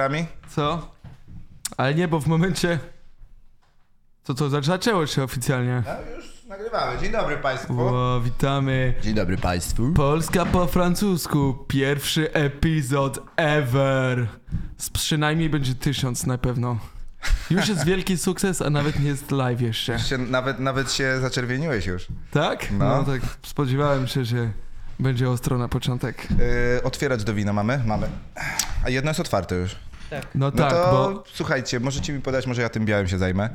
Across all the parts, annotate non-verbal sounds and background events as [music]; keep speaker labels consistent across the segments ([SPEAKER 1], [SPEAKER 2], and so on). [SPEAKER 1] p***ami?
[SPEAKER 2] Co? Ale nie, bo w momencie... Co to za- zaczęło się oficjalnie?
[SPEAKER 1] No już nagrywamy. Dzień dobry Państwu.
[SPEAKER 2] O, witamy.
[SPEAKER 1] Dzień dobry Państwu.
[SPEAKER 2] Polska po francusku. Pierwszy epizod ever. Z przynajmniej będzie tysiąc na pewno. Już jest wielki sukces, a nawet nie jest live jeszcze.
[SPEAKER 1] Się, nawet, nawet się zaczerwieniłeś już.
[SPEAKER 2] Tak?
[SPEAKER 1] No.
[SPEAKER 2] No tak, spodziewałem się, że będzie ostro na początek.
[SPEAKER 1] Yy, otwierać do wina mamy? Mamy. A jedno jest otwarte już.
[SPEAKER 2] No
[SPEAKER 1] No
[SPEAKER 2] tak,
[SPEAKER 1] to
[SPEAKER 2] bo
[SPEAKER 1] słuchajcie, możecie mi podać, może ja tym białym się zajmę.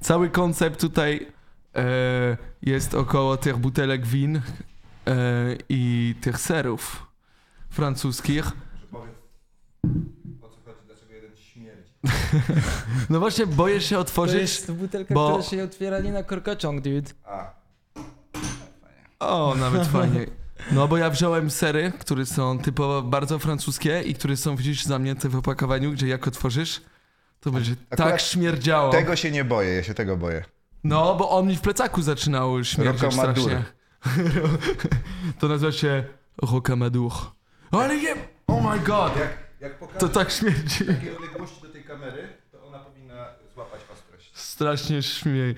[SPEAKER 2] cały koncept tutaj e, jest około tych butelek win e, i tych serów francuskich.
[SPEAKER 1] O co chodzi, dlaczego jeden śmierdzi?
[SPEAKER 2] No właśnie, boję się
[SPEAKER 3] To
[SPEAKER 2] otworzyć.
[SPEAKER 3] jest butelka,
[SPEAKER 2] bo-
[SPEAKER 3] która się otwiera nie na korkociąg, dude.
[SPEAKER 1] A,
[SPEAKER 2] O, nawet fajnie. No bo ja wziąłem sery, które są typowo bardzo francuskie i które są widzisz zamknięte w opakowaniu, gdzie jak otworzysz, to będzie
[SPEAKER 1] Akurat
[SPEAKER 2] tak śmierdziało.
[SPEAKER 1] tego się nie boję, ja się tego boję.
[SPEAKER 2] No, bo on mi w plecaku zaczynał śmierdzieć
[SPEAKER 1] Rocamadour.
[SPEAKER 2] strasznie. [laughs] to nazywa się Rocamadour. Ale nie... Oh my god!
[SPEAKER 1] Jak, jak
[SPEAKER 2] To
[SPEAKER 1] pokażę
[SPEAKER 2] tak śmierdzi.
[SPEAKER 1] takiej odległości do tej kamery, to ona powinna złapać ostrość.
[SPEAKER 2] Strasznie śmiej.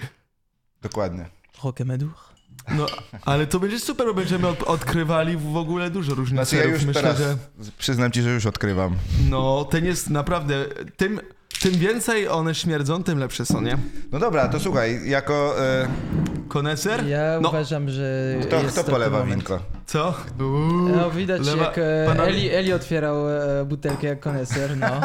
[SPEAKER 1] Dokładnie.
[SPEAKER 3] Rokemeduch.
[SPEAKER 2] No, ale to będzie super, bo będziemy od- odkrywali w ogóle dużo różnych
[SPEAKER 1] Znaczy ja
[SPEAKER 2] serów.
[SPEAKER 1] już
[SPEAKER 2] Myślę,
[SPEAKER 1] teraz,
[SPEAKER 2] że...
[SPEAKER 1] przyznam ci, że już odkrywam.
[SPEAKER 2] No, ten jest naprawdę. Tym, tym więcej one śmierdzą, tym lepsze są, nie?
[SPEAKER 1] No dobra, to słuchaj, jako... E,
[SPEAKER 2] Koneser?
[SPEAKER 3] Ja
[SPEAKER 2] no,
[SPEAKER 3] uważam, że
[SPEAKER 1] kto,
[SPEAKER 3] jest
[SPEAKER 1] kto
[SPEAKER 3] to
[SPEAKER 1] polewa
[SPEAKER 3] moment.
[SPEAKER 1] winko?
[SPEAKER 2] co? Uuu,
[SPEAKER 3] No widać
[SPEAKER 2] lewa-
[SPEAKER 3] jak e,
[SPEAKER 2] panowie-
[SPEAKER 3] Eli, Eli otwierał e, butelkę jak koneser, no.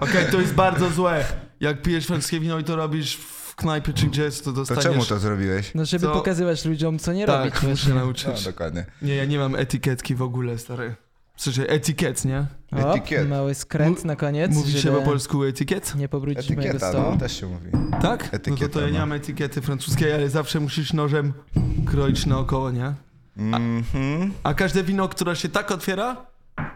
[SPEAKER 2] Okej, to jest bardzo złe. Jak pijesz francuskie wino i to robisz w knajpie czy gdzieś, to
[SPEAKER 1] To
[SPEAKER 2] dostaniesz...
[SPEAKER 1] czemu to zrobiłeś?
[SPEAKER 3] No żeby
[SPEAKER 2] Co?
[SPEAKER 3] pokazywać ludziom co nie robić.
[SPEAKER 2] Tak, muszę
[SPEAKER 3] właśnie.
[SPEAKER 1] No,
[SPEAKER 2] nauczyć.
[SPEAKER 1] dokładnie.
[SPEAKER 2] Nie, ja nie mam etykietki w ogóle, stary. W sensie etykiet, nie?
[SPEAKER 3] O,
[SPEAKER 1] Etykiet.
[SPEAKER 3] mały skręt
[SPEAKER 2] Mu-
[SPEAKER 3] na koniec,
[SPEAKER 2] Mówi się
[SPEAKER 3] żeby
[SPEAKER 2] po polsku etykiet?
[SPEAKER 3] nie pobrudzić mojego
[SPEAKER 1] Etykieta,
[SPEAKER 3] stołu.
[SPEAKER 1] no, też się mówi.
[SPEAKER 2] Tak? no to,
[SPEAKER 1] Etykieta,
[SPEAKER 2] to ja nie
[SPEAKER 1] no.
[SPEAKER 2] mam etykiety francuskiej, ale zawsze musisz nożem kroić naokoło, nie?
[SPEAKER 1] Mhm.
[SPEAKER 2] A każde wino, które się tak otwiera,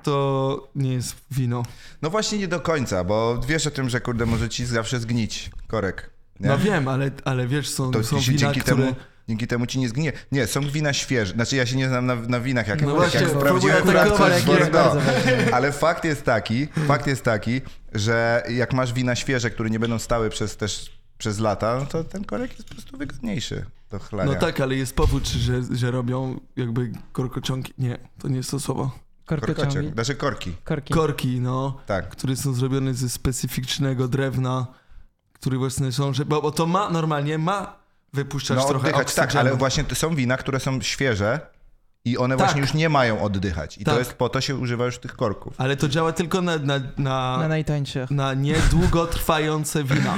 [SPEAKER 2] to nie jest wino.
[SPEAKER 1] No właśnie nie do końca, bo wiesz o tym, że kurde może ci zawsze zgnić korek. Nie?
[SPEAKER 2] No wiem, ale, ale wiesz, są,
[SPEAKER 1] to
[SPEAKER 2] są
[SPEAKER 1] ci się
[SPEAKER 2] wina,
[SPEAKER 1] dzięki
[SPEAKER 2] które...
[SPEAKER 1] temu dzięki temu ci nie zgnie. Nie, są wina świeże. Znaczy ja się nie znam na, na winach, jak,
[SPEAKER 2] No
[SPEAKER 1] jak,
[SPEAKER 2] właśnie,
[SPEAKER 1] jak
[SPEAKER 2] próbuję
[SPEAKER 1] sprawdziłem
[SPEAKER 2] atakować,
[SPEAKER 1] francuski
[SPEAKER 2] jak jest
[SPEAKER 1] Bordeaux.
[SPEAKER 3] bardzo
[SPEAKER 1] Ale fakt jest taki, fakt jest taki, że jak masz wina świeże, które nie będą stały przez też przez lata, no to ten korek jest po prostu wygodniejszy do chlania.
[SPEAKER 2] No tak, ale jest powód, że, że robią jakby korkociągi. Nie, to nie jest to słowo.
[SPEAKER 3] Korkociągi.
[SPEAKER 1] Korkociąg, znaczy korki.
[SPEAKER 3] Korki.
[SPEAKER 2] Korki, no,
[SPEAKER 1] Tak.
[SPEAKER 2] które są zrobione ze specyficznego drewna, które właśnie są, że, bo, bo to ma normalnie, ma wypuszczać
[SPEAKER 1] No
[SPEAKER 2] trochę
[SPEAKER 1] oddychać, tak,
[SPEAKER 2] oksygenu.
[SPEAKER 1] ale właśnie to są wina, które są świeże i one
[SPEAKER 2] Tak.
[SPEAKER 1] właśnie już nie mają oddychać. I
[SPEAKER 2] Tak.
[SPEAKER 1] to jest po to się używa już tych korków.
[SPEAKER 2] Ale to działa tylko na, na, na,
[SPEAKER 3] Na najtańszych.
[SPEAKER 2] na niedługotrwające wina.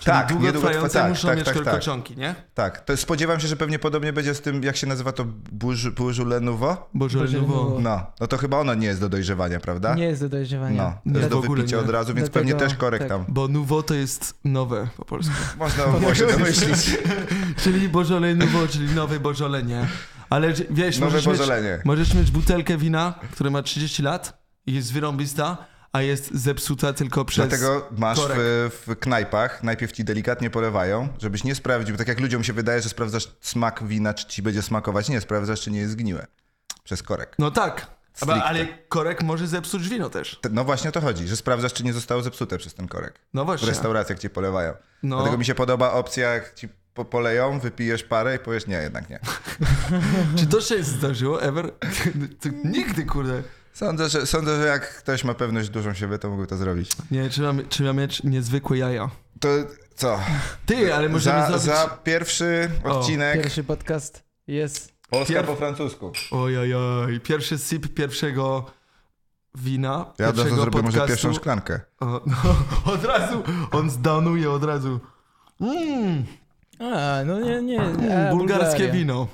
[SPEAKER 2] Czyli
[SPEAKER 1] Tak,
[SPEAKER 2] długotrwające
[SPEAKER 1] niedługotrwa- tak,
[SPEAKER 2] muszą
[SPEAKER 1] tak,
[SPEAKER 2] mieć
[SPEAKER 1] tak, tak.
[SPEAKER 2] korkociągi, nie?
[SPEAKER 1] Tak, to spodziewam się, że pewnie podobnie będzie z tym, jak się nazywa to Bourge- Bourgeois Nouveau?
[SPEAKER 2] Boże,
[SPEAKER 3] Boże,
[SPEAKER 2] Nouveau.
[SPEAKER 3] Nouveau.
[SPEAKER 1] No, no to chyba ono nie jest do dojrzewania, prawda?
[SPEAKER 3] Nie jest do dojrzewania.
[SPEAKER 1] Tak. No, to
[SPEAKER 2] Nie,
[SPEAKER 1] jest
[SPEAKER 2] w
[SPEAKER 1] do
[SPEAKER 2] ogóle
[SPEAKER 1] wypicia
[SPEAKER 2] nie.
[SPEAKER 1] od razu, więc
[SPEAKER 3] Dlatego-
[SPEAKER 1] pewnie też korek
[SPEAKER 3] tak.
[SPEAKER 2] [laughs]
[SPEAKER 1] tam.
[SPEAKER 2] Bo Nouveau to jest nowe po polsku.
[SPEAKER 1] Można było się domyślić.
[SPEAKER 2] [laughs] Czyli Bożolej Nouveau, czyli nowy Bożolej, nie? Ale że- wiesz,
[SPEAKER 1] Nowe
[SPEAKER 2] możesz, mieć,
[SPEAKER 1] Beaujolais.
[SPEAKER 2] możesz mieć butelkę wina, która ma 30 lat i jest wyrąbista, a jest zepsuta tylko przez...
[SPEAKER 1] Dlatego masz
[SPEAKER 2] korek.
[SPEAKER 1] w, w knajpach, najpierw ci delikatnie polewają, żebyś nie sprawdził, tak jak ludziom się wydaje, że sprawdzasz smak wina, czy ci będzie smakować. Nie, sprawdzasz, czy nie jest zgniłe. Przez korek.
[SPEAKER 2] No tak, ale,
[SPEAKER 1] Stricte.
[SPEAKER 2] ale korek może zepsuć wino też.
[SPEAKER 1] Te- No właśnie o to chodzi, że sprawdzasz, czy nie zostało zepsute przez ten korek.
[SPEAKER 2] No
[SPEAKER 1] W
[SPEAKER 2] właśnie.
[SPEAKER 1] restauracjach cię polewają.
[SPEAKER 2] No.
[SPEAKER 1] Dlatego mi się podoba opcja, jak ci po- poleją, wypijesz parę i powiesz, nie, jednak nie.
[SPEAKER 2] Czy to się zdarzyło, Ever? [laughs] To nigdy, kurde.
[SPEAKER 1] Sądzę, że, sądzę, że jak ktoś ma pewność dużą siebie, to mógłby to zrobić.
[SPEAKER 2] Nie, trzeba, mi- trzeba mieć niezwykłe jaja.
[SPEAKER 1] To co?
[SPEAKER 2] Ty, ale możemy
[SPEAKER 1] Za,
[SPEAKER 2] zrobić...
[SPEAKER 1] za pierwszy
[SPEAKER 2] O,
[SPEAKER 1] odcinek
[SPEAKER 3] Pierwszy podcast jest...
[SPEAKER 1] Polska
[SPEAKER 2] pier-
[SPEAKER 1] po francusku.
[SPEAKER 2] Ojojoj, pierwszy sip pierwszego wina,
[SPEAKER 1] Ja od razu
[SPEAKER 2] pierwszego
[SPEAKER 1] zrobię
[SPEAKER 2] podcastu.
[SPEAKER 1] może pierwszą szklankę.
[SPEAKER 2] O, no, [laughs] od razu, on zdanuje od razu. Mmm,
[SPEAKER 3] A, no nie, nie. A,
[SPEAKER 2] mm, bulgarskie
[SPEAKER 3] Bułgaria.
[SPEAKER 2] wino.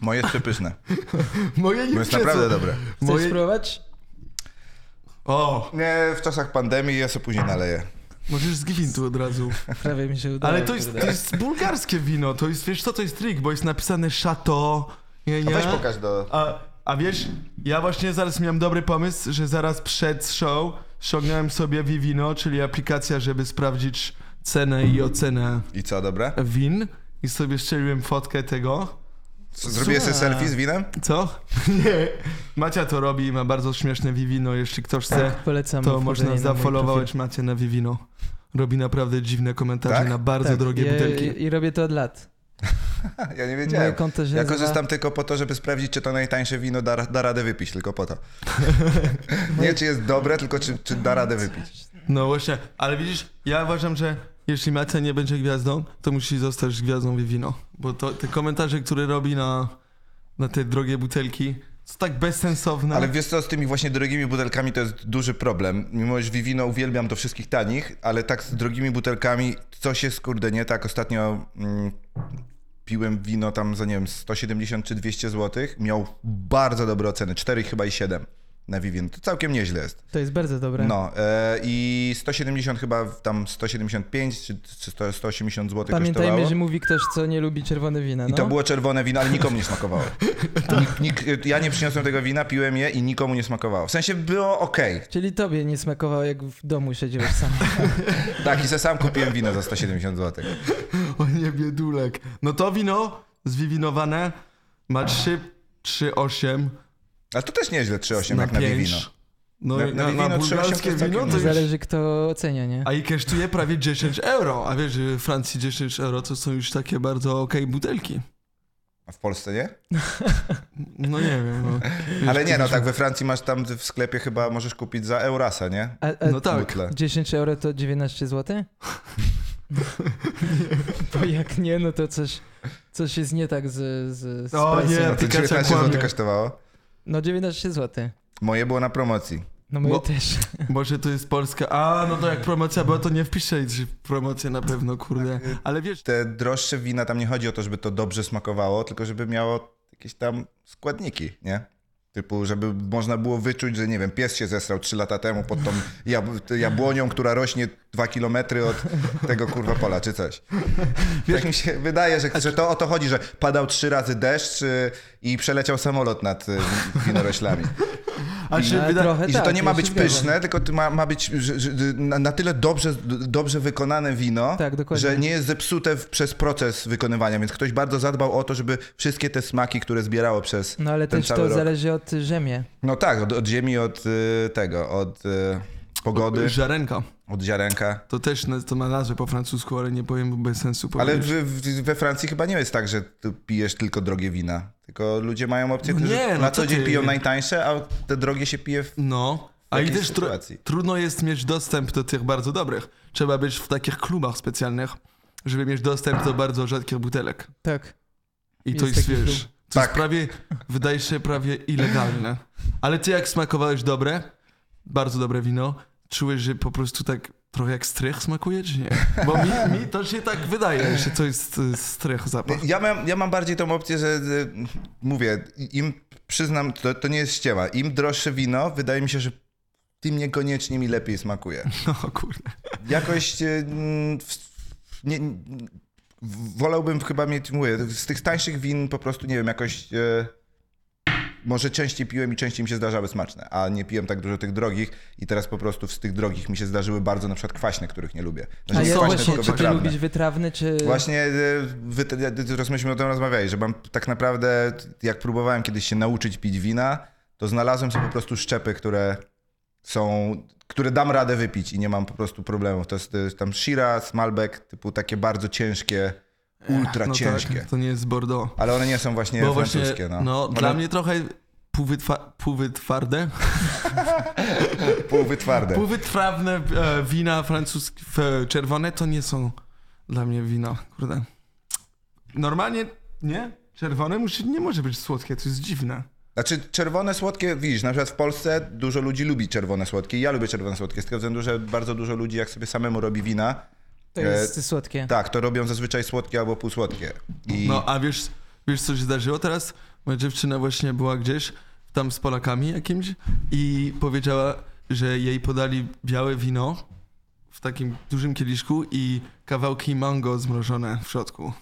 [SPEAKER 1] Moje jest przepyszne.
[SPEAKER 2] Moje nie [laughs]
[SPEAKER 1] Bo jest
[SPEAKER 2] siedzą.
[SPEAKER 1] naprawdę dobre.
[SPEAKER 3] Chcesz
[SPEAKER 2] Moje...
[SPEAKER 3] spróbować?
[SPEAKER 2] O,
[SPEAKER 1] Nie, w czasach pandemii ja sobie później naleję.
[SPEAKER 2] możesz z gwintu od razu.
[SPEAKER 3] Prawie mi się udało.
[SPEAKER 2] Ale to jest, to jest bulgarskie wino, to jest, wiesz co, to jest trik, bo jest napisane chateau. Nie,
[SPEAKER 1] A
[SPEAKER 2] nie.
[SPEAKER 1] weź pokaż do...
[SPEAKER 2] A, a wiesz, ja właśnie zaraz miałem dobry pomysł, że zaraz przed show ściągnąłem sobie Vivino, czyli aplikacja, żeby sprawdzić cenę i ocenę
[SPEAKER 1] I co, dobre?
[SPEAKER 2] win i sobie strzeliłem fotkę tego
[SPEAKER 1] Co, Zrobiłeś sobie
[SPEAKER 3] Słuchaj.
[SPEAKER 1] selfie z winem?
[SPEAKER 2] Co? [laughs] Nie. Macia to robi i ma bardzo śmieszne Vivino. Jeśli ktoś chce,
[SPEAKER 3] Tak, polecam.
[SPEAKER 2] to
[SPEAKER 3] wchodzenie na
[SPEAKER 2] można
[SPEAKER 3] mój
[SPEAKER 2] zafollowować
[SPEAKER 3] profil.
[SPEAKER 2] Macie na Vivino. Robi naprawdę dziwne komentarze
[SPEAKER 1] Tak?
[SPEAKER 2] na bardzo
[SPEAKER 3] Tak,
[SPEAKER 2] drogie
[SPEAKER 3] ja-
[SPEAKER 2] butelki.
[SPEAKER 3] I robię to od lat.
[SPEAKER 1] Ja nie
[SPEAKER 3] Moje
[SPEAKER 1] wiedziałem.
[SPEAKER 3] konto się
[SPEAKER 1] Ja
[SPEAKER 3] nazywa-
[SPEAKER 1] korzystam tylko po to, żeby sprawdzić, czy to najtańsze wino da, da radę wypić, tylko po to. Nie czy jest dobre, tylko czy, czy da radę wypić.
[SPEAKER 2] No właśnie, ale widzisz, ja uważam, że jeśli Macia nie będzie gwiazdą, to musi zostać gwiazdą Vivino. Bo to, te komentarze, które robi na, na te drogie butelki, są tak bezsensowne.
[SPEAKER 1] Ale wiesz co, z tymi właśnie drogimi butelkami to jest duży problem. Mimo, że Vivino uwielbiam do wszystkich tanich, ale tak z drogimi butelkami coś jest, kurde, nie tak. Ostatnio mm, piłem wino tam za, nie wiem, 170 czy 200 zł. Miał bardzo dobre oceny, 4 chyba i 7 na Vivino. To całkiem nieźle jest.
[SPEAKER 3] To jest bardzo dobre.
[SPEAKER 1] No e, i 170 chyba tam 175 czy, czy 100, 180 zł
[SPEAKER 3] Pamiętajmy,
[SPEAKER 1] kosztowało.
[SPEAKER 3] że mówi ktoś, co nie lubi czerwone wina.
[SPEAKER 1] I
[SPEAKER 3] No.
[SPEAKER 1] to było czerwone wino, ale nikomu nie smakowało. Nik, nik, ja nie przyniosłem tego wina, piłem je i nikomu nie smakowało. W sensie było ok.
[SPEAKER 3] Czyli tobie nie smakowało, jak w domu siedziałeś
[SPEAKER 1] [laughs]
[SPEAKER 3] sam.
[SPEAKER 1] Tak, i se sam kupiłem wino za 170 zł.
[SPEAKER 2] O nie, biedulek. No to wino zwiwinowane ma 3, 3, 8
[SPEAKER 1] Ale to też nieźle 3,8
[SPEAKER 2] na
[SPEAKER 1] jak na
[SPEAKER 2] 5.
[SPEAKER 1] wino.
[SPEAKER 2] No
[SPEAKER 1] Na-
[SPEAKER 2] i
[SPEAKER 1] na
[SPEAKER 2] na,
[SPEAKER 1] Vivino
[SPEAKER 2] na,
[SPEAKER 1] 3,8
[SPEAKER 2] bułgarskie
[SPEAKER 1] No to jest
[SPEAKER 2] wino
[SPEAKER 1] całkiem
[SPEAKER 2] to już...
[SPEAKER 3] Zależy, kto ocenia, nie?
[SPEAKER 2] A i kosztuje prawie 10 euro. A wiesz, że w Francji 10 euro to są już takie bardzo okej butelki.
[SPEAKER 1] A w Polsce nie?
[SPEAKER 2] No nie wiem. No. Wiesz,
[SPEAKER 1] Ale nie, no
[SPEAKER 2] kiedyś-
[SPEAKER 1] tak we Francji masz tam w sklepie chyba możesz kupić za Eurasa, nie?
[SPEAKER 3] A, a
[SPEAKER 2] No tak.
[SPEAKER 1] Butle.
[SPEAKER 3] 10 euro to
[SPEAKER 1] [laughs]
[SPEAKER 3] 19 zł? Bo jak nie, no to coś, coś jest nie tak z, z, z
[SPEAKER 2] O
[SPEAKER 3] pricem.
[SPEAKER 2] nie.
[SPEAKER 1] No to
[SPEAKER 2] Aplikacja
[SPEAKER 1] 19 zł
[SPEAKER 2] kłamie.
[SPEAKER 1] kosztowało.
[SPEAKER 3] No 19 zł.
[SPEAKER 1] Moje było na promocji.
[SPEAKER 3] No moje
[SPEAKER 2] Bo-
[SPEAKER 3] też.
[SPEAKER 2] Może to jest Polska. A, no to jak promocja była, to nie wpiszę nic. Promocja na pewno, kurde. Ale wiesz,
[SPEAKER 1] te droższe wina, tam nie chodzi o to, żeby to dobrze smakowało, tylko żeby miało jakieś tam składniki, nie? Typu, żeby można było wyczuć, że nie wiem, pies się zesrał 3 lata temu pod tą jab- jabłonią, która rośnie 2 kilometry od tego kurwa pola, czy coś. Tak mi się wydaje, że, że to o to chodzi, że padał trzy razy deszcz y, i przeleciał samolot nad y, winoroślami.
[SPEAKER 2] a się
[SPEAKER 3] Ale
[SPEAKER 2] wyda...
[SPEAKER 3] trochę
[SPEAKER 1] I że to
[SPEAKER 3] tak,
[SPEAKER 1] nie ma
[SPEAKER 3] ja się
[SPEAKER 1] być
[SPEAKER 3] zgadzam.
[SPEAKER 1] pyszne, tylko to ma, ma być że, że, na, na tyle dobrze, dobrze wykonane wino,
[SPEAKER 3] Tak, dokładnie.
[SPEAKER 1] że nie jest zepsute w, przez proces wykonywania, więc ktoś bardzo zadbał o to, żeby wszystkie te smaki, które zbierało przez...
[SPEAKER 3] No ale
[SPEAKER 1] ten
[SPEAKER 3] też to
[SPEAKER 1] cały rok.
[SPEAKER 3] zależy od rzemie.
[SPEAKER 1] No tak, od, od ziemi, od y, tego, od y, pogody,
[SPEAKER 2] Żarenka.
[SPEAKER 1] od ziarenka.
[SPEAKER 2] To też na- to ma nazwę po francusku, ale nie powiem, bo bez sensu
[SPEAKER 1] Ale
[SPEAKER 2] powiedzieć.
[SPEAKER 1] w, w, we Francji chyba nie jest tak, że tu pijesz tylko drogie wina, tylko ludzie mają opcję, że
[SPEAKER 2] No nie, no
[SPEAKER 1] na
[SPEAKER 2] co
[SPEAKER 1] co dzień
[SPEAKER 2] ty?
[SPEAKER 1] piją najtańsze, a te drogie się pije w
[SPEAKER 2] No, a i
[SPEAKER 1] jakiejś
[SPEAKER 2] też tru...
[SPEAKER 1] sytuacji.
[SPEAKER 2] trudno jest mieć dostęp do tych bardzo dobrych. Trzeba być w takich klubach specjalnych, żeby mieć dostęp do bardzo rzadkich butelek.
[SPEAKER 3] Tak.
[SPEAKER 2] I
[SPEAKER 3] Jest
[SPEAKER 2] to jest,
[SPEAKER 3] taki
[SPEAKER 2] wiesz, to
[SPEAKER 1] Tak.
[SPEAKER 2] jest prawie, wydaje się prawie ilegalne. Ale ty jak smakowałeś dobre, bardzo dobre wino, czułeś, że po prostu tak trochę jak strych smakuje, czy nie? Bo mi, mi to się tak wydaje, że to jest y, strych zapach.
[SPEAKER 1] Ja mam, ja mam bardziej tą opcję, że y, mówię, im przyznam, to, to nie jest ściema, im droższe wino, wydaje mi się, że tym niekoniecznie mi lepiej smakuje.
[SPEAKER 2] No kurde.
[SPEAKER 1] Jakoś y, mm, w, nie, w- wolałbym chyba mieć, mówię, z tych tańszych win po prostu, nie wiem, jakoś y, może częściej piłem i częściej mi się zdarzały smaczne, a nie piłem tak dużo tych drogich i teraz po prostu z tych drogich mi się zdarzyły bardzo na przykład kwaśne, których nie lubię.
[SPEAKER 3] A
[SPEAKER 1] nie
[SPEAKER 3] ja
[SPEAKER 2] są
[SPEAKER 1] kwaśne,
[SPEAKER 3] właśnie,
[SPEAKER 1] Znaczy, tylko
[SPEAKER 3] czy ty
[SPEAKER 1] wytrawne.
[SPEAKER 3] lubisz wytrawny, czy...
[SPEAKER 1] Właśnie e, wy, te- te- teraz myśmy o tym rozmawiali, że mam tak naprawdę, jak próbowałem kiedyś się nauczyć pić wina, to znalazłem sobie po prostu szczepy, które są, które dam radę wypić i nie mam po prostu problemów. To jest e, tam Shiraz, Malbec, typu takie bardzo ciężkie, ultra
[SPEAKER 2] No
[SPEAKER 1] ciężkie.
[SPEAKER 2] tak, to nie jest Bordeaux.
[SPEAKER 1] Ale one nie są właśnie
[SPEAKER 2] Bo właśnie,
[SPEAKER 1] francuskie. no,
[SPEAKER 2] no,
[SPEAKER 1] One
[SPEAKER 2] dla mnie trochę półwytwa- półwytwarde,
[SPEAKER 1] półwytwarde.
[SPEAKER 2] półwytrawne e, wina francuskie, f- czerwone to nie są dla mnie wina, kurde. Normalnie, nie? Czerwone musi, nie może być słodkie, to jest dziwne.
[SPEAKER 1] Znaczy czerwone słodkie, widzisz, na przykład w Polsce dużo ludzi lubi czerwone słodkie. Ja lubię czerwone słodkie z tego względu, że bardzo dużo ludzi jak sobie samemu robi wina,
[SPEAKER 3] To jest słodkie.
[SPEAKER 1] Tak, to robią zazwyczaj słodkie albo półsłodkie. I
[SPEAKER 2] No, a wiesz, wiesz co się zdarzyło teraz? Moja dziewczyna właśnie była gdzieś, tam z Polakami jakimś i powiedziała, że jej podali białe wino w takim dużym kieliszku i kawałki mango zmrożone w środku.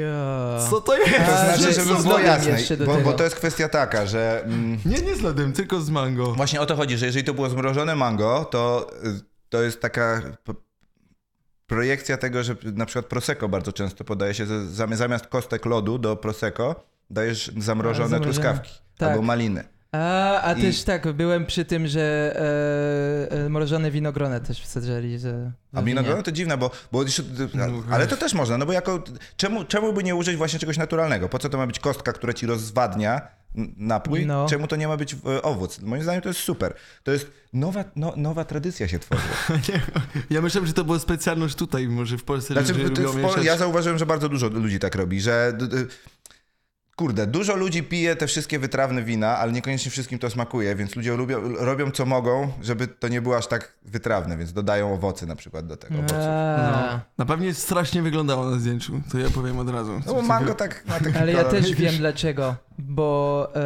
[SPEAKER 3] Ojo.
[SPEAKER 2] Co to jest?
[SPEAKER 1] to
[SPEAKER 3] A,
[SPEAKER 1] znaczy,
[SPEAKER 3] że
[SPEAKER 1] żeby
[SPEAKER 3] z
[SPEAKER 1] było
[SPEAKER 3] lodem
[SPEAKER 1] jasne,
[SPEAKER 3] jeszcze do
[SPEAKER 1] bo,
[SPEAKER 3] tego.
[SPEAKER 1] bo to jest kwestia taka, że mm,
[SPEAKER 2] Nie, nie z lodem, tylko z mango.
[SPEAKER 1] właśnie o to chodzi, że jeżeli to było zmrożone mango, to y, to jest taka p- projekcja tego, że na przykład Prosecco bardzo często podaje się, ze- zami- zamiast kostek lodu do Prosecco dajesz
[SPEAKER 3] A,
[SPEAKER 1] zamrożone
[SPEAKER 3] zamrożone.
[SPEAKER 1] truskawki
[SPEAKER 3] Tak.
[SPEAKER 1] albo maliny.
[SPEAKER 3] A, a
[SPEAKER 1] I-
[SPEAKER 3] też tak, byłem przy tym, że e, e, mrożone winogrona też wsadzali, że...
[SPEAKER 1] A
[SPEAKER 3] że
[SPEAKER 1] winogrono to dziwne, bo, bo jeszcze, ale to też można, no bo jako, czemu, czemu by nie użyć właśnie czegoś naturalnego? Po co to ma być kostka, która ci rozwadnia n- napój?
[SPEAKER 3] No.
[SPEAKER 1] Czemu to nie ma być e, owoc? Moim zdaniem to jest super. To jest nowa, no, nowa tradycja się
[SPEAKER 3] [laughs]
[SPEAKER 1] tworzy.
[SPEAKER 2] Nie, [laughs] ja myślałem, że to było specjalność tutaj, może w Polsce
[SPEAKER 1] Znaczy,
[SPEAKER 2] ludzie
[SPEAKER 1] to
[SPEAKER 2] lubią
[SPEAKER 1] w, Pol-
[SPEAKER 2] mieszać.
[SPEAKER 1] ja zauważyłem, że bardzo dużo ludzi tak robi, że d- d- kurde, dużo ludzi pije te wszystkie wytrawne wina, ale niekoniecznie wszystkim to smakuje, więc ludzie lubią, robią co mogą, żeby to nie było aż tak wytrawne, więc dodają owoce na przykład do tego.
[SPEAKER 3] Nie.
[SPEAKER 1] Owoców.
[SPEAKER 3] A,
[SPEAKER 2] No. Na pewnie strasznie wyglądało na zdjęciu, to ja powiem od razu.
[SPEAKER 1] No bo mango tak ma taki
[SPEAKER 3] Ale ja
[SPEAKER 1] kolor.
[SPEAKER 3] też
[SPEAKER 1] [laughs]
[SPEAKER 3] wiem dlaczego, bo e,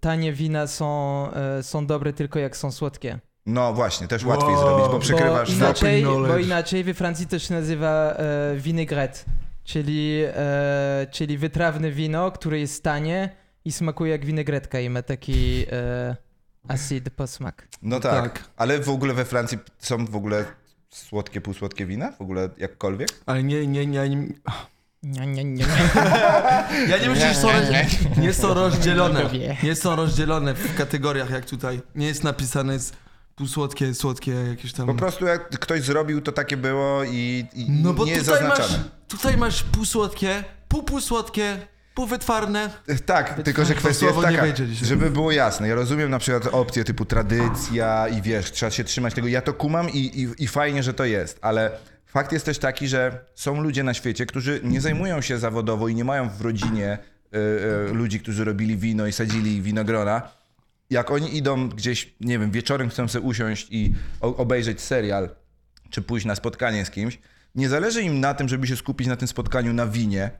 [SPEAKER 3] tanie wina są, e, są dobre tylko jak są słodkie.
[SPEAKER 1] No właśnie, też łatwiej
[SPEAKER 2] Wow.
[SPEAKER 1] zrobić, bo
[SPEAKER 2] Bo znaczy-
[SPEAKER 1] przykrywasz znaczy-
[SPEAKER 3] bo
[SPEAKER 1] bo
[SPEAKER 3] inaczej,
[SPEAKER 2] knowledge.
[SPEAKER 3] bo inaczej we Francji to się nazywa e, vinaigrette, czyli, e, czyli wytrawne wino, które jest tanie i smakuje jak winegretka i ma taki e, acid posmak.
[SPEAKER 1] No tak.
[SPEAKER 2] Tak.
[SPEAKER 1] ale w ogóle we Francji są w ogóle słodkie, półsłodkie wina? W ogóle jakkolwiek?
[SPEAKER 2] Ale nie, nie,
[SPEAKER 1] [laughs]
[SPEAKER 2] nie, nie.
[SPEAKER 3] Nie,
[SPEAKER 2] [laughs]
[SPEAKER 3] nie, nie.
[SPEAKER 2] Ja nie myślę, że są,
[SPEAKER 1] nie,
[SPEAKER 2] nie są rozdzielone.
[SPEAKER 3] Ludowie.
[SPEAKER 2] Nie są rozdzielone w kategoriach jak tutaj. Nie jest napisane jest półsłodkie, słodkie, jakieś tam.
[SPEAKER 1] Po prostu jak ktoś zrobił, to takie było i, i
[SPEAKER 2] Mm. No bo
[SPEAKER 1] nie jest
[SPEAKER 2] tutaj masz,
[SPEAKER 1] zaznaczane.
[SPEAKER 2] tutaj masz półsłodkie, półpółsłodkie, półwytwarne.
[SPEAKER 1] Tak, tylko że
[SPEAKER 2] To
[SPEAKER 1] kwestia jest
[SPEAKER 2] słowo nie
[SPEAKER 1] taka,
[SPEAKER 2] będzie dzisiaj.
[SPEAKER 1] żeby było jasne. Ja rozumiem na przykład opcje typu tradycja i wiesz, trzeba się trzymać tego. Ja to kumam i, i, i fajnie, że to jest, ale fakt jest też taki, że są ludzie na świecie, którzy nie zajmują się zawodowo i nie mają w rodzinie y, y, ludzi, którzy robili wino i sadzili winogrona. Jak oni idą gdzieś, nie wiem, wieczorem chcą sobie usiąść i o- obejrzeć serial, czy pójść na spotkanie z kimś, nie zależy im na tym, żeby się skupić na tym spotkaniu na winie,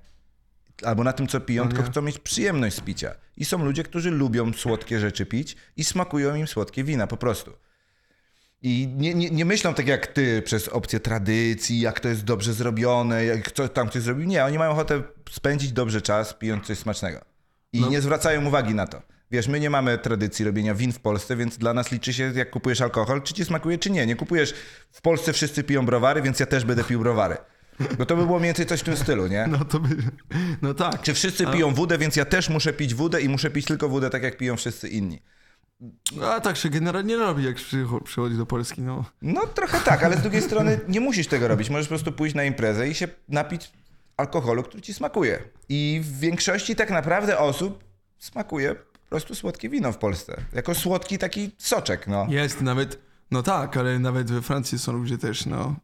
[SPEAKER 1] albo na tym, co piją,
[SPEAKER 2] No
[SPEAKER 1] tylko
[SPEAKER 2] nie.
[SPEAKER 1] chcą mieć przyjemność z picia. I są ludzie, którzy lubią słodkie rzeczy pić i smakują im słodkie wina po prostu. I nie, nie, nie myślą tak jak ty przez opcję tradycji, jak to jest dobrze zrobione, jak co tam ktoś zrobił. Nie, oni mają ochotę spędzić dobrze czas pijąc coś smacznego. I
[SPEAKER 2] No.
[SPEAKER 1] nie zwracają uwagi na to. Wiesz, my nie mamy tradycji robienia win w Polsce, więc dla nas liczy się, jak kupujesz alkohol, czy ci smakuje, czy nie. Nie kupujesz. W Polsce wszyscy piją browary, więc ja też będę pił browary. Bo to by było mniej więcej coś w tym stylu, nie?
[SPEAKER 2] No to by... No tak.
[SPEAKER 1] Czy wszyscy piją wódę, więc ja też muszę pić wódę i muszę pić tylko wódę, tak jak piją wszyscy inni.
[SPEAKER 2] A tak się generalnie robi, jak przycho- przychodzi do Polski, no.
[SPEAKER 1] No trochę tak, ale z drugiej strony nie musisz tego robić. Możesz po prostu pójść na imprezę i się napić alkoholu, który ci smakuje. I w większości tak naprawdę osób smakuje po prostu słodkie wino w Polsce. Jako słodki taki soczek, no.
[SPEAKER 2] Jest nawet... No tak, ale nawet we Francji są ludzie też, no.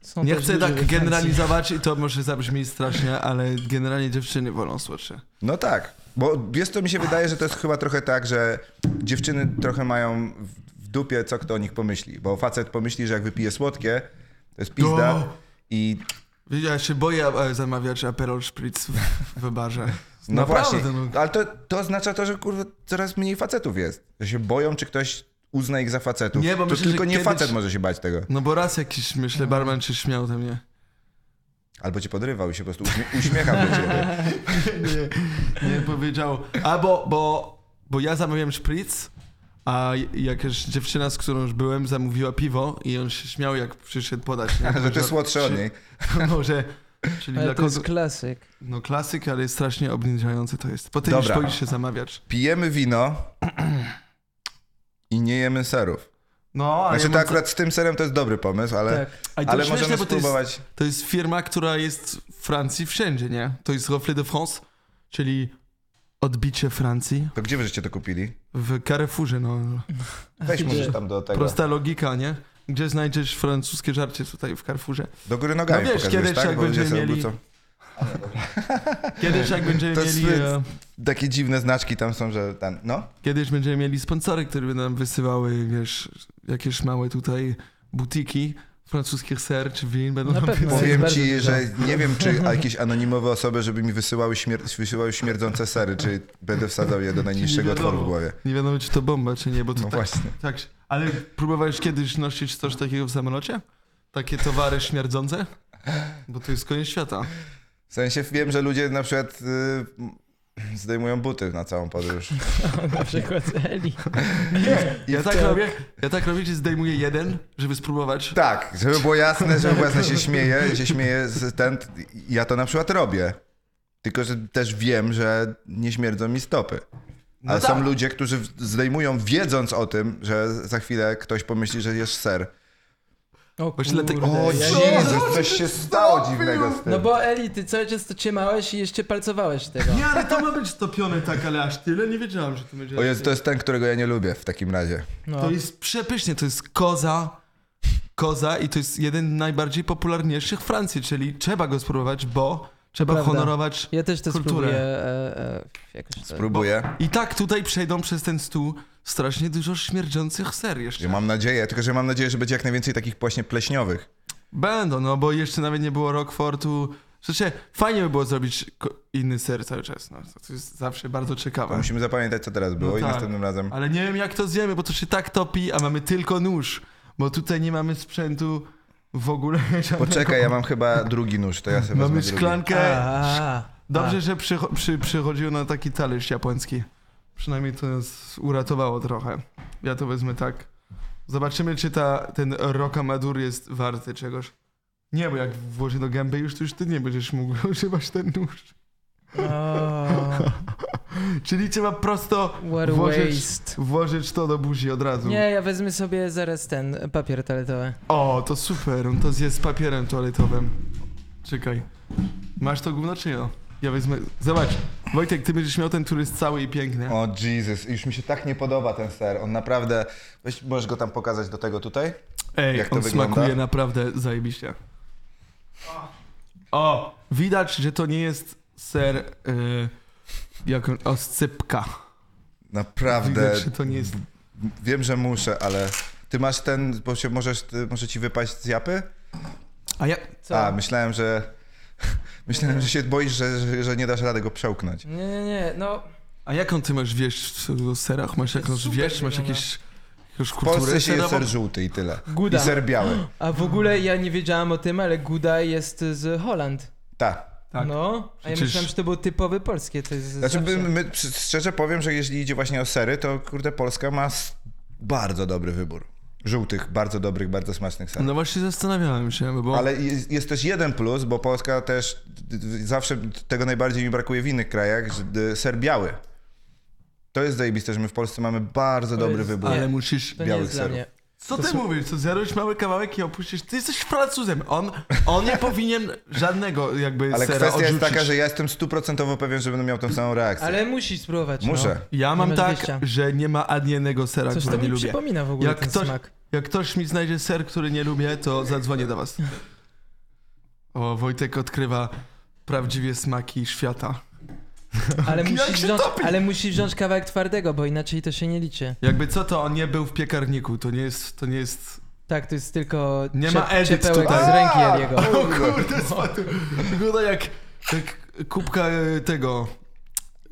[SPEAKER 3] Są
[SPEAKER 2] Nie
[SPEAKER 3] też
[SPEAKER 2] chcę
[SPEAKER 3] ludzie we
[SPEAKER 2] tak
[SPEAKER 3] Francji.
[SPEAKER 2] generalizować i to może zabrzmi strasznie, ale generalnie dziewczyny wolą słodsze.
[SPEAKER 1] No tak, bo wiesz co mi się wydaje, że to jest chyba trochę tak, że dziewczyny trochę mają w- w dupie, co kto o nich pomyśli. Bo facet pomyśli, że jak wypije słodkie, to jest pizda
[SPEAKER 2] No.
[SPEAKER 1] i
[SPEAKER 2] Wiesz, Ja się boję e, zamawiać Aperol Spritz w, w barze.
[SPEAKER 1] No
[SPEAKER 2] Naprawdę,
[SPEAKER 1] właśnie,
[SPEAKER 2] no.
[SPEAKER 1] ale to, to oznacza to, że kurwa coraz mniej facetów jest. Że się boją, czy ktoś uzna ich za facetów.
[SPEAKER 2] Nie, bo
[SPEAKER 1] to
[SPEAKER 2] myślę,
[SPEAKER 1] tylko
[SPEAKER 2] że
[SPEAKER 1] nie
[SPEAKER 2] kiedyś-
[SPEAKER 1] facet może się bać tego.
[SPEAKER 2] No bo raz jakiś, myślę, barman się śmiał ze mnie.
[SPEAKER 1] Albo cię podrywał i się po prostu uśmie- [laughs] uśmiechał do
[SPEAKER 2] [laughs]
[SPEAKER 1] ciebie.
[SPEAKER 2] Nie, nie powiedział. A bo, bo, bo ja zamawiałem szpric, a jakaś dziewczyna, z którą już byłem, zamówiła piwo i on się śmiał, jak przyszedł podać. Nie?
[SPEAKER 1] [laughs] Że ty słodszy od niej.
[SPEAKER 2] [laughs] Może, czyli
[SPEAKER 3] Ale
[SPEAKER 2] dla
[SPEAKER 3] to jest
[SPEAKER 2] kogo... [laughs]
[SPEAKER 3] klasyk.
[SPEAKER 2] No klasyk, ale strasznie obniżający to jest. Potem już
[SPEAKER 1] Dobra.
[SPEAKER 2] boisz się zamawiać.
[SPEAKER 1] Pijemy wino i nie jemy serów.
[SPEAKER 2] No, ale
[SPEAKER 1] Znaczy
[SPEAKER 2] ja
[SPEAKER 1] to
[SPEAKER 2] mam
[SPEAKER 1] akurat z tym serem to jest dobry pomysł, ale,
[SPEAKER 3] Tak. [laughs]
[SPEAKER 2] A i to
[SPEAKER 1] ale
[SPEAKER 2] śmieszne,
[SPEAKER 1] możemy
[SPEAKER 2] bo to jest-
[SPEAKER 1] spróbować...
[SPEAKER 2] To jest firma, która jest w Francji wszędzie, nie? To jest Reflet de France, czyli odbicie Francji
[SPEAKER 1] To gdzie wy żeście to kupili?
[SPEAKER 2] w Carrefourze, no.
[SPEAKER 1] Weź
[SPEAKER 3] Gdzie?
[SPEAKER 1] możesz tam do tego.
[SPEAKER 2] Prosta logika, nie? Gdzie znajdziesz francuskie żarcie tutaj w Carrefourze?
[SPEAKER 1] Do góry nogami
[SPEAKER 2] No wiesz,
[SPEAKER 1] pokazujesz,
[SPEAKER 2] kiedyś
[SPEAKER 1] tak?
[SPEAKER 2] jak
[SPEAKER 1] Bo ludzie
[SPEAKER 2] będziemy
[SPEAKER 1] sobie
[SPEAKER 2] mieli-
[SPEAKER 1] obrócą.
[SPEAKER 2] Kiedyś jak będziemy
[SPEAKER 1] [laughs] To jest
[SPEAKER 2] mieli...
[SPEAKER 1] zbyt-
[SPEAKER 2] E,
[SPEAKER 1] Takie dziwne znaczki tam są, że... Ten... No?
[SPEAKER 2] kiedyś będziemy mieli sponsory, które będą nam wysyłały, wiesz, jakieś małe tutaj butiki francuskich ser czy win. Będą
[SPEAKER 3] Na
[SPEAKER 2] nam
[SPEAKER 3] pewno.
[SPEAKER 2] wysyłać.
[SPEAKER 1] Powiem
[SPEAKER 3] bardzo
[SPEAKER 1] ci,
[SPEAKER 3] dużo.
[SPEAKER 1] że nie wiem, czy jakieś anonimowe osoby, żeby mi wysyłały, śmier- wysyłały śmierdzące sery, czy będę wsadzał je do najniższego
[SPEAKER 2] wiadomo.
[SPEAKER 1] otworu w głowie.
[SPEAKER 2] Nie wiadomo, czy to bomba, czy nie, bo to
[SPEAKER 1] No
[SPEAKER 2] tak,
[SPEAKER 1] właśnie.
[SPEAKER 2] tak... Ale próbowałeś kiedyś nosić coś takiego w samolocie? Takie towary śmierdzące? Bo to jest koniec świata.
[SPEAKER 1] W sensie wiem, że ludzie na przykład y, zdejmują buty na całą podróż.
[SPEAKER 3] Na przykład
[SPEAKER 2] [laughs]
[SPEAKER 3] Eli.
[SPEAKER 2] Ja tak robię, ja tak robię, że zdejmuję jeden, żeby spróbować.
[SPEAKER 1] Tak,
[SPEAKER 2] [laughs]
[SPEAKER 1] żeby było jasne, żeby było jasne, się śmieję, się śmieję z ten, ja to na przykład robię. Tylko, że też wiem, że nie śmierdzą mi stopy.
[SPEAKER 2] No
[SPEAKER 1] Ale są
[SPEAKER 2] tak.
[SPEAKER 1] ludzie, którzy w- zdejmują wiedząc o tym, że za chwilę ktoś pomyśli, że jesz ser.
[SPEAKER 3] O,
[SPEAKER 2] Właśnie dlatego-
[SPEAKER 3] kurde,
[SPEAKER 1] O
[SPEAKER 3] ja nie-
[SPEAKER 1] Jezus, coś się stało dziwnego z tym.
[SPEAKER 3] No bo Eli, ty cały czas to trzymałeś i jeszcze palcowałeś tego.
[SPEAKER 2] Nie, ale to ma być stopione tak, ale aż tyle nie wiedziałem, że to będzie.
[SPEAKER 1] O
[SPEAKER 2] aż
[SPEAKER 1] Jezu, to
[SPEAKER 2] tyle.
[SPEAKER 1] jest ten, którego ja nie lubię w takim razie.
[SPEAKER 3] No.
[SPEAKER 2] to jest przepysznie, to jest koza. Koza i to jest jeden z najbardziej popularniejszych w Francji, czyli trzeba go spróbować, bo trzeba
[SPEAKER 3] Prawda.
[SPEAKER 2] honorować.
[SPEAKER 3] Ja też to
[SPEAKER 2] Kulturę.
[SPEAKER 3] spróbuję e, e, jakoś to...
[SPEAKER 1] Spróbuję.
[SPEAKER 2] I tak tutaj przejdą przez ten stół strasznie dużo śmierdzących ser jeszcze.
[SPEAKER 1] Ja mam nadzieję, tylko że mam nadzieję, że będzie jak najwięcej takich właśnie pleśniowych.
[SPEAKER 2] Będą, no bo jeszcze nawet nie było Rockfortu. Rzeczywiście fajnie by było zrobić ko- inny ser cały czas. No, to jest zawsze bardzo
[SPEAKER 1] Bo
[SPEAKER 2] ciekawe.
[SPEAKER 1] musimy zapamiętać, co teraz było i
[SPEAKER 2] tak.
[SPEAKER 1] następnym razem.
[SPEAKER 2] Ale nie wiem jak to zjemy, bo to się tak topi, a mamy tylko nóż. Bo tutaj nie mamy sprzętu w ogóle. żadnego.
[SPEAKER 1] Poczekaj, ja mam chyba drugi nóż, to ja sobie wezmę
[SPEAKER 2] Mamy
[SPEAKER 1] drugi.
[SPEAKER 2] szklankę.
[SPEAKER 3] A,
[SPEAKER 2] Dobrze,
[SPEAKER 3] a.
[SPEAKER 2] że przycho- przy- przychodziło na taki talerz japoński. Przynajmniej to nas uratowało trochę. Ja to wezmę tak. Zobaczymy, czy ta, ten rokamadur jest warty czegoś. Nie, bo jak włożę do gęby już, to już ty nie będziesz mógł [laughs] używać ten nóż.
[SPEAKER 3] O,
[SPEAKER 2] Czyli trzeba prosto
[SPEAKER 3] what a
[SPEAKER 2] Włożyć-
[SPEAKER 3] waste.
[SPEAKER 2] włożyć to do buzi od razu.
[SPEAKER 3] Nie, ja wezmę sobie zaraz ten papier toaletowy.
[SPEAKER 2] O, to super, on to zje z papierem toaletowym. Czekaj. Masz to gówno czy ja? Ja wezmę... Zobacz, Wojtek, ty będziesz miał ten, który jest cały i piękny.
[SPEAKER 1] O Jesus, już mi się tak nie podoba ten ser. On naprawdę... Weź, możesz go tam pokazać do tego tutaj?
[SPEAKER 2] Ej,
[SPEAKER 1] Jak to
[SPEAKER 2] on
[SPEAKER 1] wygląda?
[SPEAKER 2] smakuje naprawdę zajebiście. O, widać, że to nie jest ser y, jak on, oscypka.
[SPEAKER 1] Naprawdę.
[SPEAKER 2] Widać, że to nie jest...
[SPEAKER 1] Wiem, że muszę, ale... Ty masz ten, bo się możesz, ty, może ci wypaść z japy?
[SPEAKER 2] A ja...
[SPEAKER 3] Co?
[SPEAKER 1] A, myślałem, że... [laughs] Myślałem, że się boisz, że, że, że nie dasz rady go przełknąć.
[SPEAKER 3] Nie, nie, nie, no...
[SPEAKER 2] A jaką ty masz wiesz w serach? Masz jakąś
[SPEAKER 3] super No
[SPEAKER 2] wiesz? Masz
[SPEAKER 3] wygląda.
[SPEAKER 2] jakieś... jakąś
[SPEAKER 1] W
[SPEAKER 2] kulturę
[SPEAKER 1] Polsce się je
[SPEAKER 2] serową?
[SPEAKER 1] ser żółty i tyle.
[SPEAKER 3] Guda.
[SPEAKER 1] I ser biały.
[SPEAKER 3] [gasps] A w ogóle ja nie wiedziałam o tym, ale Guda jest z Holand.
[SPEAKER 1] Tak.
[SPEAKER 2] Tak.
[SPEAKER 3] No, a ja
[SPEAKER 2] Przecież-
[SPEAKER 3] myślałem, że to było typowy polskie. To jest
[SPEAKER 1] Znaczy,
[SPEAKER 3] zawsze.
[SPEAKER 1] my, my, przy- szczerze powiem, że jeśli idzie właśnie o sery, to kurde, Polska ma s- bardzo dobry wybór. Żółtych, bardzo dobrych, bardzo smacznych serów.
[SPEAKER 2] No właśnie zastanawiałem się,
[SPEAKER 3] No.
[SPEAKER 2] bo...
[SPEAKER 1] Ale jest, jest też jeden plus, bo Polska też d- d- zawsze tego najbardziej mi brakuje w innych krajach, że d- ser biały. To jest zajebiste, że my w Polsce mamy bardzo
[SPEAKER 3] To
[SPEAKER 1] dobry
[SPEAKER 3] jest-
[SPEAKER 1] wybór.
[SPEAKER 2] Ale musisz...
[SPEAKER 3] To nie
[SPEAKER 1] białych
[SPEAKER 3] jest dla
[SPEAKER 1] serów.
[SPEAKER 3] mnie.
[SPEAKER 2] Co
[SPEAKER 3] To
[SPEAKER 2] ty
[SPEAKER 3] są-
[SPEAKER 2] mówisz? Co zjadłeś mały kawałek i opuścisz? Ty jesteś Francuzem. On, on nie powinien żadnego jakby
[SPEAKER 1] Ale
[SPEAKER 2] sera
[SPEAKER 1] kwestia jest
[SPEAKER 2] odrzucić.
[SPEAKER 1] taka, że ja jestem stuprocentowo pewien, że będę miał tą samą reakcję.
[SPEAKER 3] Ale musisz spróbować.
[SPEAKER 1] Muszę.
[SPEAKER 2] Ja mam
[SPEAKER 3] masz
[SPEAKER 2] tak,
[SPEAKER 3] wyjścia.
[SPEAKER 2] że nie ma ani jednego sera,
[SPEAKER 3] No. Coś to
[SPEAKER 2] który
[SPEAKER 3] mi
[SPEAKER 2] nie lubię.
[SPEAKER 3] przypomina w ogóle
[SPEAKER 2] Jak
[SPEAKER 3] ten
[SPEAKER 2] ktoś-
[SPEAKER 3] smak.
[SPEAKER 2] Jak ktoś mi znajdzie ser, który nie lubię, to zadzwonię do was. O, Wojtek odkrywa prawdziwie smaki świata. [laughs]
[SPEAKER 3] Ale
[SPEAKER 2] Jak
[SPEAKER 3] musisz,
[SPEAKER 2] się
[SPEAKER 3] wziąć,
[SPEAKER 2] topi!
[SPEAKER 3] ale musisz wziąć kawałek twardego, bo inaczej to się nie liczy.
[SPEAKER 2] Jakby co, to on nie był w piekarniku. To nie jest... To nie jest...
[SPEAKER 3] Tak, to jest tylko
[SPEAKER 2] Nie
[SPEAKER 3] cie-
[SPEAKER 2] ma edit
[SPEAKER 3] ciepełek
[SPEAKER 2] tutaj.
[SPEAKER 3] z ręki
[SPEAKER 1] A!
[SPEAKER 3] Eliego.
[SPEAKER 2] [laughs] O kurde, spadł. Wygląda jak, jak kubka e, tego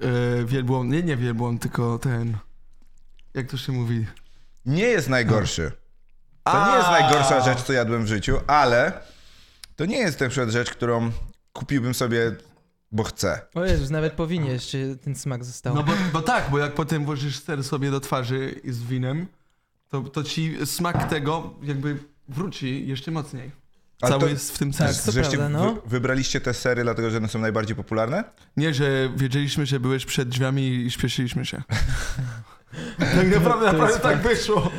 [SPEAKER 2] e, wielbłąd. Nie, nie wielbłąd, tylko ten... Jak to się mówi?
[SPEAKER 1] Nie jest najgorszy. To nie jest
[SPEAKER 2] A.
[SPEAKER 1] najgorsza rzecz, co jadłem w życiu, ale to nie jest na przykład rzecz, którą kupiłbym sobie, bo chcę.
[SPEAKER 3] O Jezus, nawet powinien jeszcze ten smak został.
[SPEAKER 2] No bo, bo tak, bo jak potem włożysz ser sobie do twarzy i z winem, to, to ci smak tego jakby wróci jeszcze mocniej.
[SPEAKER 1] Ale
[SPEAKER 2] Cały
[SPEAKER 1] to-
[SPEAKER 2] jest w tym
[SPEAKER 3] Tak,
[SPEAKER 2] sens.
[SPEAKER 3] to
[SPEAKER 1] Żeście
[SPEAKER 3] prawda,
[SPEAKER 1] wy-
[SPEAKER 3] no.
[SPEAKER 1] Wybraliście te sery, dlatego że one są najbardziej popularne?
[SPEAKER 2] Nie, że wiedzieliśmy, że byłeś przed drzwiami i śpieszyliśmy
[SPEAKER 3] [laughs]
[SPEAKER 2] się. tak naprawdę, naprawdę
[SPEAKER 3] jest
[SPEAKER 2] tak wyszło.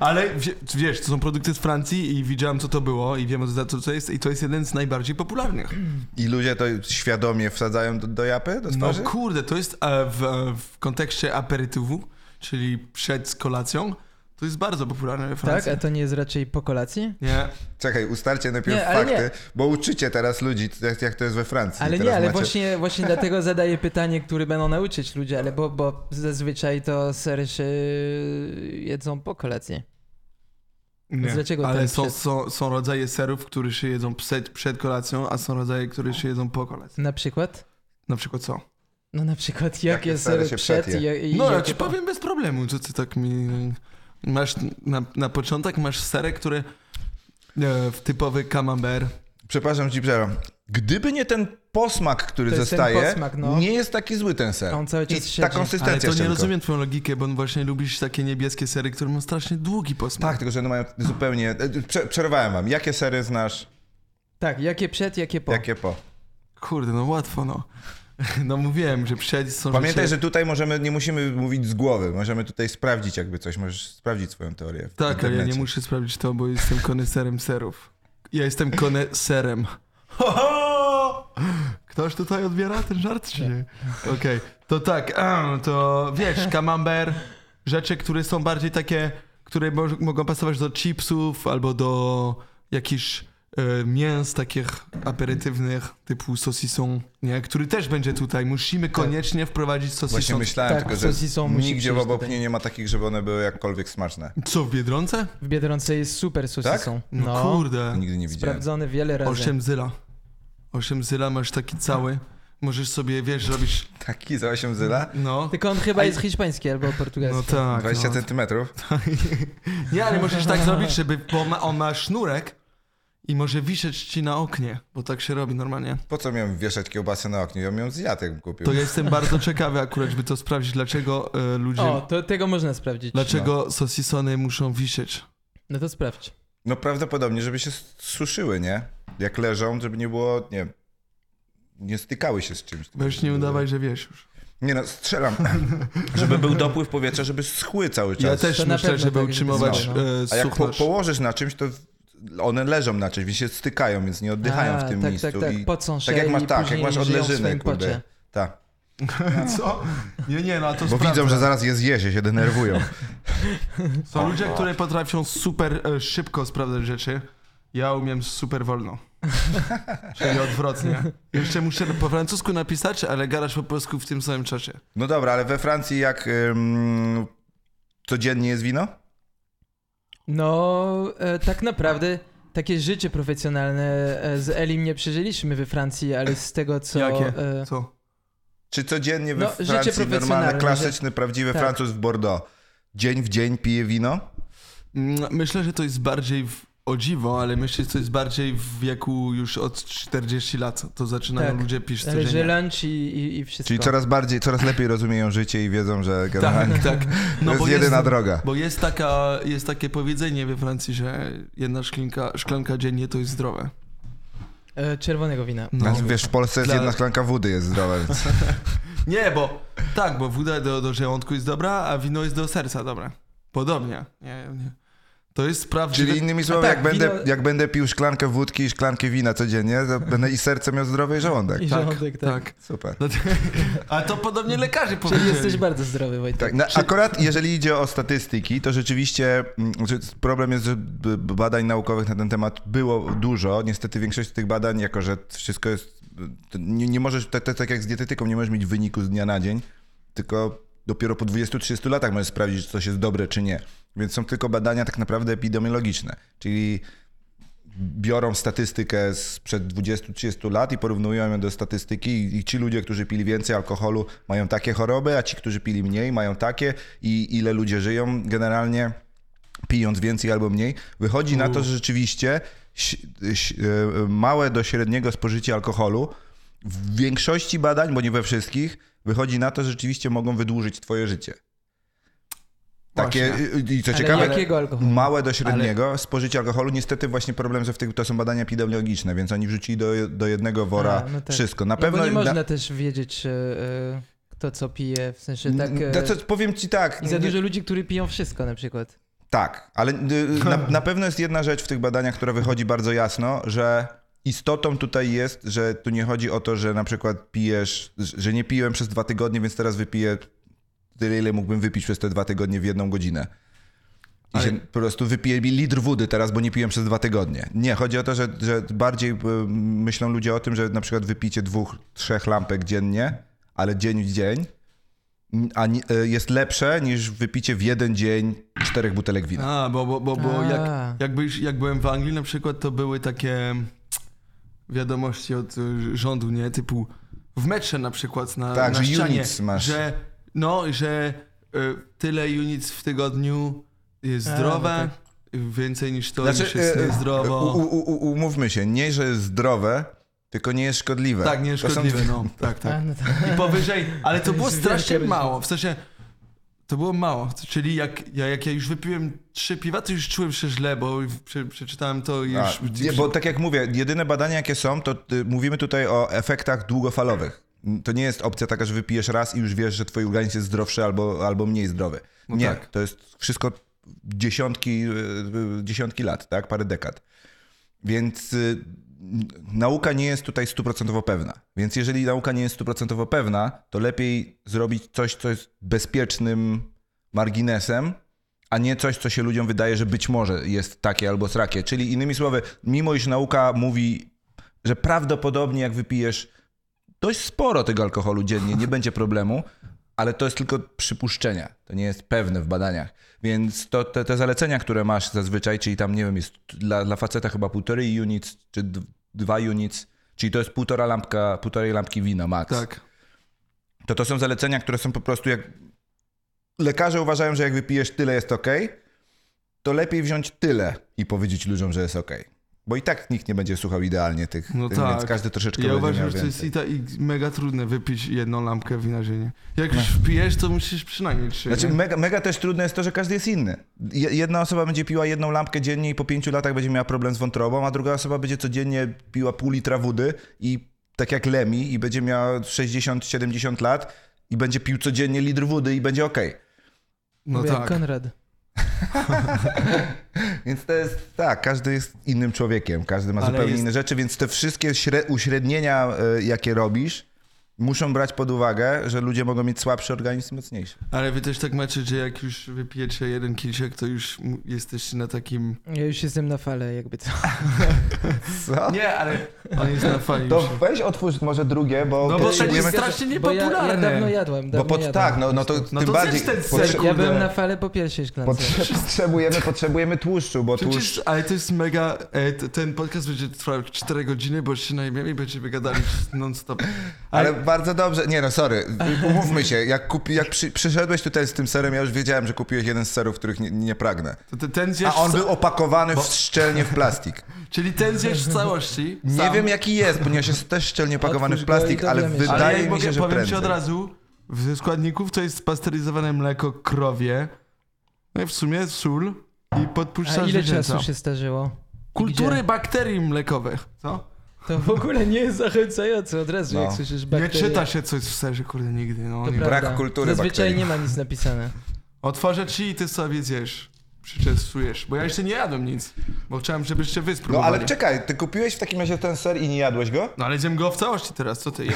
[SPEAKER 2] Ale wie, wiesz, to są produkty z Francji i widziałem co to było i wiem za co to jest i to jest jeden z najbardziej popularnych.
[SPEAKER 1] I ludzie to świadomie wsadzają do, do japy, do
[SPEAKER 2] No
[SPEAKER 1] twarzy?
[SPEAKER 2] kurde, to jest e, w, w kontekście aperytywu, czyli przed kolacją, to jest bardzo popularne we
[SPEAKER 3] tak?
[SPEAKER 2] Francji.
[SPEAKER 3] A to nie jest raczej po kolacji?
[SPEAKER 2] Nie,
[SPEAKER 1] Czekaj, ustalcie najpierw
[SPEAKER 3] Nie, ale
[SPEAKER 1] fakty,
[SPEAKER 3] nie.
[SPEAKER 1] bo uczycie teraz ludzi, jak, jak to jest we Francji.
[SPEAKER 3] Ale
[SPEAKER 1] Teraz
[SPEAKER 3] nie, ale
[SPEAKER 1] macie-
[SPEAKER 3] właśnie,
[SPEAKER 1] [laughs]
[SPEAKER 3] właśnie dlatego zadaję pytanie, które będą nauczyć ludzi, ale bo, bo zazwyczaj to sery się yy, jedzą po kolacji.
[SPEAKER 2] Nie.
[SPEAKER 3] Dlaczego
[SPEAKER 2] Ale
[SPEAKER 3] ten
[SPEAKER 2] są,
[SPEAKER 3] przed-
[SPEAKER 2] są, są rodzaje serów, które się jedzą przed, przed kolacją, a są rodzaje, które się jedzą po kolacji.
[SPEAKER 3] Na przykład?
[SPEAKER 2] Na przykład co?
[SPEAKER 3] No na przykład jakie,
[SPEAKER 1] Jakie sery
[SPEAKER 3] sery
[SPEAKER 1] się
[SPEAKER 3] przed i,
[SPEAKER 1] przetje?
[SPEAKER 3] jak- i
[SPEAKER 2] No ja
[SPEAKER 3] jakie
[SPEAKER 2] ci
[SPEAKER 3] po?
[SPEAKER 2] powiem bez problemu, co ty tak mi... Masz na, na początek masz serek, który e, w typowy camembert.
[SPEAKER 1] Przepraszam ci, przepraszam. Gdyby nie ten posmak, który
[SPEAKER 3] To jest ten
[SPEAKER 1] zostaje,
[SPEAKER 3] posmak, no.
[SPEAKER 1] nie jest taki zły ten ser.
[SPEAKER 3] On cały czas
[SPEAKER 1] I ta
[SPEAKER 3] siedzi.
[SPEAKER 1] konsystencja
[SPEAKER 2] Ale to nie
[SPEAKER 1] tylko.
[SPEAKER 2] rozumiem twoją logikę, bo on właśnie lubisz takie niebieskie sery, które mają strasznie długi posmak.
[SPEAKER 1] Tak, tylko że one mają zupełnie... e, Prze przerwałem wam. Jakie sery znasz?
[SPEAKER 3] Tak, jakie przed, jakie po.
[SPEAKER 1] Jakie po?
[SPEAKER 2] kurde, no łatwo, no. [laughs] No mówiłem, że przyjaźń są
[SPEAKER 1] Pamiętaj,
[SPEAKER 2] rzeczy...
[SPEAKER 1] że tutaj możemy, nie musimy mówić z głowy, możemy tutaj sprawdzić jakby coś, możesz sprawdzić swoją teorię. w
[SPEAKER 2] Tak, ale ja nie
[SPEAKER 1] internecie.
[SPEAKER 2] muszę sprawdzić to, bo jestem koneserem serów. Ja jestem koneserem. Ho, ho! [laughs] Ktoś tutaj odbiera ten żart, czy nie? Okej, to tak, em, to wiesz, camembert, rzeczy, które są bardziej takie, które moż- mogą pasować do chipsów albo do jakichś e, mięs takich aperytywnych, typu saucisson, nie? Który też będzie tutaj. Musimy koniecznie wprowadzić
[SPEAKER 1] Właśnie
[SPEAKER 2] saucisson.
[SPEAKER 1] myślałem
[SPEAKER 3] Tak,
[SPEAKER 1] tylko, że
[SPEAKER 3] saucisson musi
[SPEAKER 1] nigdzie w
[SPEAKER 3] przyjść tutaj.
[SPEAKER 1] Obopnie nie ma takich, żeby one były jakkolwiek smaczne.
[SPEAKER 2] Co, w Biedronce?
[SPEAKER 3] W Biedronce jest super saucisson.
[SPEAKER 2] No,
[SPEAKER 3] Tak,
[SPEAKER 2] kurde.
[SPEAKER 1] Nigdy Tak? nie widziałem.
[SPEAKER 3] Sprawdzony wiele razy.
[SPEAKER 2] 8 zyla. 8 zyla masz taki cały. Możesz sobie, wiesz, robisz.
[SPEAKER 1] Taki za 8 zyla?
[SPEAKER 2] No.
[SPEAKER 3] Tylko on chyba jest hiszpański albo
[SPEAKER 2] No
[SPEAKER 3] portugalski.
[SPEAKER 2] tak.
[SPEAKER 1] 20
[SPEAKER 2] no.
[SPEAKER 1] centymetrów?
[SPEAKER 2] Nie, ale możesz tak zrobić, żeby. Bo ma, on ma sznurek i może wiszeć ci na oknie, bo tak się robi normalnie.
[SPEAKER 1] Po co miałem wieszać kiełbasę na oknie? Ja bym ją zjadł, jakbym kupił.
[SPEAKER 2] To ja jestem bardzo ciekawy akurat, by to sprawdzić, dlaczego e, ludzie.
[SPEAKER 3] O, no. to tego można sprawdzić.
[SPEAKER 2] dlaczego sosisony muszą wisieć.
[SPEAKER 3] No to sprawdź.
[SPEAKER 1] No prawdopodobnie, żeby się suszyły, nie? Jak leżą, żeby nie było, nie nie stykały się z czymś.
[SPEAKER 2] Weź nie udawaj, że wiesz już.
[SPEAKER 1] Nie no,
[SPEAKER 3] [laughs]
[SPEAKER 1] strzelam. żeby był dopływ powietrza, żeby schły cały czas. No.
[SPEAKER 2] Ja też
[SPEAKER 3] To na
[SPEAKER 2] myślę,
[SPEAKER 3] pewno
[SPEAKER 2] żeby
[SPEAKER 3] tak,
[SPEAKER 2] utrzymywać
[SPEAKER 3] żeby
[SPEAKER 2] e,
[SPEAKER 1] A jak po,
[SPEAKER 2] suchność.
[SPEAKER 1] położysz na czymś, to w- one leżą na czymś, więc się stykają, więc nie oddychają
[SPEAKER 3] A,
[SPEAKER 1] w tym
[SPEAKER 3] tak,
[SPEAKER 1] miejscu.
[SPEAKER 3] Tak, tak,
[SPEAKER 1] I
[SPEAKER 3] Pocą się
[SPEAKER 1] tak jak masz,
[SPEAKER 3] i
[SPEAKER 1] tak, jak
[SPEAKER 3] później
[SPEAKER 1] masz
[SPEAKER 3] żyją w
[SPEAKER 1] odleżyny,
[SPEAKER 3] swoim
[SPEAKER 1] kurde.
[SPEAKER 3] pocie.
[SPEAKER 1] Tak.
[SPEAKER 2] Co? Nie, nie, no a to
[SPEAKER 1] Bo
[SPEAKER 2] sprawdzę.
[SPEAKER 1] widzą, że zaraz je zje, się, się denerwują.
[SPEAKER 2] Są ludzie, które potrafią super e, szybko sprawdzać rzeczy. Ja umiem super
[SPEAKER 1] [laughs]
[SPEAKER 2] wolno. Czyli odwrotnie. Jeszcze muszę po francusku napisać, ale gadasz po polsku w tym samym czasie.
[SPEAKER 1] No dobra, ale we Francji jak ym, codziennie jest wino?
[SPEAKER 3] No, e, tak naprawdę takie życie profesjonalne e, z Elim nie przeżyliśmy we Francji, ale z tego co...
[SPEAKER 2] Jakie?
[SPEAKER 3] e,
[SPEAKER 2] Co?
[SPEAKER 1] Czy codziennie we
[SPEAKER 3] No, życie
[SPEAKER 1] Francji normalny,
[SPEAKER 3] profesjonalne,
[SPEAKER 1] klasyczny, prawdziwy
[SPEAKER 3] tak.
[SPEAKER 1] Francuz w Bordeaux dzień w dzień pije wino?
[SPEAKER 2] Mm, Myślę, że to jest bardziej w, o dziwo, ale myślę, że to jest bardziej w wieku już od 40 lat. To zaczynają
[SPEAKER 3] Tak.
[SPEAKER 2] ludzie pić
[SPEAKER 3] Ale że
[SPEAKER 2] codziennie.
[SPEAKER 3] lunch i, i, i wszystko.
[SPEAKER 1] Czyli coraz bardziej, coraz lepiej rozumieją życie i wiedzą, że generalnie
[SPEAKER 3] [laughs]
[SPEAKER 2] Tak, tak.
[SPEAKER 3] No
[SPEAKER 1] to jest jedyna droga.
[SPEAKER 2] Bo jest, taka, jest takie powiedzenie we Francji, że jedna szklanka, szklanka dziennie to jest zdrowe.
[SPEAKER 3] E, czerwonego wina.
[SPEAKER 2] No.
[SPEAKER 1] Nas- Znaczy, Wiesz, w Polsce jest
[SPEAKER 2] Dla-
[SPEAKER 1] jedna szklanka wody jest zdrowa, więc
[SPEAKER 3] [laughs]
[SPEAKER 2] Nie, bo tak, bo woda do, do żołądku jest dobra, a wino jest do serca dobre. Podobnie. Nie, nie. To jest prawdziwe.
[SPEAKER 1] Czyli innymi słowy,
[SPEAKER 3] tak,
[SPEAKER 1] jak, będę,
[SPEAKER 3] wino-
[SPEAKER 1] jak będę pił szklankę wódki i szklankę wina codziennie, to będę i serce miał zdrowe i żołądek.
[SPEAKER 3] I
[SPEAKER 2] tak,
[SPEAKER 3] żołądek, tak.
[SPEAKER 1] [laughs]
[SPEAKER 2] tak.
[SPEAKER 1] Super.
[SPEAKER 2] No to- A to podobnie lekarze
[SPEAKER 3] Czyli
[SPEAKER 2] powiedzieli.
[SPEAKER 3] jesteś bardzo zdrowy, Wojtek.
[SPEAKER 1] Tak, na, akurat jeżeli idzie o statystyki, to rzeczywiście mm, znaczy problem jest, że b- b- badań naukowych na ten temat było dużo. Niestety większość tych badań, jako że wszystko jest. to Nie, nie możesz, tak, tak, tak jak z dietetyką, nie możesz mieć wyniku z dnia na dzień, tylko dopiero po 20-30 latach możesz sprawdzić, czy coś jest dobre, czy nie. Więc są tylko badania tak naprawdę epidemiologiczne, czyli biorą statystykę sprzed 20-30 lat i porównują ją do statystyki i, i ci ludzie, którzy pili więcej alkoholu mają takie choroby, a ci, którzy pili mniej mają takie i ile ludzie żyją generalnie pijąc więcej albo mniej. Wychodzi na to, że rzeczywiście ś- ś- e, małe do średniego spożycie alkoholu w większości badań, bo nie we wszystkich, wychodzi na to, że rzeczywiście mogą wydłużyć twoje życie. Takie, i- i co
[SPEAKER 3] Ale
[SPEAKER 1] ciekawe,
[SPEAKER 3] jakiego alkoholu?
[SPEAKER 1] Małe do średniego spożycie alkoholu. Niestety właśnie problem, że w tych, to są badania epidemiologiczne, więc oni wrzucili do, do jednego wora
[SPEAKER 3] A, no tak.
[SPEAKER 1] wszystko. Na
[SPEAKER 3] No,
[SPEAKER 1] pewno...
[SPEAKER 3] bo nie
[SPEAKER 1] na-
[SPEAKER 3] można też wiedzieć, e, e, kto co pije, w sensie tak... e,
[SPEAKER 1] to, co- powiem ci tak.
[SPEAKER 3] I za
[SPEAKER 1] nie-
[SPEAKER 3] dużo ludzi, którzy piją wszystko na przykład.
[SPEAKER 1] Tak, ale y,
[SPEAKER 3] [laughs]
[SPEAKER 1] na, na pewno jest jedna rzecz w tych badaniach, która wychodzi bardzo jasno, że istotą tutaj jest, że tu nie chodzi o to, że na przykład pijesz, że nie piłem przez dwa tygodnie, więc teraz wypiję tyle, ile mógłbym wypić przez te dwa tygodnie w jedną godzinę. I
[SPEAKER 2] Ale-
[SPEAKER 1] się po prostu wypiję mi litr wody teraz, bo nie piłem przez dwa tygodnie. Nie, chodzi o to, że, że bardziej y, myślą ludzie o tym, że na przykład wypicie dwóch, trzech lampek dziennie, ale dzień w dzień, a ni- y, jest lepsze niż wypicie w jeden dzień czterech butelek wina.
[SPEAKER 2] A, bo, bo, bo, bo jak,
[SPEAKER 3] A.
[SPEAKER 2] jak, byś, jak byłem w Anglii na przykład, to były takie wiadomości od y, rządu, nie? Typu w metrze na przykład na,
[SPEAKER 1] Tak,
[SPEAKER 2] na
[SPEAKER 1] że
[SPEAKER 2] ścianie,
[SPEAKER 1] units masz.
[SPEAKER 2] Że, no, że y, tyle units w tygodniu jest
[SPEAKER 3] A, no
[SPEAKER 2] zdrowe,
[SPEAKER 3] tak.
[SPEAKER 2] więcej niż to
[SPEAKER 1] Znaczy,
[SPEAKER 2] już jest
[SPEAKER 1] e, e,
[SPEAKER 2] niezdrowo.
[SPEAKER 1] U, u, u, umówmy się, nie, że jest zdrowe, tylko nie jest szkodliwe.
[SPEAKER 2] tak, nieszkodliwe,
[SPEAKER 1] To są-
[SPEAKER 2] no. Tak, tak.
[SPEAKER 1] [laughs]
[SPEAKER 3] A, no tak.
[SPEAKER 2] I powyżej, ale to
[SPEAKER 3] To
[SPEAKER 2] było
[SPEAKER 3] jest
[SPEAKER 2] strasznie
[SPEAKER 3] wielkie ryzyko.
[SPEAKER 2] mało, w sensie to było mało. Czyli jak ja, jak ja już wypiłem trzy piwa, to już czułem się źle, bo prze, przeczytałem to i już...
[SPEAKER 1] A, nie, bo tak jak mówię, jedyne badania, jakie są, to y, mówimy tutaj o efektach długofalowych. M, To nie jest opcja taka, że wypijesz raz i już wiesz, że twój organizm jest zdrowszy albo, albo mniej zdrowy.
[SPEAKER 2] No
[SPEAKER 1] nie,
[SPEAKER 2] tak.
[SPEAKER 1] to jest wszystko dziesiątki, y, y, dziesiątki lat, tak? Parę dekad. Więc y, n- nauka nie jest tutaj stuprocentowo pewna. Więc jeżeli nauka nie jest stuprocentowo pewna, to lepiej zrobić coś, co jest bezpiecznym marginesem, a nie coś, co się ludziom wydaje, że być może jest takie albo srakie. Czyli innymi słowy, mimo iż nauka mówi, że prawdopodobnie jak wypijesz dość sporo tego alkoholu dziennie, nie będzie problemu, ale to jest tylko przypuszczenia. To nie jest pewne w badaniach. Więc to, te, te zalecenia, które masz zazwyczaj, czyli tam, nie wiem, jest dla, dla faceta chyba półtorej units, czy d- dwa units, czyli to jest półtora lampka, półtorej lampki wina max
[SPEAKER 2] Tak.
[SPEAKER 1] to to są zalecenia, które są po prostu jak. Lekarze uważają, że jak wypijesz tyle, jest ok, to lepiej wziąć tyle i powiedzieć ludziom, że jest ok. Bo i tak nikt nie będzie słuchał idealnie tych,
[SPEAKER 2] No
[SPEAKER 1] tych
[SPEAKER 2] tak.
[SPEAKER 1] więc każdy troszeczkę
[SPEAKER 2] Ja
[SPEAKER 1] będzie
[SPEAKER 2] uważam,
[SPEAKER 1] miał
[SPEAKER 2] że to jest
[SPEAKER 1] więcej.
[SPEAKER 2] i, ta, i mega trudne wypić jedną lampkę wina dziennie. Jak już pijesz, to musisz przynajmniej trzy.
[SPEAKER 1] No. Znaczy,
[SPEAKER 2] nie?
[SPEAKER 1] mega, mega też trudne jest to, że każdy jest inny. Je- Jedna osoba będzie piła jedną lampkę dziennie i po pięciu latach będzie miała problem z wątrobą, a druga osoba będzie codziennie piła pół litra wody i tak jak Lemi i będzie miała 60-70 lat i będzie pił codziennie litr wody i będzie okej.
[SPEAKER 2] no
[SPEAKER 3] Mówię,
[SPEAKER 2] tak.
[SPEAKER 3] Konrad.
[SPEAKER 1] Więc to jest tak, każdy jest innym człowiekiem, każdy ma
[SPEAKER 2] Ale
[SPEAKER 1] zupełnie
[SPEAKER 2] jest-
[SPEAKER 1] inne rzeczy, więc te wszystkie śre- uśrednienia, y, jakie robisz, muszą brać pod uwagę, że ludzie mogą mieć słabszy organizm, mocniejszy.
[SPEAKER 2] Ale wy też tak macie, że jak już wypijecie jeden kieliszek, to już m- jesteście na takim...
[SPEAKER 3] Ja już jestem na fale, jakby co.
[SPEAKER 1] Co?
[SPEAKER 2] Nie, ale on jest na fali
[SPEAKER 1] To
[SPEAKER 2] już.
[SPEAKER 1] weź otwórz może drugie, bo
[SPEAKER 2] No bo to jest
[SPEAKER 1] potrzebujemy...
[SPEAKER 2] strasznie
[SPEAKER 3] Bo ja, ja
[SPEAKER 2] niepopularne.
[SPEAKER 3] dawno jadłem,
[SPEAKER 1] Bo
[SPEAKER 3] dawno
[SPEAKER 1] pod,
[SPEAKER 3] jadłem.
[SPEAKER 1] tak, no, no to
[SPEAKER 2] No
[SPEAKER 1] tym
[SPEAKER 2] to
[SPEAKER 1] bardziej...
[SPEAKER 2] zjedz ten ser,
[SPEAKER 1] potrze-
[SPEAKER 3] Ja
[SPEAKER 2] kurde.
[SPEAKER 3] byłem na fale po piersiej szklance.
[SPEAKER 1] potrze- potrzebujemy, potrzebujemy tłuszczu, bo tłuszcz...
[SPEAKER 2] Przecież, ale to jest mega. E, t- ten podcast będzie trwał 4 godziny, bo się najmniej będziemy gadali [laughs] non-stop.
[SPEAKER 1] Ale bardzo dobrze. Nie no, sorry. Umówmy się, jak, kupi, jak przy, przyszedłeś tutaj z tym serem, ja już wiedziałem, że kupiłeś jeden z serów, których nie, nie pragnę.
[SPEAKER 2] To, to, ten zjesz
[SPEAKER 1] A on
[SPEAKER 2] w ca-
[SPEAKER 1] był opakowany w szczelnie w plastik.
[SPEAKER 2] Czyli ten zjesz w całości.
[SPEAKER 1] [laughs] Nie
[SPEAKER 2] sam,
[SPEAKER 1] wiem jaki jest, ponieważ jest też szczelnie pakowany w
[SPEAKER 3] Otwórz go
[SPEAKER 1] plastik,
[SPEAKER 3] i
[SPEAKER 1] ale
[SPEAKER 3] dowiemy się.
[SPEAKER 1] wydaje
[SPEAKER 2] ale ja
[SPEAKER 1] mi
[SPEAKER 2] mogę,
[SPEAKER 1] się, że
[SPEAKER 2] powiem
[SPEAKER 1] prędzej.
[SPEAKER 2] ci od razu, ze składników to jest spasteryzowane mleko, krowie, no i w sumie sól i
[SPEAKER 3] A
[SPEAKER 2] podpuszczacz
[SPEAKER 3] ile
[SPEAKER 2] zwierzęca.
[SPEAKER 3] czasu się starzyło?
[SPEAKER 2] Kultury
[SPEAKER 3] Gdzie?
[SPEAKER 2] bakterii mlekowych, co?
[SPEAKER 3] To w ogóle nie jest zachęcające od razu,
[SPEAKER 1] No.
[SPEAKER 3] jak słyszysz
[SPEAKER 2] Nie
[SPEAKER 3] bakterie.
[SPEAKER 2] czyta się coś w serze, kurde, nigdy. No,
[SPEAKER 3] To
[SPEAKER 2] nie.
[SPEAKER 1] brak
[SPEAKER 3] prawda.
[SPEAKER 1] kultury
[SPEAKER 3] Zazwyczaj
[SPEAKER 1] bakterii.
[SPEAKER 3] nie ma nic napisane.
[SPEAKER 2] Otworzę ci i ty sobie zjesz, przyczesujesz, bo ja jeszcze nie jadłem nic, bo chciałem, żebyście wy
[SPEAKER 1] No
[SPEAKER 2] spróbowali.
[SPEAKER 1] ale czekaj, ty kupiłeś w takim razie ten ser i nie jadłeś go?
[SPEAKER 2] No ale zjem go w całości teraz, co ty? Ja,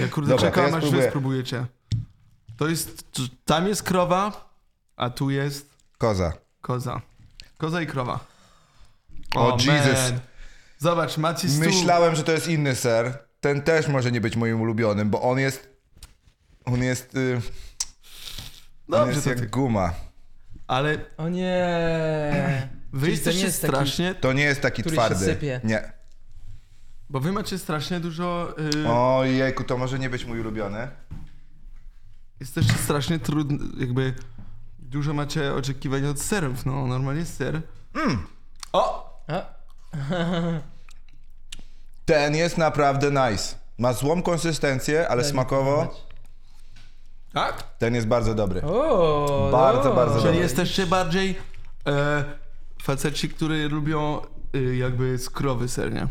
[SPEAKER 2] ja kurde
[SPEAKER 1] Dobra, to ja
[SPEAKER 2] czekam, aż wy
[SPEAKER 1] spróbuję.
[SPEAKER 2] spróbujecie. To jest, tu- tam jest krowa, a tu jest
[SPEAKER 1] Koza.
[SPEAKER 2] koza. Koza i krowa.
[SPEAKER 1] O, Jesus.
[SPEAKER 2] man. Zobacz, Maci stół.
[SPEAKER 1] Myślałem, że to jest inny ser. Ten też może nie być moim ulubionym, bo on jest... On jest... y, on
[SPEAKER 2] Dobrze,
[SPEAKER 1] jest
[SPEAKER 2] to
[SPEAKER 1] jak
[SPEAKER 2] ty.
[SPEAKER 1] guma.
[SPEAKER 2] Ale
[SPEAKER 3] O nie.
[SPEAKER 2] wy
[SPEAKER 3] Czyli to nie
[SPEAKER 2] jesteście
[SPEAKER 3] jest taki-
[SPEAKER 2] strasznie,
[SPEAKER 1] To nie jest taki
[SPEAKER 3] Który się
[SPEAKER 1] twardy.
[SPEAKER 3] sypie.
[SPEAKER 1] Nie.
[SPEAKER 2] bo wy macie strasznie dużo, y,
[SPEAKER 1] Ojejku, to może nie być mój ulubiony.
[SPEAKER 2] jesteście strasznie trudny, jakby dużo macie oczekiwań od serów, no normalnie ser.
[SPEAKER 1] Mm.
[SPEAKER 2] O!
[SPEAKER 3] A,
[SPEAKER 1] Ten jest naprawdę nice. Ma złą konsystencję, ale
[SPEAKER 3] daj mi
[SPEAKER 1] smakowo
[SPEAKER 3] porównać.
[SPEAKER 2] Tak?
[SPEAKER 1] ten jest bardzo dobry.
[SPEAKER 3] O, no.
[SPEAKER 1] Bardzo,
[SPEAKER 3] o.
[SPEAKER 1] bardzo
[SPEAKER 2] Czyli
[SPEAKER 1] Dobra.
[SPEAKER 2] jesteście bardziej e, faceci, którzy lubią y, jakby skrowy ser, nie?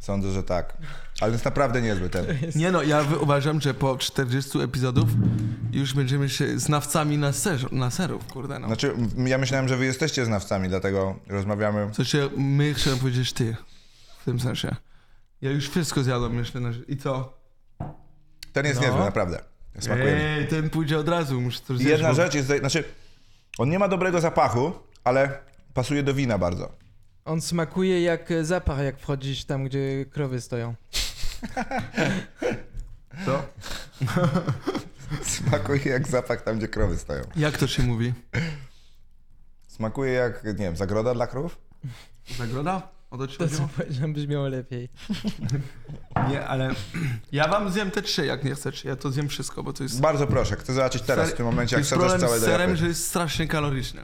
[SPEAKER 1] Sądzę, że tak. Ale jest naprawdę niezły ten.
[SPEAKER 2] Nie no, ja wy- uważam, że po 40 epizodów już będziemy się znawcami na, ser, na serów, kurde no.
[SPEAKER 1] Znaczy, m- ja myślałem, że wy jesteście znawcami, dlatego rozmawiamy.
[SPEAKER 2] W sensie, my chciałem powiedzieć ty, w tym sensie. Ja już wszystko zjadłem jeszcze na... I co?
[SPEAKER 1] Ten jest
[SPEAKER 2] No.
[SPEAKER 1] niezły, naprawdę. Smakuje mi.
[SPEAKER 2] Ej, ten pójdzie od razu, muszę to
[SPEAKER 1] I
[SPEAKER 2] zjeść,
[SPEAKER 1] Jedna
[SPEAKER 2] bo-
[SPEAKER 1] rzecz jest, znaczy, on nie ma dobrego zapachu, ale pasuje do wina bardzo. [laughs]
[SPEAKER 3] On smakuje jak e, zapach, jak wchodzisz tam, gdzie krowy stoją.
[SPEAKER 2] Co?
[SPEAKER 1] Smakuje jak zapach tam, gdzie krowy stoją.
[SPEAKER 2] Jak to się mówi?
[SPEAKER 1] Smakuje jak, nie wiem, zagroda dla krów?
[SPEAKER 2] Zagroda? O to ci
[SPEAKER 3] To co
[SPEAKER 2] chodziło?
[SPEAKER 3] powiedziałem, brzmiało lepiej.
[SPEAKER 2] Nie, ale [clears throat] ja wam zjem te trzy, jak nie chcecie. Ja to zjem wszystko, bo to jest
[SPEAKER 1] Bardzo proszę, chcę zobaczyć teraz,
[SPEAKER 2] Ser-
[SPEAKER 1] w tym momencie, jak
[SPEAKER 2] jest
[SPEAKER 1] wsadzasz
[SPEAKER 2] problem
[SPEAKER 1] całe
[SPEAKER 2] z serem,
[SPEAKER 1] dojapy.
[SPEAKER 2] że jest strasznie kaloryczny.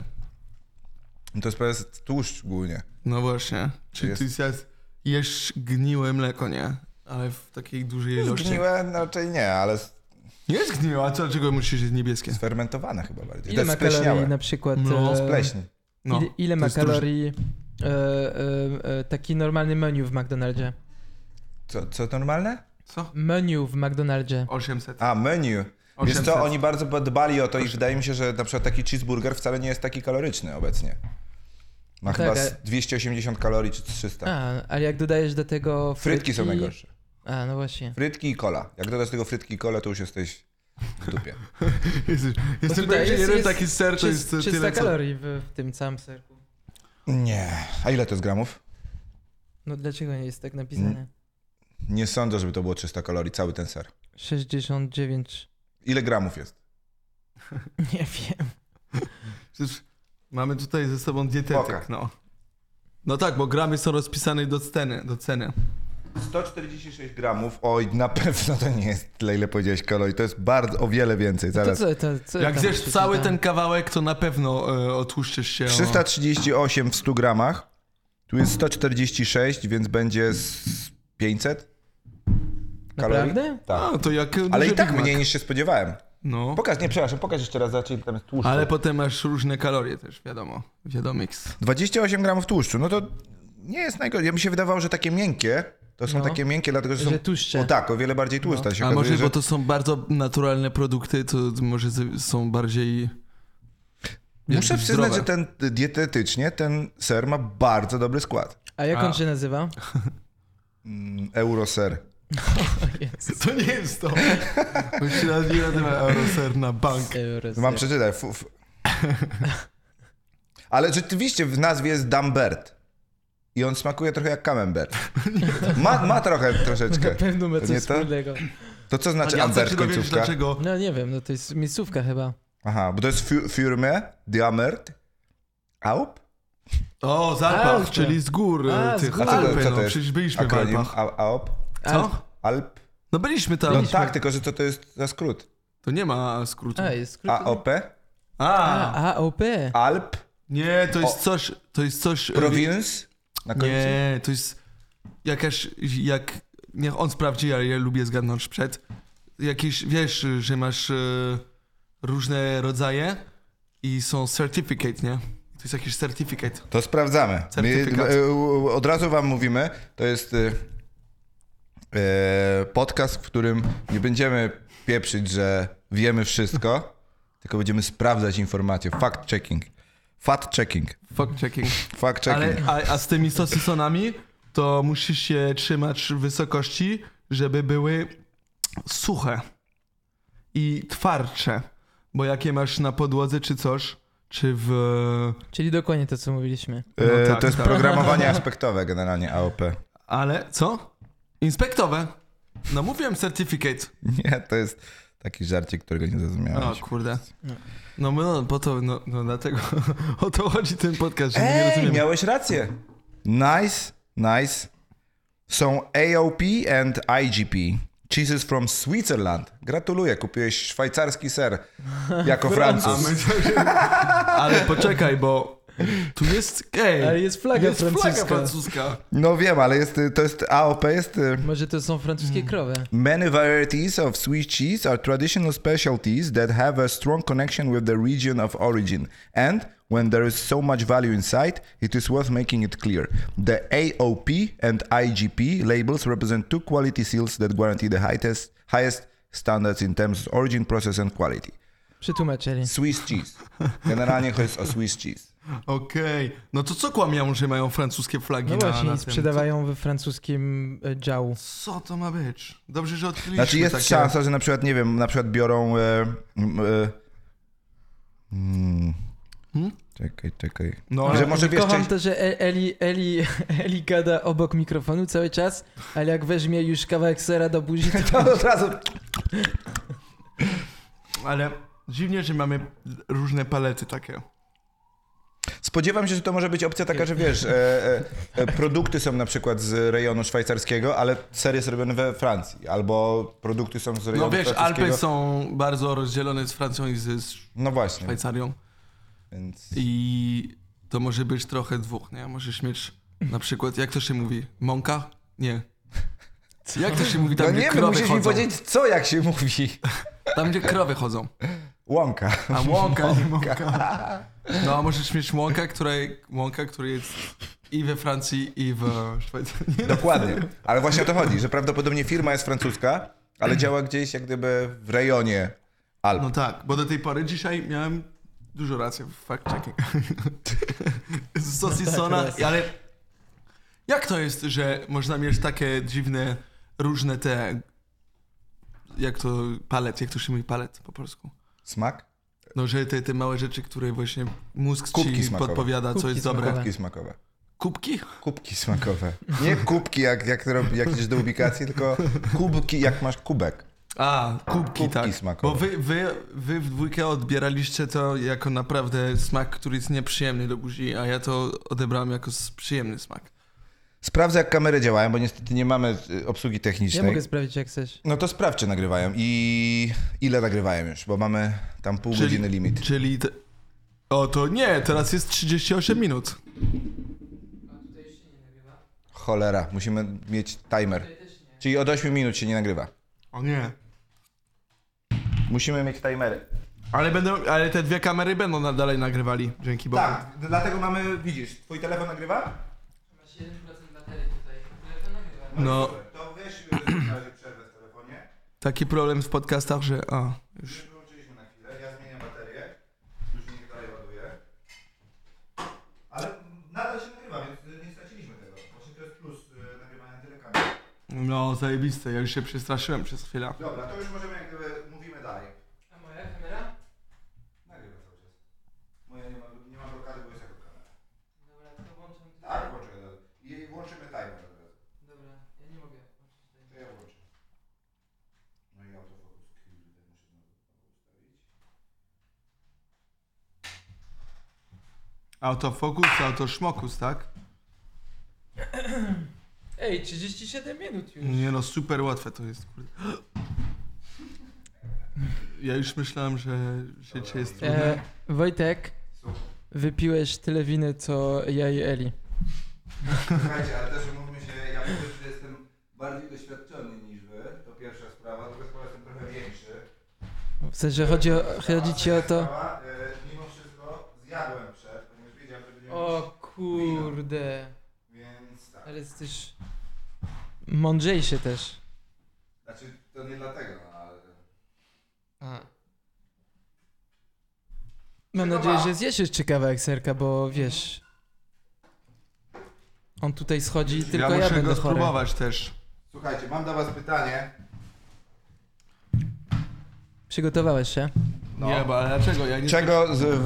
[SPEAKER 1] To jest prawie tłuszcz głównie.
[SPEAKER 2] No właśnie. Czyli
[SPEAKER 1] Jest-
[SPEAKER 2] ty zjadł, jesz gniłe mleko, nie? Ale w takiej dużej ilości.
[SPEAKER 1] Zgniłe? No, Raczej nie, ale s-
[SPEAKER 2] Jest gniło, a co, dlaczego musisz jest niebieskie?
[SPEAKER 1] Sfermentowane chyba bardziej.
[SPEAKER 3] Ile ma kalorii
[SPEAKER 1] Spleśniałe.
[SPEAKER 3] na przykład?
[SPEAKER 2] tak No,
[SPEAKER 3] e,
[SPEAKER 1] Spleśni.
[SPEAKER 2] No,
[SPEAKER 3] ile ile
[SPEAKER 2] to
[SPEAKER 3] ma
[SPEAKER 2] jest dużo.
[SPEAKER 3] kalorii e, e, e, taki normalny menu w McDonaldzie?
[SPEAKER 1] Co, co normalne?
[SPEAKER 2] Co?
[SPEAKER 3] Menu w McDonaldzie.
[SPEAKER 2] 800.
[SPEAKER 1] A, menu. Wiesz
[SPEAKER 2] 800.
[SPEAKER 1] co,
[SPEAKER 2] [laughs]
[SPEAKER 1] oni bardzo dbali o to i wydaje mi się, że na przykład taki cheeseburger wcale nie jest taki kaloryczny obecnie. Ma
[SPEAKER 3] Tak,
[SPEAKER 1] chyba
[SPEAKER 3] ale-
[SPEAKER 1] z 280 kalorii czy 300.
[SPEAKER 3] A, ale jak dodajesz do tego frytki...
[SPEAKER 1] tak. Frytki są najgorsze.
[SPEAKER 3] A, no właśnie.
[SPEAKER 1] Frytki i kola. Jak dodasz tego frytki i kolę, to już jesteś w dupie.
[SPEAKER 2] Jestem, jestem
[SPEAKER 3] No tutaj
[SPEAKER 2] pewien, że
[SPEAKER 3] jest-
[SPEAKER 2] jeden
[SPEAKER 3] jest
[SPEAKER 2] taki ser to jest
[SPEAKER 3] Czyst,
[SPEAKER 2] tyle
[SPEAKER 3] czysta
[SPEAKER 2] co...
[SPEAKER 3] kalorii w, w tym całym serku.
[SPEAKER 1] Nie. A ile to jest gramów?
[SPEAKER 3] No dlaczego nie jest tak
[SPEAKER 1] Mm.
[SPEAKER 3] napisane?
[SPEAKER 1] Nie sądzę, żeby to było 300 kalorii, cały ten ser.
[SPEAKER 3] 69...
[SPEAKER 1] Ile gramów jest?
[SPEAKER 3] [laughs] Nie wiem.
[SPEAKER 2] Przecież mamy tutaj ze sobą dietetyk,
[SPEAKER 1] Poka.
[SPEAKER 2] no. No tak, bo gramy są rozpisane do ceny, do ceny.
[SPEAKER 1] 146 gramów. Oj, na pewno to nie jest tyle, ile powiedziałeś kalorii. To jest bardzo, o wiele więcej.
[SPEAKER 3] To
[SPEAKER 1] Zaraz.
[SPEAKER 3] co, to, co
[SPEAKER 2] Jak
[SPEAKER 3] tam
[SPEAKER 2] zjesz
[SPEAKER 3] się
[SPEAKER 2] cały
[SPEAKER 3] tam-
[SPEAKER 2] ten kawałek, to na pewno e, otłuszczysz się. o-
[SPEAKER 1] 338 w 100 gramach. Tu jest 146, więc będzie z 500 kalorii.
[SPEAKER 3] Naprawdę? No,
[SPEAKER 1] Tak.
[SPEAKER 2] A, to jak
[SPEAKER 1] Ale
[SPEAKER 2] duży
[SPEAKER 1] i tak
[SPEAKER 2] Big Mac.
[SPEAKER 1] mniej niż się spodziewałem.
[SPEAKER 2] No,
[SPEAKER 1] Pokaż, nie, przepraszam, pokaż jeszcze raz, zaczynam tam jest tłuszczu.
[SPEAKER 2] ale potem masz różne kalorie też, wiadomo. Wiadomix.
[SPEAKER 1] 28 gramów tłuszczu, no to nie jest najgorzej. Ja mi się wydawało, że takie miękkie, to są
[SPEAKER 3] No.
[SPEAKER 1] takie miękkie, dlatego że są...
[SPEAKER 3] Że tłuszcze. No.
[SPEAKER 1] O tak, o wiele bardziej tłuste. Się
[SPEAKER 2] A
[SPEAKER 1] okazuje,
[SPEAKER 2] może,
[SPEAKER 1] że...
[SPEAKER 2] bo to są bardzo naturalne produkty, to może z- są bardziej... wiesz,
[SPEAKER 1] Muszę przyznać,
[SPEAKER 2] zdrowe.
[SPEAKER 1] że ten dietetycznie ten ser ma bardzo dobry skład.
[SPEAKER 3] A jak
[SPEAKER 2] A.
[SPEAKER 3] on się
[SPEAKER 2] [laughs]
[SPEAKER 3] nazywa?
[SPEAKER 1] Mm, Euroser.
[SPEAKER 3] O Jezus.
[SPEAKER 2] To nie jest to. [laughs] Bo się raz nie nazywa Euroser na bank.
[SPEAKER 1] No Mam przeczytać. Fu, fu. Ale rzeczywiście w nazwie jest Dambert. I on smakuje trochę jak
[SPEAKER 2] [laughs]
[SPEAKER 1] camembert. Ma, ma trochę,
[SPEAKER 3] Na
[SPEAKER 1] troszeczkę.
[SPEAKER 2] No,
[SPEAKER 3] pewno ma
[SPEAKER 1] To
[SPEAKER 3] coś
[SPEAKER 1] nie to?
[SPEAKER 3] wspólnego.
[SPEAKER 1] To co znaczy
[SPEAKER 2] Ale ja chcę
[SPEAKER 1] Ambert
[SPEAKER 2] się dowiedzieć,
[SPEAKER 1] końcówka?
[SPEAKER 2] Dlaczego?
[SPEAKER 3] No nie wiem, no to jest miejscówka chyba.
[SPEAKER 1] Aha, bo to jest Fü- Fürme, Diamert, Aup?
[SPEAKER 2] O, Zalpach,
[SPEAKER 3] Alpy.
[SPEAKER 2] czyli z gór
[SPEAKER 3] A,
[SPEAKER 2] A,
[SPEAKER 3] z
[SPEAKER 2] tych
[SPEAKER 3] gór.
[SPEAKER 1] A co to-
[SPEAKER 2] Alpy,
[SPEAKER 1] co to
[SPEAKER 2] no
[SPEAKER 1] jest?
[SPEAKER 2] przecież byliśmy w
[SPEAKER 1] Akronim
[SPEAKER 2] Alpach.
[SPEAKER 1] Au- Aup?
[SPEAKER 3] A,
[SPEAKER 2] Co?
[SPEAKER 1] Alp?
[SPEAKER 2] No byliśmy tam.
[SPEAKER 1] No tak, tylko że to, to jest za skrót.
[SPEAKER 2] To nie ma skrótu.
[SPEAKER 3] a jest skrót.
[SPEAKER 1] AOP,
[SPEAKER 2] A,
[SPEAKER 3] A, AOP.
[SPEAKER 1] Alp,
[SPEAKER 2] nie, to jest
[SPEAKER 1] O.
[SPEAKER 2] coś, to jest coś... e,
[SPEAKER 1] Province. Na końcu.
[SPEAKER 2] Nie, to jest jakaś, jak, niech on sprawdzi, ale ja lubię zgadnąć przed. Jakieś, wiesz, że masz e, różne rodzaje i są certificate, nie? To jest jakiś certificate.
[SPEAKER 1] To sprawdzamy. My,
[SPEAKER 2] Certyfikat.
[SPEAKER 1] e, u- od razu wam mówimy, to jest e, e, podcast, w którym nie będziemy pieprzyć, że wiemy wszystko, [laughs] tylko będziemy sprawdzać informacje. Fact checking. Fact checking.
[SPEAKER 2] Fuck checking.
[SPEAKER 1] Fact checking.
[SPEAKER 2] Ale, a, a z tymi sosisonami to musisz się trzymać wysokości, żeby były suche i twardsze. Bo jakie masz na podłodze czy coś, czy w...
[SPEAKER 3] Czyli dokładnie to, co mówiliśmy.
[SPEAKER 2] no
[SPEAKER 1] E,
[SPEAKER 2] tak,
[SPEAKER 1] to jest
[SPEAKER 2] tak. [laughs]
[SPEAKER 1] programowanie aspektowe generalnie AOP.
[SPEAKER 2] Ale co? Inspektowe. No mówiłem certificate.
[SPEAKER 1] Nie, to jest taki żarcik, którego nie
[SPEAKER 2] O
[SPEAKER 1] zrozumiałeś.
[SPEAKER 2] kurde.
[SPEAKER 3] No.
[SPEAKER 2] No, no po to, no, no dlatego [laughs] o to chodzi ten podcast, że my nie
[SPEAKER 1] Ej,
[SPEAKER 2] rozumiemy.
[SPEAKER 1] miałeś rację. Nice, nice. Są AOP and IGP. Cheeses from Switzerland. Gratuluję, kupiłeś szwajcarski ser jako
[SPEAKER 2] A
[SPEAKER 1] Francuz.
[SPEAKER 2] my Ale poczekaj, bo tu jest gej.
[SPEAKER 3] Ale jest flaga
[SPEAKER 2] jest
[SPEAKER 3] francuska.
[SPEAKER 2] flaga francuska.
[SPEAKER 1] No wiem, ale jest, y, to jest AOP, jest... y,
[SPEAKER 3] Może to są francuskie
[SPEAKER 1] Mm.
[SPEAKER 3] krowy.
[SPEAKER 1] Many varieties of Swiss cheese are traditional specialties that have a strong connection with the region of origin. And when there is so much value inside, it is worth making it clear. The AOP and IGP labels represent two quality seals that guarantee the highest, highest standards in terms of origin, process and quality.
[SPEAKER 3] Przetłumaczyli.
[SPEAKER 1] Swiss cheese. Generalnie chodzi o Swiss cheese.
[SPEAKER 2] Okej. No to co kłamią, że mają francuskie flagi
[SPEAKER 3] No
[SPEAKER 2] na,
[SPEAKER 3] właśnie,
[SPEAKER 2] na
[SPEAKER 3] i
[SPEAKER 2] tym?
[SPEAKER 3] sprzedawają we francuskim e, działu.
[SPEAKER 2] Co, co to ma być? Dobrze, że odkryliśmy
[SPEAKER 1] Znaczy jest
[SPEAKER 2] takie...
[SPEAKER 1] szansa, że na przykład, nie wiem, na przykład biorą... E, m, e, mm,
[SPEAKER 2] Hmm?
[SPEAKER 1] Czekaj, czekaj.
[SPEAKER 2] No, ale-
[SPEAKER 1] że może wiesz,
[SPEAKER 3] Kocham
[SPEAKER 1] część...
[SPEAKER 3] to, że E- Eli, Eli, [laughs] Eli gada obok mikrofonu cały czas, ale jak weźmie już kawałek sera do buzi, to...
[SPEAKER 1] [laughs] To od razu...
[SPEAKER 2] Ale dziwnie, że mamy różne palety takie.
[SPEAKER 1] Spodziewam się, że to może być opcja taka, że wiesz, e, e, e, produkty są na przykład z rejonu szwajcarskiego, ale ser jest robiony we Francji, albo produkty są z rejonu
[SPEAKER 2] No wiesz,
[SPEAKER 1] francuskiego.
[SPEAKER 2] Alpy są bardzo rozdzielone z Francją i ze
[SPEAKER 1] No właśnie,
[SPEAKER 2] Szwajcarią.
[SPEAKER 1] więc...
[SPEAKER 2] I to może być trochę dwóch, nie? Możesz mieć na przykład, jak to się mówi? Mąka? Nie. Jak to się mówi tam,
[SPEAKER 1] No
[SPEAKER 2] gdzie
[SPEAKER 1] nie wiem,
[SPEAKER 2] krowy
[SPEAKER 1] musisz mi
[SPEAKER 2] chodzą?
[SPEAKER 1] powiedzieć co, jak się mówi.
[SPEAKER 2] Tam, gdzie krowy chodzą.
[SPEAKER 1] Łąka.
[SPEAKER 2] A łąka, nie mąka. No, a możesz mieć łąkę, której, łąkę, która jest i we Francji, i w Szwajcarii.
[SPEAKER 1] Dokładnie. Ale właśnie o to chodzi, że prawdopodobnie firma jest francuska, ale działa gdzieś jak gdyby w rejonie Alp.
[SPEAKER 2] No tak, bo do tej pory dzisiaj miałem dużo racji w fact-checking. [laughs] Z Sosisona,
[SPEAKER 3] tak,
[SPEAKER 2] ale jak to jest, że można mieć takie dziwne, różne te... Jak to palet, jak to się mówi palet po polsku?
[SPEAKER 1] Smak?
[SPEAKER 2] No, że te, te małe rzeczy, które właśnie mózg
[SPEAKER 1] Kubki
[SPEAKER 2] ci
[SPEAKER 1] smakowe.
[SPEAKER 2] podpowiada, co
[SPEAKER 3] Kubki
[SPEAKER 2] jest dobre.
[SPEAKER 3] smakowe.
[SPEAKER 1] Kubki smakowe.
[SPEAKER 2] Kubki?
[SPEAKER 1] Kubki smakowe. Nie kubki, jak, jak, rob- jak idziesz do ubikacji, tylko kubki, jak masz kubek.
[SPEAKER 2] A, kubki,
[SPEAKER 1] Kubki
[SPEAKER 2] tak.
[SPEAKER 1] smakowe.
[SPEAKER 2] Bo wy, wy, wy w dwójkę odbieraliście to jako naprawdę smak, który jest nieprzyjemny do buzi, a ja to odebrałem jako s- przyjemny smak.
[SPEAKER 1] Sprawdzę, jak kamery działają, bo niestety nie mamy y, obsługi
[SPEAKER 3] Ja
[SPEAKER 1] technicznej.
[SPEAKER 3] mogę sprawdzić, jak chcesz.
[SPEAKER 1] No to sprawdź, czy nagrywają i ile nagrywają już, bo mamy tam pół godziny limit.
[SPEAKER 2] Czyli... Te... O, to nie, teraz jest 38 minut.
[SPEAKER 1] Cholera, musimy mieć timer. Czyli od 8 minut się nie nagrywa.
[SPEAKER 2] O nie.
[SPEAKER 1] Musimy mieć timery.
[SPEAKER 2] Ale, będą, ale te dwie kamery będą na, dalej nagrywali, dzięki Bogu.
[SPEAKER 1] Tak, dlatego mamy, widzisz, twój telefon nagrywa?
[SPEAKER 3] Masz 1% baterii tutaj.
[SPEAKER 2] No,
[SPEAKER 1] To weź w razie przerwę w telefonie.
[SPEAKER 2] taki problem w podcastach, że... A, już.
[SPEAKER 1] Wyłączyliśmy na chwilę, ja zmieniam baterię. Już niech dalej ładuje. Ale nadal się nagrywa, więc y, nie straciliśmy tego. Właśnie to jest plus y, nagrywania tyle kamer.
[SPEAKER 2] No, zajebiste, ja już się przestraszyłem przez chwilę.
[SPEAKER 1] Dobra, to już możemy jak gdyby mówimy dalej.
[SPEAKER 3] A moja kamera?
[SPEAKER 1] Nagrywa cały czas. Moja nie ma, nie ma blokady, bo jest jako kamera.
[SPEAKER 3] Dobra, to włączam.
[SPEAKER 1] Tak, włączę. I włączymy timer od razu.
[SPEAKER 3] Dobra, ja nie mogę.
[SPEAKER 1] To ja włączę. No i autofokus. Kurde, muszę znowu ustawić.
[SPEAKER 2] Autofokus, autoszmokus, tak?
[SPEAKER 3] Ej, 37 minut
[SPEAKER 1] Mm.
[SPEAKER 3] już.
[SPEAKER 2] Nie no, super łatwe to jest, kurde. Ja już myślałem, że życie jest trudne.
[SPEAKER 3] E, Wojtek, wypiłeś tyle winy, co ja i Eli.
[SPEAKER 1] Słuchajcie, ale też umówmy się, ja powiem, że jestem bardziej doświadczony niż wy. To pierwsza sprawa. Druga sprawa, jestem trochę większy.
[SPEAKER 3] W sensie chodzi, o, chodzi ci o to...
[SPEAKER 1] Sprawa, e, mimo wszystko zjadłem przed, ponieważ wiedziałem, że będziemy
[SPEAKER 3] O kurde,
[SPEAKER 1] Więc tak.
[SPEAKER 3] ale jesteś mądrzejszy też.
[SPEAKER 1] Znaczy, to nie dlatego, no, ale...
[SPEAKER 3] Mam nadzieję, że zjesz jeszcze kawałek serka, bo wiesz... On tutaj schodzi, tylko
[SPEAKER 2] ja
[SPEAKER 3] ja,
[SPEAKER 2] muszę
[SPEAKER 3] będę
[SPEAKER 2] go
[SPEAKER 3] chory.
[SPEAKER 2] spróbować też.
[SPEAKER 1] Słuchajcie, mam dla was pytanie.
[SPEAKER 3] Przygotowałeś się?
[SPEAKER 1] No.
[SPEAKER 2] Nie, bo ale dlaczego? Ja nie
[SPEAKER 1] Czego z, w,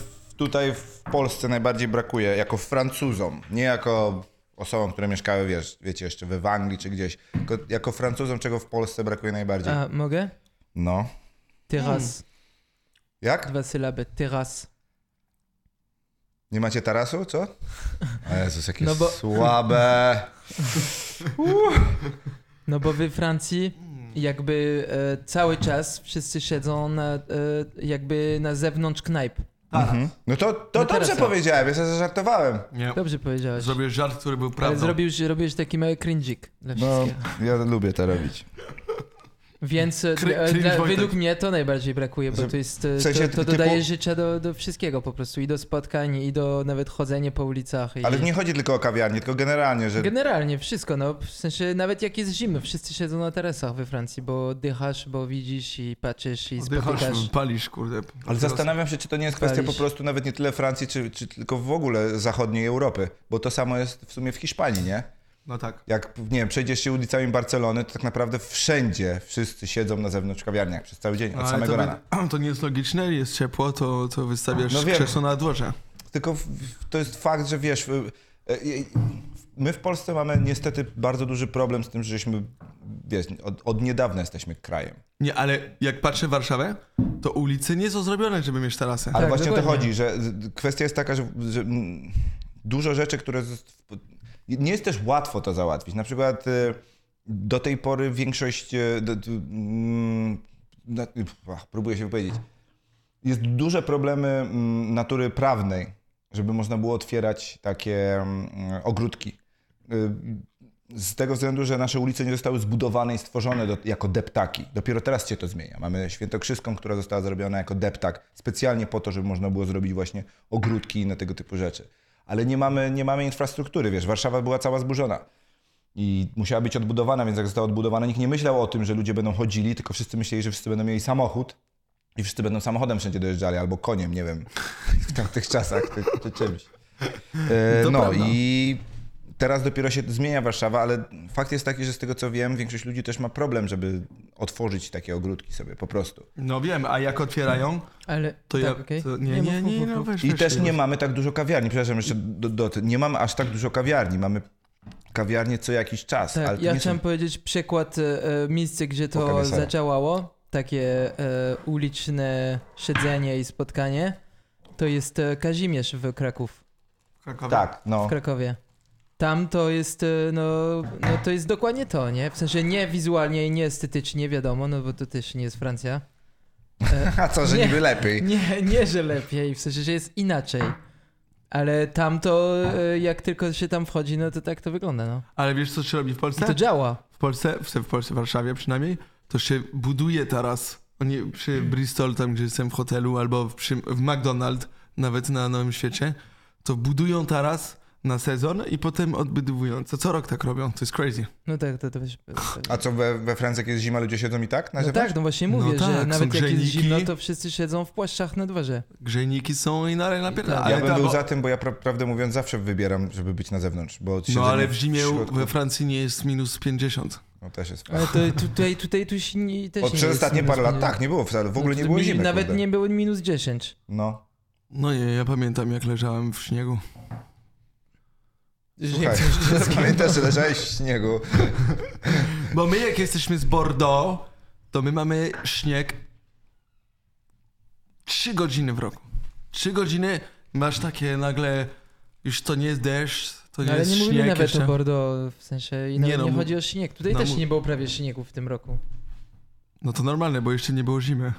[SPEAKER 1] w, tutaj w Polsce najbardziej brakuje jako Francuzom? Nie jako osobom, które mieszkały, wiesz, wiecie, jeszcze we w Anglii czy gdzieś. Tylko jako Francuzom, czego w Polsce brakuje najbardziej?
[SPEAKER 3] A, mogę?
[SPEAKER 1] No.
[SPEAKER 3] Teraz.
[SPEAKER 2] Mm.
[SPEAKER 1] Jak?
[SPEAKER 3] Dwa sylaby. Teraz.
[SPEAKER 1] Nie macie tarasu, co? O Jezus, jakie
[SPEAKER 3] No bo- [laughs]
[SPEAKER 1] słabe.
[SPEAKER 3] No bo we Francji
[SPEAKER 2] Mm.
[SPEAKER 3] jakby e, cały czas wszyscy siedzą na, e, jakby na zewnątrz knajp.
[SPEAKER 2] Tak.
[SPEAKER 1] Mhm. No to, to
[SPEAKER 3] No
[SPEAKER 1] dobrze
[SPEAKER 3] tarasa.
[SPEAKER 1] powiedziałem, ja sobie zażartowałem.
[SPEAKER 2] Nie.
[SPEAKER 3] Dobrze powiedziałeś.
[SPEAKER 2] Zrobię żart, który był
[SPEAKER 3] Ale
[SPEAKER 2] prawdą.
[SPEAKER 3] zrobiłeś, robiłeś taki mały cringe'ik dla
[SPEAKER 1] No,
[SPEAKER 3] wszystkich.
[SPEAKER 1] ja lubię to robić.
[SPEAKER 3] Więc e,
[SPEAKER 2] Cri-
[SPEAKER 3] e,
[SPEAKER 2] cringe
[SPEAKER 3] dla,
[SPEAKER 2] Wojtek.
[SPEAKER 3] według mnie to najbardziej brakuje, bo
[SPEAKER 1] Że-
[SPEAKER 3] to jest, e,
[SPEAKER 1] w sensie
[SPEAKER 3] to, to
[SPEAKER 1] typu-
[SPEAKER 3] dodaje życia do, do wszystkiego po prostu. I do spotkań, i do nawet chodzenia po ulicach. I...
[SPEAKER 1] Ale nie chodzi tylko o kawiarnię, tylko generalnie, że...
[SPEAKER 3] Generalnie wszystko, no w sensie nawet jak jest zimno, wszyscy siedzą na tarasach we Francji, bo dychasz, bo widzisz i patrzysz i
[SPEAKER 2] Oddychasz, no.
[SPEAKER 3] spotykasz.
[SPEAKER 2] palisz, kurde.
[SPEAKER 1] Ale zastanawiam się, czy to nie jest kwestia po
[SPEAKER 3] Palić.
[SPEAKER 1] prostu nawet nie tyle Francji, czy, czy tylko w ogóle zachodniej Europy, bo to samo jest w sumie w Hiszpanii, nie?
[SPEAKER 2] No tak.
[SPEAKER 1] Jak, nie wiem, przejdziesz się ulicami Barcelony, to tak naprawdę wszędzie wszyscy siedzą na zewnątrz w kawiarniach przez cały dzień, od
[SPEAKER 2] Ale
[SPEAKER 1] samego
[SPEAKER 2] to,
[SPEAKER 1] rana.
[SPEAKER 2] by- to nie [clears throat] jest logiczne, jest ciepło, to, to wystawiasz
[SPEAKER 1] No wiem.
[SPEAKER 2] krzesło na dworze.
[SPEAKER 1] Tylko w- w- to jest fakt, że wiesz, w- e, e, my w Polsce mamy niestety bardzo duży problem z tym, że żeśmy, wiesz, od, od niedawna jesteśmy krajem.
[SPEAKER 2] Nie, ale jak patrzę Warszawę, to ulice nie są zrobione, żeby mieć tarasę.
[SPEAKER 1] Ale
[SPEAKER 3] Tak,
[SPEAKER 1] właśnie o to
[SPEAKER 3] dokładnie.
[SPEAKER 1] chodzi, że z- kwestia jest taka, że, że mm, dużo rzeczy, które. z- Nie jest też łatwo to załatwić. Na przykład y, do tej pory większość. y, d- d- mm, na- ach, Próbuję się wypowiedzieć. Jest duże problemy mm, natury prawnej, żeby można było otwierać takie mm, ogródki. Y, z tego względu, że nasze ulice nie zostały zbudowane i stworzone do, jako deptaki. Dopiero teraz się to zmienia. Mamy Świętokrzyską, która została zrobiona jako deptak, specjalnie po to, żeby można było zrobić właśnie ogródki i inne tego typu rzeczy. Ale nie mamy, nie mamy infrastruktury, wiesz, Warszawa była cała zburzona i musiała być odbudowana, więc jak została odbudowana, nikt nie myślał o tym, że ludzie będą chodzili, tylko wszyscy myśleli, że wszyscy będą mieli samochód i wszyscy będą samochodem wszędzie dojeżdżali, albo koniem, nie wiem, [laughs] w tamtych czasach, czy, czy czymś. E,
[SPEAKER 2] To
[SPEAKER 1] no
[SPEAKER 2] prawda.
[SPEAKER 1] i teraz dopiero się zmienia Warszawa, ale fakt jest taki, że z tego co wiem, większość ludzi też ma problem, żeby otworzyć takie ogródki sobie po prostu.
[SPEAKER 2] No wiem, a jak otwierają,
[SPEAKER 3] Ale
[SPEAKER 2] to
[SPEAKER 3] tak,
[SPEAKER 2] ja...
[SPEAKER 3] okej.
[SPEAKER 2] To, nie, nie,
[SPEAKER 3] mów,
[SPEAKER 2] nie,
[SPEAKER 3] mów,
[SPEAKER 2] no
[SPEAKER 3] mów.
[SPEAKER 2] weź,
[SPEAKER 1] I
[SPEAKER 2] weź,
[SPEAKER 1] też
[SPEAKER 2] weź.
[SPEAKER 1] nie mamy tak dużo kawiarni, przepraszam, jeszcze do, do, nie mamy aż tak dużo kawiarni, mamy kawiarnie co jakiś czas, ale
[SPEAKER 3] Tak,
[SPEAKER 1] to
[SPEAKER 3] ja
[SPEAKER 1] nie są
[SPEAKER 3] chciałem powiedzieć przykład e, e, miejsce, gdzie
[SPEAKER 1] Pokażę
[SPEAKER 3] to
[SPEAKER 1] Sarę.
[SPEAKER 3] zadziałało, takie e, uliczne siedzenie i spotkanie, to jest e, Kazimierz w Kraków,
[SPEAKER 2] W Krakowie.
[SPEAKER 1] Tak, no.
[SPEAKER 3] w Krakowie. Tam to jest, e, no, no to jest dokładnie to, nie? W sensie nie wizualnie i nie estetycznie, wiadomo, no bo to też nie jest Francja.
[SPEAKER 1] [laughs] A co, że
[SPEAKER 3] Nie.
[SPEAKER 1] niby lepiej.
[SPEAKER 3] Nie, nie, że lepiej, w sensie, że jest inaczej. Ale tam to, e, jak tylko się tam wchodzi, no to tak to wygląda, no.
[SPEAKER 2] Ale wiesz, co się robi w
[SPEAKER 3] I
[SPEAKER 2] Polsce?
[SPEAKER 3] to
[SPEAKER 1] Tak.
[SPEAKER 3] działa.
[SPEAKER 2] W Polsce, w, w Polsce, w Warszawie przynajmniej, to się buduje teraz. Oni przy
[SPEAKER 1] Mm.
[SPEAKER 2] Bristol, tam gdzie jestem w hotelu, albo w, przy, w McDonald's, nawet na Nowym Świecie, to budują taras na sezon i potem odbudowują. To co rok tak robią, to jest crazy.
[SPEAKER 3] No tak, to, to wiesz... to-
[SPEAKER 1] A co, we, we Francji jak jest zima, ludzie siedzą i tak na
[SPEAKER 3] No
[SPEAKER 1] zewnątrz?
[SPEAKER 3] tak, no właśnie
[SPEAKER 2] No tak,
[SPEAKER 3] mówię, że
[SPEAKER 2] są
[SPEAKER 3] nawet jak jest
[SPEAKER 2] grzejniki.
[SPEAKER 3] zimno, to wszyscy siedzą w płaszczach na dworze.
[SPEAKER 2] Grzejniki są i dalej napierdala.
[SPEAKER 1] Tak, Ja
[SPEAKER 2] Ale
[SPEAKER 1] bym
[SPEAKER 2] ta-
[SPEAKER 1] był
[SPEAKER 2] bo- no,
[SPEAKER 1] za tym, bo ja pra, prawdę mówiąc zawsze wybieram, żeby być na zewnątrz, bo siedzenie
[SPEAKER 2] No ale w zimie
[SPEAKER 1] środku,
[SPEAKER 2] we Francji nie jest minus 50.
[SPEAKER 1] no, też jest
[SPEAKER 3] Ale to tutaj, tutaj tu się nie, też
[SPEAKER 1] Od
[SPEAKER 3] nie
[SPEAKER 1] przez
[SPEAKER 3] jest
[SPEAKER 1] ostatnie
[SPEAKER 2] no,
[SPEAKER 3] minus
[SPEAKER 1] parę lat
[SPEAKER 3] 50.
[SPEAKER 1] tak, nie było wcale, w ogóle
[SPEAKER 3] No
[SPEAKER 1] nie
[SPEAKER 3] to
[SPEAKER 1] było
[SPEAKER 3] mi-
[SPEAKER 1] zimy.
[SPEAKER 3] Nawet
[SPEAKER 1] kurde.
[SPEAKER 3] nie było minus 10.
[SPEAKER 1] No. [laughs]
[SPEAKER 2] No nie, ja pamiętam jak leżałem w śniegu.
[SPEAKER 1] Słuchaj, pamiętasz, że leżałeś w śniegu.
[SPEAKER 2] Bo my jak jesteśmy z Bordeaux, to my mamy śnieg 3 godziny w roku. 3 godziny masz takie nagle, już to nie jest deszcz, to nie
[SPEAKER 3] No, ale
[SPEAKER 2] jest
[SPEAKER 3] nie mówimy
[SPEAKER 2] śnieg
[SPEAKER 3] nawet
[SPEAKER 2] jeszcze.
[SPEAKER 3] o Bordeaux, w sensie i
[SPEAKER 2] Nie
[SPEAKER 3] nawet nie,
[SPEAKER 2] no, mów-
[SPEAKER 3] chodzi o śnieg. Tutaj
[SPEAKER 2] no,
[SPEAKER 3] też
[SPEAKER 2] mów-
[SPEAKER 3] nie było prawie śniegu w tym roku.
[SPEAKER 2] No to normalne, bo jeszcze nie było zimy.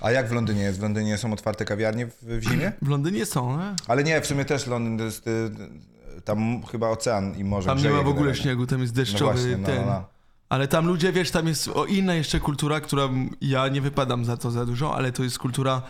[SPEAKER 1] A jak w Londynie jest? W Londynie są otwarte kawiarnie w, w zimie?
[SPEAKER 2] W Londynie są, e?
[SPEAKER 1] Ale nie, w sumie też Londyn to jest, y, y, tam chyba ocean i morze
[SPEAKER 2] Tam nie
[SPEAKER 1] grzeje
[SPEAKER 2] ma w ogóle
[SPEAKER 1] generalnie.
[SPEAKER 2] śniegu, tam jest
[SPEAKER 1] No
[SPEAKER 2] deszczowy
[SPEAKER 1] właśnie, no,
[SPEAKER 2] ten.
[SPEAKER 1] no, no.
[SPEAKER 2] Ale tam ludzie, wiesz, tam jest o inna jeszcze kultura, która m- ja nie wypadam za to za dużo, ale to jest kultura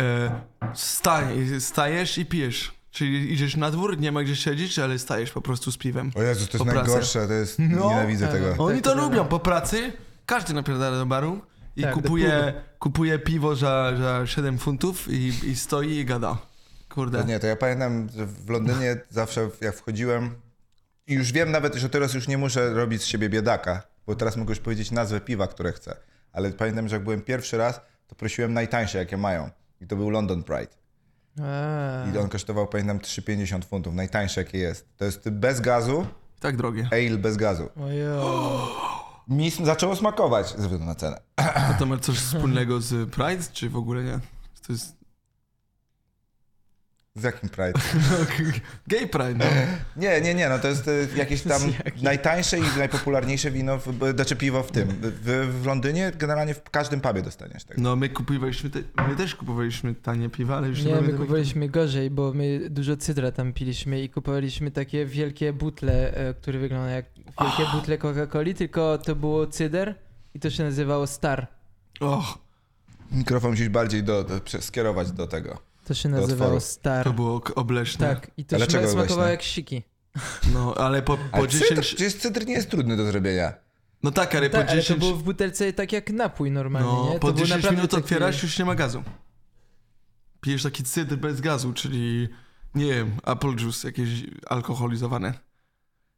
[SPEAKER 2] e, staj, stajesz i pijesz. Czyli idziesz na dwór, nie ma gdzie siedzieć, ale stajesz po prostu z piwem.
[SPEAKER 1] O Jezus, to
[SPEAKER 2] Po
[SPEAKER 1] jest
[SPEAKER 2] pracy.
[SPEAKER 1] najgorsze, to jest,
[SPEAKER 2] No.
[SPEAKER 1] nienawidzę
[SPEAKER 3] Tak.
[SPEAKER 1] tego.
[SPEAKER 2] Oni
[SPEAKER 3] tak,
[SPEAKER 2] to
[SPEAKER 3] tak.
[SPEAKER 2] lubią po pracy. Każdy napierdala do baru i
[SPEAKER 3] Tak, do
[SPEAKER 2] kupuje, kupuje piwo za, za 7 funtów i, i stoi i gada. Kurde.
[SPEAKER 1] Nie, to ja pamiętam, że w Londynie zawsze jak wchodziłem i już wiem nawet, że teraz już nie muszę robić z siebie biedaka, bo teraz mogę już powiedzieć nazwę piwa, które chcę. Ale pamiętam, że jak byłem pierwszy raz, to prosiłem najtańsze, jakie mają. I to był London Pride.
[SPEAKER 3] A,
[SPEAKER 1] I on kosztował, pamiętam, 3,50 funtów. Najtańsze, jakie jest. To jest bez gazu,
[SPEAKER 2] Tak drogie.
[SPEAKER 1] ale bez gazu.
[SPEAKER 3] ojo.
[SPEAKER 1] [gasps] Mi sm- zaczęło smakować, ze względu na cenę.
[SPEAKER 2] A to ma coś wspólnego z Pride, czy w ogóle nie?
[SPEAKER 1] [laughs]
[SPEAKER 2] To jest
[SPEAKER 1] Z jakim Pride?
[SPEAKER 2] gay Pride. No.
[SPEAKER 1] Nie, nie, nie, no to jest y, jakieś tam najtańsze i najpopularniejsze wino, w, b- znaczy piwo w tym. W, w Londynie generalnie w każdym pubie dostaniesz
[SPEAKER 3] Tak.
[SPEAKER 1] tego.
[SPEAKER 2] no my kupowaliśmy, te, my też kupowaliśmy tanie piwa, ale już nie,
[SPEAKER 3] Nie,
[SPEAKER 2] mamy
[SPEAKER 3] my
[SPEAKER 2] tego-
[SPEAKER 3] kupowaliśmy gorzej, bo my dużo cydra tam piliśmy i kupowaliśmy takie wielkie butle, e, które wyglądają jak
[SPEAKER 1] [gasps]
[SPEAKER 3] wielkie butle Coca-Coli, tylko to było cyder i to się nazywało Star.
[SPEAKER 2] Och,
[SPEAKER 1] Mikrofon musisz bardziej do, do, prze- skierować do tego.
[SPEAKER 3] To się
[SPEAKER 1] Do
[SPEAKER 3] nazywało
[SPEAKER 1] otworu.
[SPEAKER 3] Star.
[SPEAKER 2] to było k- obleśne.
[SPEAKER 3] Tak, i to
[SPEAKER 1] Ale
[SPEAKER 3] się
[SPEAKER 1] czego
[SPEAKER 3] smakowało
[SPEAKER 1] właśnie?
[SPEAKER 3] jak siki.
[SPEAKER 2] No, ale po,
[SPEAKER 1] Ale znaczy?
[SPEAKER 2] po
[SPEAKER 1] cydr,
[SPEAKER 2] 10...
[SPEAKER 1] przecież cydr nie jest trudny do zrobienia.
[SPEAKER 2] No tak, ale po
[SPEAKER 3] Tak, ale to
[SPEAKER 2] 10...
[SPEAKER 3] było w butelce tak jak napój normalny,
[SPEAKER 2] No,
[SPEAKER 3] nie?
[SPEAKER 2] po
[SPEAKER 3] to był
[SPEAKER 2] 10
[SPEAKER 3] naprawdę
[SPEAKER 2] minut
[SPEAKER 3] taki-
[SPEAKER 2] otwierasz, już nie ma gazu. Pijesz taki cydr bez gazu, czyli nie wiem, apple juice jakieś alkoholizowane.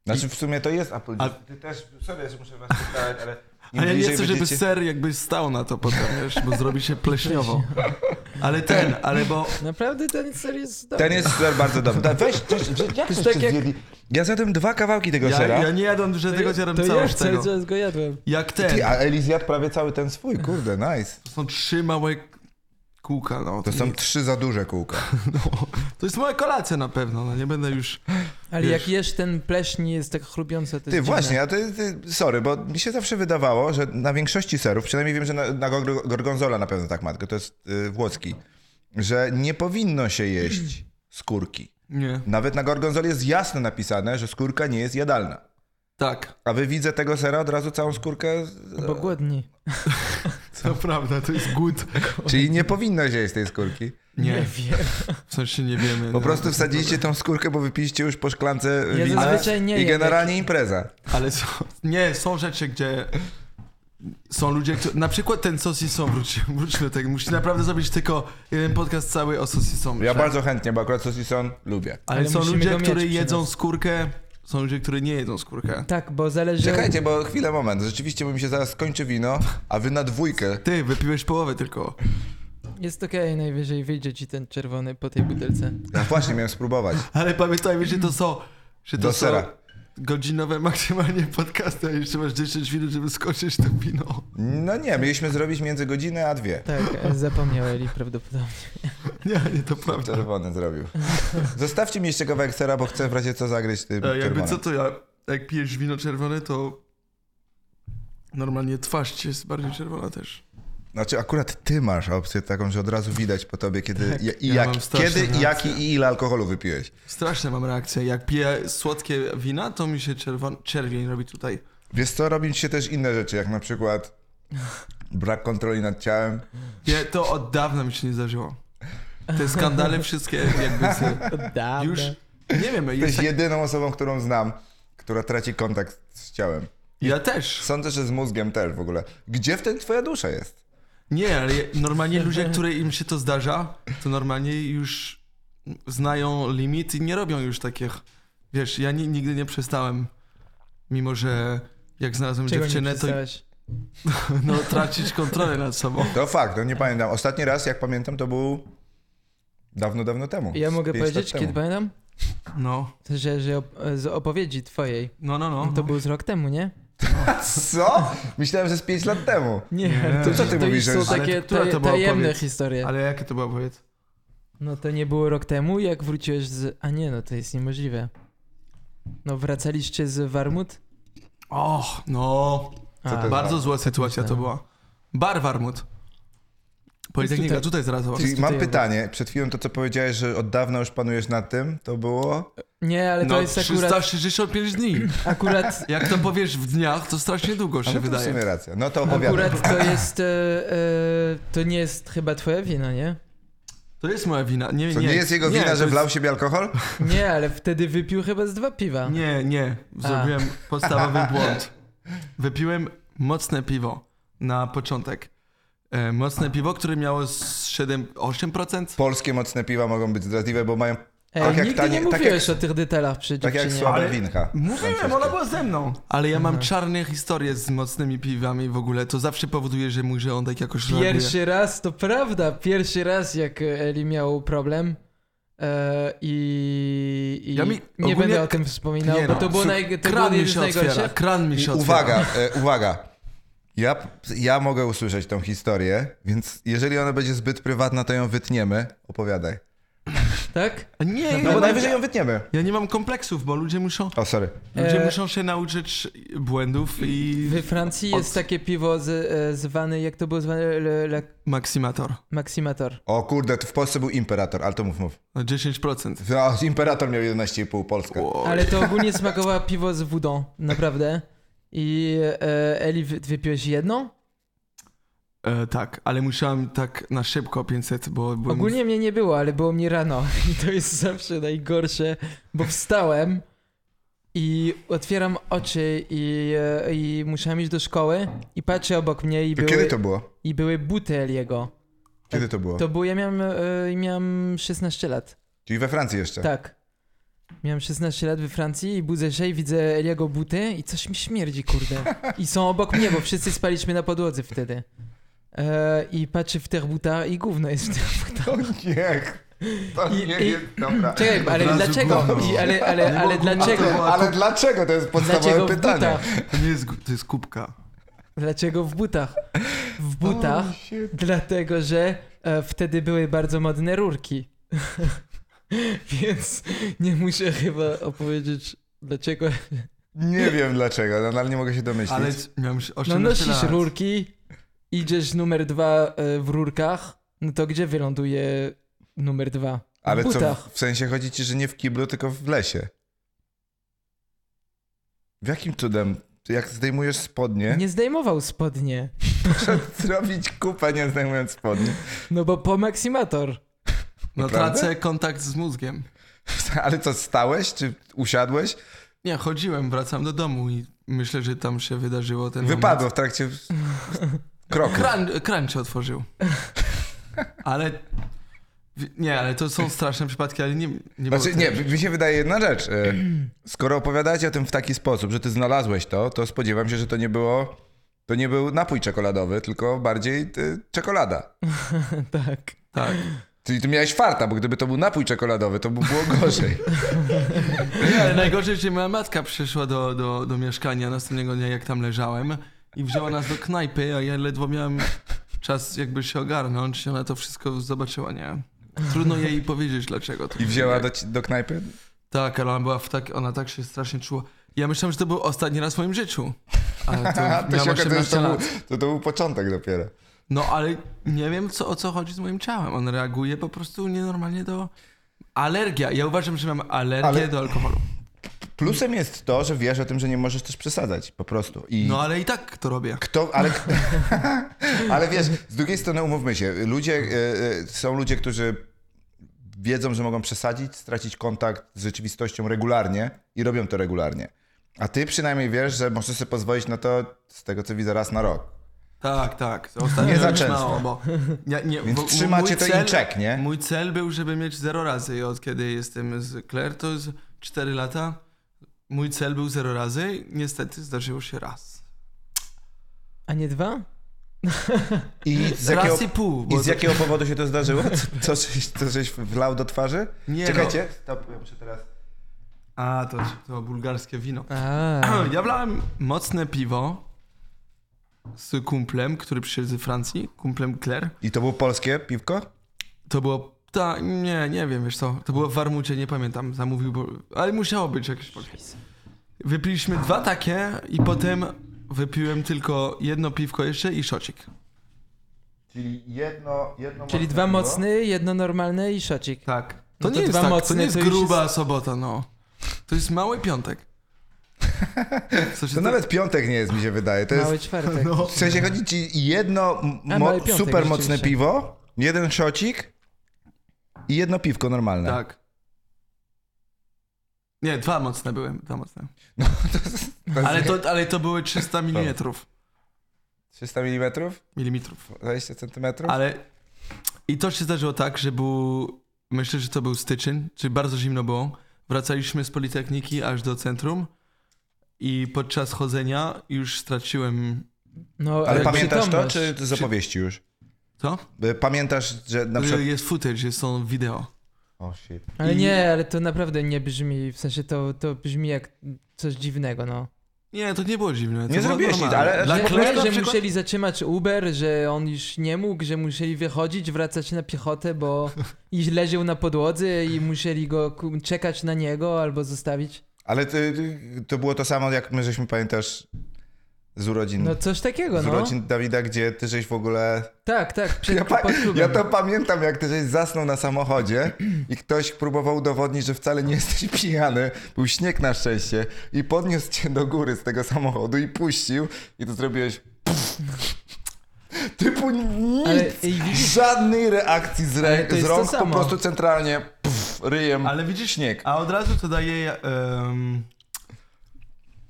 [SPEAKER 1] Znaczy w sumie to jest Apple
[SPEAKER 2] A-
[SPEAKER 1] Juice. Ty też, sorry, że muszę
[SPEAKER 2] [laughs]
[SPEAKER 1] was pytać, ale im
[SPEAKER 2] A ja nie
[SPEAKER 1] bliżej
[SPEAKER 2] chcę, żeby
[SPEAKER 1] będziecie-
[SPEAKER 2] ser jakby stał na to potem, wiesz, bo zrobi się pleśniowo. Ale ten, ale bo...
[SPEAKER 3] Naprawdę ten ser jest dobry.
[SPEAKER 1] Ten jest ser bardzo dobry. Da, weź, coś, jak żeście
[SPEAKER 3] tak jak-
[SPEAKER 1] zjedli? Ja zjadłem dwa kawałki tego
[SPEAKER 2] Ja,
[SPEAKER 1] sera.
[SPEAKER 2] ja nie jadam żadnego, zjadam
[SPEAKER 3] to ja
[SPEAKER 2] całość
[SPEAKER 3] cały
[SPEAKER 2] tego.
[SPEAKER 3] czas go jadłem.
[SPEAKER 2] Jak ten.
[SPEAKER 1] Ty, a Elis jadł prawie cały ten swój, kurde, nice.
[SPEAKER 2] To są trzy małe kółka, no.
[SPEAKER 1] To są trzy za duże kółka.
[SPEAKER 2] No, [laughs] to jest moja kolacja na pewno, no nie będę już...
[SPEAKER 3] Ale
[SPEAKER 2] Wiesz.
[SPEAKER 3] jak jesz ten pleśń jest tak chrupiący, to
[SPEAKER 1] Ty,
[SPEAKER 3] jest
[SPEAKER 1] właśnie,
[SPEAKER 3] dziwne.
[SPEAKER 1] a ty, ty, sorry, bo mi się zawsze wydawało, że na większości serów, przynajmniej wiem, że na, na Gorg- Gorgonzola na pewno tak ma, tylko to jest y, włoski, że nie powinno się jeść skórki.
[SPEAKER 2] Nie.
[SPEAKER 1] Nawet na Gorgonzoli jest jasno napisane, że skórka nie jest jadalna.
[SPEAKER 2] Tak,
[SPEAKER 1] A wy widzę tego sera od razu całą skórkę. z-
[SPEAKER 3] Bo głodni.
[SPEAKER 2] to prawda, to jest głód.
[SPEAKER 1] Czyli nie powinno zjeść tej skórki.
[SPEAKER 2] [laughs] Nie,
[SPEAKER 3] wiem. [laughs]
[SPEAKER 2] w sensie nie wiemy.
[SPEAKER 1] Po
[SPEAKER 2] no.
[SPEAKER 1] prostu wsadziliście tą skórkę, bo wypiliście już po szklance
[SPEAKER 3] Ja
[SPEAKER 1] wina
[SPEAKER 3] zazwyczaj nie
[SPEAKER 1] i
[SPEAKER 3] jem,
[SPEAKER 1] generalnie impreza.
[SPEAKER 2] Ale są, nie, są rzeczy, gdzie są ludzie, którzy, na przykład ten sosisą, wróć, wróćmy do tego, musisz naprawdę zrobić tylko jeden podcast cały o sosisą.
[SPEAKER 3] Tak.
[SPEAKER 1] Ja bardzo chętnie, bo akurat sosison lubię.
[SPEAKER 2] Ale,
[SPEAKER 3] Ale
[SPEAKER 2] są
[SPEAKER 3] musimy
[SPEAKER 2] ludzie,
[SPEAKER 3] go mieć
[SPEAKER 2] którzy
[SPEAKER 3] przy
[SPEAKER 2] jedzą
[SPEAKER 3] nas.
[SPEAKER 2] skórkę, są ludzie, którzy nie jedzą skórkę.
[SPEAKER 3] Tak, bo zależy...
[SPEAKER 1] Czekajcie, bo chwilę, moment. Rzeczywiście, bo mi się zaraz skończy wino, a wy na dwójkę.
[SPEAKER 2] Ty, wypiłeś połowę tylko.
[SPEAKER 3] Jest okej, najwyżej wyjdzie ci ten czerwony po tej butelce.
[SPEAKER 1] Ja właśnie miałem spróbować.
[SPEAKER 2] Ale pamiętajmy, że to są, że to
[SPEAKER 1] Do
[SPEAKER 2] są
[SPEAKER 1] sera.
[SPEAKER 2] godzinowe maksymalnie podcasty, a jeszcze masz 10 minut, żeby skończyć to wino. [laughs]
[SPEAKER 1] No nie, mieliśmy zrobić między godzinę a dwie.
[SPEAKER 3] Tak, e, zapomniał Eli prawdopodobnie.
[SPEAKER 2] [laughs] Nie, nie, to prawda. E,
[SPEAKER 1] Czerwony zrobił. Zostawcie mi jeszcze kawałek sera, bo chcę w razie co zagryźć tym
[SPEAKER 2] E, Jakby
[SPEAKER 1] czerwonym.
[SPEAKER 2] co to ja, jak pijesz wino czerwone, to normalnie twarz ci jest bardziej czerwona też.
[SPEAKER 1] Znaczy akurat ty masz opcję taką, że od razu widać po tobie, kiedy ja, i
[SPEAKER 2] [laughs] Ja
[SPEAKER 1] jak,
[SPEAKER 2] mam straszne
[SPEAKER 1] kiedy,
[SPEAKER 2] reakcje.
[SPEAKER 1] jaki i ile alkoholu wypiłeś.
[SPEAKER 2] Straszne mam reakcje. Jak piję słodkie wina, to mi się czerwon, czerwień robi tutaj.
[SPEAKER 1] Wiesz co, robi ci się też inne rzeczy, jak na przykład brak kontroli nad ciałem.
[SPEAKER 2] Nie, to od dawna mi się nie zdarzyło. Te skandale wszystkie jakby z,
[SPEAKER 3] Dawno.
[SPEAKER 2] już, nie wiem, jest
[SPEAKER 1] Jesteś
[SPEAKER 2] tak,
[SPEAKER 1] jedyną osobą, którą znam, która traci kontakt z ciałem.
[SPEAKER 2] ja też.
[SPEAKER 1] Sądzę, że z mózgiem też w ogóle. Gdzie w tym twoja dusza jest?
[SPEAKER 2] Nie, ale je- normalnie
[SPEAKER 3] [laughs]
[SPEAKER 2] ludzie, które im się to zdarza, to normalnie już znają limit i nie robią już takich. Wiesz, ja ni- nigdy nie przestałem, mimo że jak znalazłem
[SPEAKER 3] Czego nie
[SPEAKER 2] dziewczynę, to
[SPEAKER 3] przestałeś?
[SPEAKER 2] [laughs] no, tracić kontrolę nad sobą.
[SPEAKER 1] To fakt, no nie pamiętam. Ostatni raz, jak pamiętam, to był dawno, dawno temu.
[SPEAKER 3] Ja
[SPEAKER 1] Z
[SPEAKER 3] mogę
[SPEAKER 1] pięć lat
[SPEAKER 3] powiedzieć,
[SPEAKER 1] temu.
[SPEAKER 3] kiedy pamiętam?
[SPEAKER 2] No,
[SPEAKER 3] Że, że op- z opowiedzi twojej.
[SPEAKER 2] no, no, no.
[SPEAKER 3] To był z rok temu, nie?
[SPEAKER 1] Co? Myślałem, że z 5 lat temu.
[SPEAKER 2] Nie.
[SPEAKER 1] To co ty
[SPEAKER 3] to
[SPEAKER 1] mówisz,
[SPEAKER 3] już
[SPEAKER 1] że-
[SPEAKER 3] są
[SPEAKER 2] Ale
[SPEAKER 3] takie
[SPEAKER 2] która to
[SPEAKER 3] taj-
[SPEAKER 2] była
[SPEAKER 3] tajemne
[SPEAKER 2] opowieść?
[SPEAKER 3] historie.
[SPEAKER 2] Ale jakie to było powiedz?
[SPEAKER 3] No to nie było rok temu, jak wróciłeś z... A nie, no to jest niemożliwe. No wracaliście z Warmut?
[SPEAKER 2] Och, no.
[SPEAKER 1] Co to
[SPEAKER 3] A,
[SPEAKER 1] jest?
[SPEAKER 2] Bardzo zła sytuacja to
[SPEAKER 1] no.
[SPEAKER 3] Myślałem.
[SPEAKER 2] była. Bar Warmut. Politechnika,
[SPEAKER 3] tutaj.
[SPEAKER 2] tutaj zaraz zobacz.
[SPEAKER 1] Czyli
[SPEAKER 3] jest
[SPEAKER 1] mam
[SPEAKER 3] tutaj
[SPEAKER 1] pytanie. Przed chwilą to, co powiedziałeś, że od dawna już panujesz nad tym, to było...
[SPEAKER 3] Nie, ale to
[SPEAKER 2] No,
[SPEAKER 3] jest akurat...
[SPEAKER 2] 365 dni.
[SPEAKER 3] Akurat,
[SPEAKER 2] Jak to powiesz w dniach, to strasznie długo
[SPEAKER 1] A
[SPEAKER 2] się
[SPEAKER 1] no to w
[SPEAKER 2] wydaje.
[SPEAKER 1] sumie racja. No to [laughs] opowiadaj.
[SPEAKER 3] akurat to jest... E, e, to nie jest chyba twoja wina, nie?
[SPEAKER 2] To jest moja wina. Nie,
[SPEAKER 1] To nie jest jego wina,
[SPEAKER 2] to
[SPEAKER 1] że
[SPEAKER 2] jest-
[SPEAKER 1] wlał w siebie alkohol?
[SPEAKER 3] Nie, ale wtedy wypił chyba z dwa piwa.
[SPEAKER 2] Nie, nie. Zrobiłem
[SPEAKER 1] [laughs]
[SPEAKER 2] podstawowy błąd. Wypiłem mocne piwo na początek. E, mocne piwo, które miało z 7-8%.
[SPEAKER 1] Polskie mocne piwa mogą być zdradliwe, bo mają
[SPEAKER 3] Ej,
[SPEAKER 1] Tak jak
[SPEAKER 3] nigdy
[SPEAKER 1] tanie-
[SPEAKER 3] nie
[SPEAKER 1] tak
[SPEAKER 3] mówiłeś o tych detalach przy
[SPEAKER 1] tak jak
[SPEAKER 3] dziewczynie.
[SPEAKER 1] słabe
[SPEAKER 2] Ale-
[SPEAKER 1] winka.
[SPEAKER 2] Mówiłem,
[SPEAKER 1] francuskie.
[SPEAKER 2] ona była ze mną. Ale ja
[SPEAKER 1] Mhm.
[SPEAKER 2] mam czarne historie z mocnymi piwami w ogóle. To zawsze powoduje, że mój żołądek jakoś reaguje.
[SPEAKER 3] Pierwszy raz, to prawda, pierwszy raz jak Eli miał problem e, i, i
[SPEAKER 2] Ja mi-
[SPEAKER 3] nie
[SPEAKER 2] ogólnie-
[SPEAKER 3] będę o tym wspominał, no, bo to było,
[SPEAKER 2] słuch-
[SPEAKER 3] naj, to
[SPEAKER 2] no.
[SPEAKER 3] było
[SPEAKER 2] kran mi
[SPEAKER 3] jeden z
[SPEAKER 2] się otwiera,
[SPEAKER 3] najgorszych.
[SPEAKER 2] kran mi
[SPEAKER 1] I
[SPEAKER 2] się otwiera.
[SPEAKER 1] uwaga, e, uwaga. Ja, ja mogę usłyszeć tą historię, więc jeżeli ona będzie zbyt prywatna, to ją wytniemy. Opowiadaj.
[SPEAKER 3] Tak?
[SPEAKER 2] A Nie,
[SPEAKER 1] No
[SPEAKER 2] ja,
[SPEAKER 1] bo
[SPEAKER 2] nie-
[SPEAKER 1] najwyżej ją wytniemy.
[SPEAKER 2] ja nie mam kompleksów, bo ludzie muszą,
[SPEAKER 1] O, sorry.
[SPEAKER 2] ludzie
[SPEAKER 3] E,
[SPEAKER 2] muszą się nauczyć błędów i
[SPEAKER 3] We Francji
[SPEAKER 2] Od-
[SPEAKER 3] jest takie piwo z, e, zwane, jak to było zwane, le, le,
[SPEAKER 2] maksymator.
[SPEAKER 3] Maximator.
[SPEAKER 1] O kurde, to w Polsce był imperator, ale to mów, mów.
[SPEAKER 2] No 10%.
[SPEAKER 1] O, imperator miał 11,5 Polska.
[SPEAKER 3] Ale to
[SPEAKER 1] [laughs]
[SPEAKER 3] ogólnie smakowało piwo z wódą, naprawdę. I e, Eli, wy, wypiłeś jedną?
[SPEAKER 2] E, tak, ale musiałem tak na szybko 500, bo byłem...
[SPEAKER 3] Ogólnie mnie nie było, ale było mnie rano [laughs] i to jest zawsze najgorsze, bo wstałem i otwieram oczy i, e, i musiałem iść do szkoły i patrzę obok mnie i,
[SPEAKER 1] To
[SPEAKER 3] były,
[SPEAKER 1] kiedy to było?
[SPEAKER 3] i były buty Eliego.
[SPEAKER 1] Kiedy to było?
[SPEAKER 3] To było, ja miałem, e, miałem 16 lat,
[SPEAKER 1] Czyli we Francji jeszcze.
[SPEAKER 3] tak. Miałem 16 lat we Francji i budzę się i widzę Eliego buty i coś mi śmierdzi, kurde. I są obok mnie, bo wszyscy spaliśmy na podłodze wtedy. E, I patrzę w tych butach i gówno jest w tych
[SPEAKER 1] To nie. To
[SPEAKER 3] I-
[SPEAKER 1] nie
[SPEAKER 3] i-
[SPEAKER 1] jest dobra.
[SPEAKER 3] Czekaj, ale
[SPEAKER 2] razu
[SPEAKER 3] dlaczego?
[SPEAKER 2] gówno.
[SPEAKER 3] I, ale ale, ale dlaczego?
[SPEAKER 1] Ale dlaczego? To jest
[SPEAKER 3] Dlaczego
[SPEAKER 1] podstawowe
[SPEAKER 3] w
[SPEAKER 1] pytanie.
[SPEAKER 3] butach?
[SPEAKER 2] To nie jest, gu- to jest kubka.
[SPEAKER 3] Dlaczego w butach? W butach, dlatego że e, wtedy były bardzo modne rurki. [laughs] Więc nie muszę chyba opowiedzieć dlaczego.
[SPEAKER 1] Nie wiem dlaczego, nadal nie mogę się domyślić.
[SPEAKER 2] Ale c- miałem już 18
[SPEAKER 3] No nosisz
[SPEAKER 2] lat.
[SPEAKER 3] rurki, idziesz numer dwa e, w rurkach, no to gdzie wyląduje numer dwa? W
[SPEAKER 1] Ale co,
[SPEAKER 3] butach.
[SPEAKER 1] w sensie chodzi ci, że nie w kiblu, tylko w lesie. W jakim cudem? Jak zdejmujesz spodnie,
[SPEAKER 3] Nie zdejmował spodnie.
[SPEAKER 1] [laughs] zrobić kupę nie zdejmując spodni.
[SPEAKER 3] No bo po maksymator.
[SPEAKER 2] No
[SPEAKER 1] Naprawdę?
[SPEAKER 2] tracę kontakt z mózgiem.
[SPEAKER 1] Ale co, stałeś czy usiadłeś?
[SPEAKER 2] Nie, chodziłem, wracam do domu i myślę, że tam się wydarzyło ten
[SPEAKER 1] Wypadło w trakcie kroku.
[SPEAKER 2] moment. Kran, kran się otworzył. Ale... w- Nie, ale to są straszne przypadki, ale nie... nie
[SPEAKER 1] Znaczy,
[SPEAKER 2] było
[SPEAKER 1] nie,
[SPEAKER 2] tego.
[SPEAKER 1] mi mi się wydaje jedna rzecz. e, Skoro opowiadacie o tym w taki sposób, że ty znalazłeś to, to spodziewam się, że to nie było... To nie był napój czekoladowy, tylko bardziej y, czekolada.
[SPEAKER 3] [laughs] tak.
[SPEAKER 2] Tak.
[SPEAKER 1] Czyli ty miałeś farta, bo gdyby to był napój czekoladowy, to by było [laughs] gorzej.
[SPEAKER 2] Ale najgorzej, że moja matka przyszła do, do, do mieszkania następnego dnia, jak tam leżałem i wzięła nas do knajpy, a ja ledwo miałem czas jakby się ogarnąć i ona to wszystko zobaczyła, nie? Trudno jej powiedzieć dlaczego. to
[SPEAKER 1] I wzięła
[SPEAKER 2] tak.
[SPEAKER 1] do, ci- do knajpy?
[SPEAKER 2] Tak, ale ona była w tak, ona tak się strasznie czuła. Ja myślałem, że to był ostatni raz w moim
[SPEAKER 1] [laughs]
[SPEAKER 2] życiu. Ale to,
[SPEAKER 1] A, to, się
[SPEAKER 2] miałem
[SPEAKER 1] okazało, że
[SPEAKER 2] 18
[SPEAKER 1] to, był,
[SPEAKER 2] lat.
[SPEAKER 1] to, to był początek dopiero.
[SPEAKER 2] No ale nie wiem co, o co chodzi z moim ciałem. On reaguje po prostu nienormalnie do... Alergia. Ja uważam, że mam alergię
[SPEAKER 1] Ale-
[SPEAKER 2] do alkoholu.
[SPEAKER 1] Plusem jest to, że wiesz o tym, że nie możesz też przesadzać po prostu. I
[SPEAKER 2] No ale i tak to robię.
[SPEAKER 1] Kto, ale, [laughs] ale wiesz, z drugiej strony umówmy się, ludzie, e, e, są ludzie, którzy wiedzą, że mogą przesadzić, stracić kontakt z rzeczywistością regularnie i robią to regularnie. A ty przynajmniej wiesz, że możesz sobie pozwolić na to, z tego co widzę, raz na rok.
[SPEAKER 2] Tak, tak. Ostatnio
[SPEAKER 1] Nie za
[SPEAKER 2] już
[SPEAKER 1] często.
[SPEAKER 2] Mało, bo ja, nie,
[SPEAKER 1] Więc
[SPEAKER 2] bo m-
[SPEAKER 1] trzymacie
[SPEAKER 2] mój
[SPEAKER 1] to in check, nie?
[SPEAKER 2] Mój cel był, żeby mieć zero razy i od kiedy jestem z Claire, to jest 4 lata. Mój cel był zero razy, niestety zdarzyło się raz.
[SPEAKER 3] A nie dwa?
[SPEAKER 1] I z jakiego,
[SPEAKER 2] Raz i pół.
[SPEAKER 1] i
[SPEAKER 2] Bo
[SPEAKER 1] z jakiego powodu się to zdarzyło? Co, co, żeś, co żeś wlał do twarzy?
[SPEAKER 2] Nie,
[SPEAKER 1] Czekajcie, no. stop, ja muszę teraz...
[SPEAKER 2] No, a, to, to bułgarskie wino. [clears throat]
[SPEAKER 3] A,
[SPEAKER 2] Ja wlałem mocne piwo z kumplem, który przyjeżdża z Francji, kumplem Claire.
[SPEAKER 1] I to było polskie piwko?
[SPEAKER 2] To było... Ta, nie, nie wiem, wiesz co. To było w Warmucie, nie pamiętam. Zamówił, bo, ale musiało być jakieś polskie. Wypiliśmy dwa takie i potem wypiłem tylko jedno piwko jeszcze i szocik.
[SPEAKER 1] Czyli jedno, jedno
[SPEAKER 3] czyli dwa
[SPEAKER 1] piwo.
[SPEAKER 3] mocny, jedno normalne i szocik.
[SPEAKER 2] Tak. To,
[SPEAKER 3] No to
[SPEAKER 2] nie jest
[SPEAKER 3] dwa
[SPEAKER 2] tak, to
[SPEAKER 3] mocne,
[SPEAKER 2] nie jest
[SPEAKER 3] to już
[SPEAKER 2] gruba sobota, no. To jest mały piątek. Co się
[SPEAKER 1] To nawet piątek nie jest, mi się wydaje. To jest
[SPEAKER 3] Mały czwartek.
[SPEAKER 1] W sensie chodzi ci jedno m-
[SPEAKER 3] A,
[SPEAKER 1] mo-
[SPEAKER 3] no i piątek
[SPEAKER 1] super mocne
[SPEAKER 3] rzeczywiście.
[SPEAKER 1] piwo, jeden szocik i jedno piwko normalne.
[SPEAKER 2] Tak. Nie, dwa mocne były, dwa mocne.
[SPEAKER 1] No, To jest
[SPEAKER 2] Ale to, ale to były 300 mm.
[SPEAKER 1] 300 mm,
[SPEAKER 2] Milimetrów.
[SPEAKER 1] 20 cm.
[SPEAKER 2] Ale i to się zdarzyło tak, że był, myślę, że to był styczeń, czyli bardzo zimno było. Wracaliśmy z Politechniki aż do centrum i podczas chodzenia już straciłem,
[SPEAKER 3] No,
[SPEAKER 1] Ale pamiętasz to,
[SPEAKER 3] przytomność.
[SPEAKER 1] czy z opowieści już?
[SPEAKER 2] co? Y,
[SPEAKER 1] Y, Pamiętasz, że na przykład...
[SPEAKER 2] Jest footage, jest są wideo.
[SPEAKER 1] O shit.
[SPEAKER 3] Ale
[SPEAKER 2] I-
[SPEAKER 3] nie, ale to naprawdę nie brzmi, w sensie to, to brzmi jak coś dziwnego, no.
[SPEAKER 2] Nie, to nie było dziwne. To
[SPEAKER 1] Nie
[SPEAKER 2] było
[SPEAKER 1] zrobiłeś nic,
[SPEAKER 2] normalne.
[SPEAKER 1] ale-
[SPEAKER 2] Dla
[SPEAKER 1] ale-
[SPEAKER 3] Że,
[SPEAKER 2] Claire Znaczy, na
[SPEAKER 3] że
[SPEAKER 2] przykład-
[SPEAKER 3] musieli zatrzymać Uber, że on już nie mógł, że musieli wychodzić, wracać na piechotę,
[SPEAKER 1] [laughs]
[SPEAKER 3] bo i leżał na podłodze i musieli go ku- czekać na niego albo zostawić.
[SPEAKER 1] Ale ty, ty, to było to samo, jak my żeśmy, pamiętasz, z urodzin...
[SPEAKER 3] No coś takiego,
[SPEAKER 1] Mm. z
[SPEAKER 3] no.
[SPEAKER 1] urodzin Dawida, gdzie ty żeś w ogóle...
[SPEAKER 3] Tak, tak, przed
[SPEAKER 1] Ja, pa-
[SPEAKER 3] pod klubem.
[SPEAKER 1] ja to pamiętam, jak ty żeś zasnął na samochodzie i ktoś próbował udowodnić, że wcale nie jesteś [laughs] pijany. Był śnieg na szczęście i podniósł cię do góry z tego samochodu i puścił i to zrobiłeś pff. typu nic,
[SPEAKER 3] Ale- i widzisz-
[SPEAKER 1] żadnej reakcji z,
[SPEAKER 3] Ale
[SPEAKER 1] rę-
[SPEAKER 3] to
[SPEAKER 1] z
[SPEAKER 3] jest to
[SPEAKER 1] rąk, po
[SPEAKER 3] samo.
[SPEAKER 1] prostu centralnie pff, ryjem.
[SPEAKER 2] Ale widzisz,
[SPEAKER 1] Śnieg.
[SPEAKER 2] a od razu to daje em,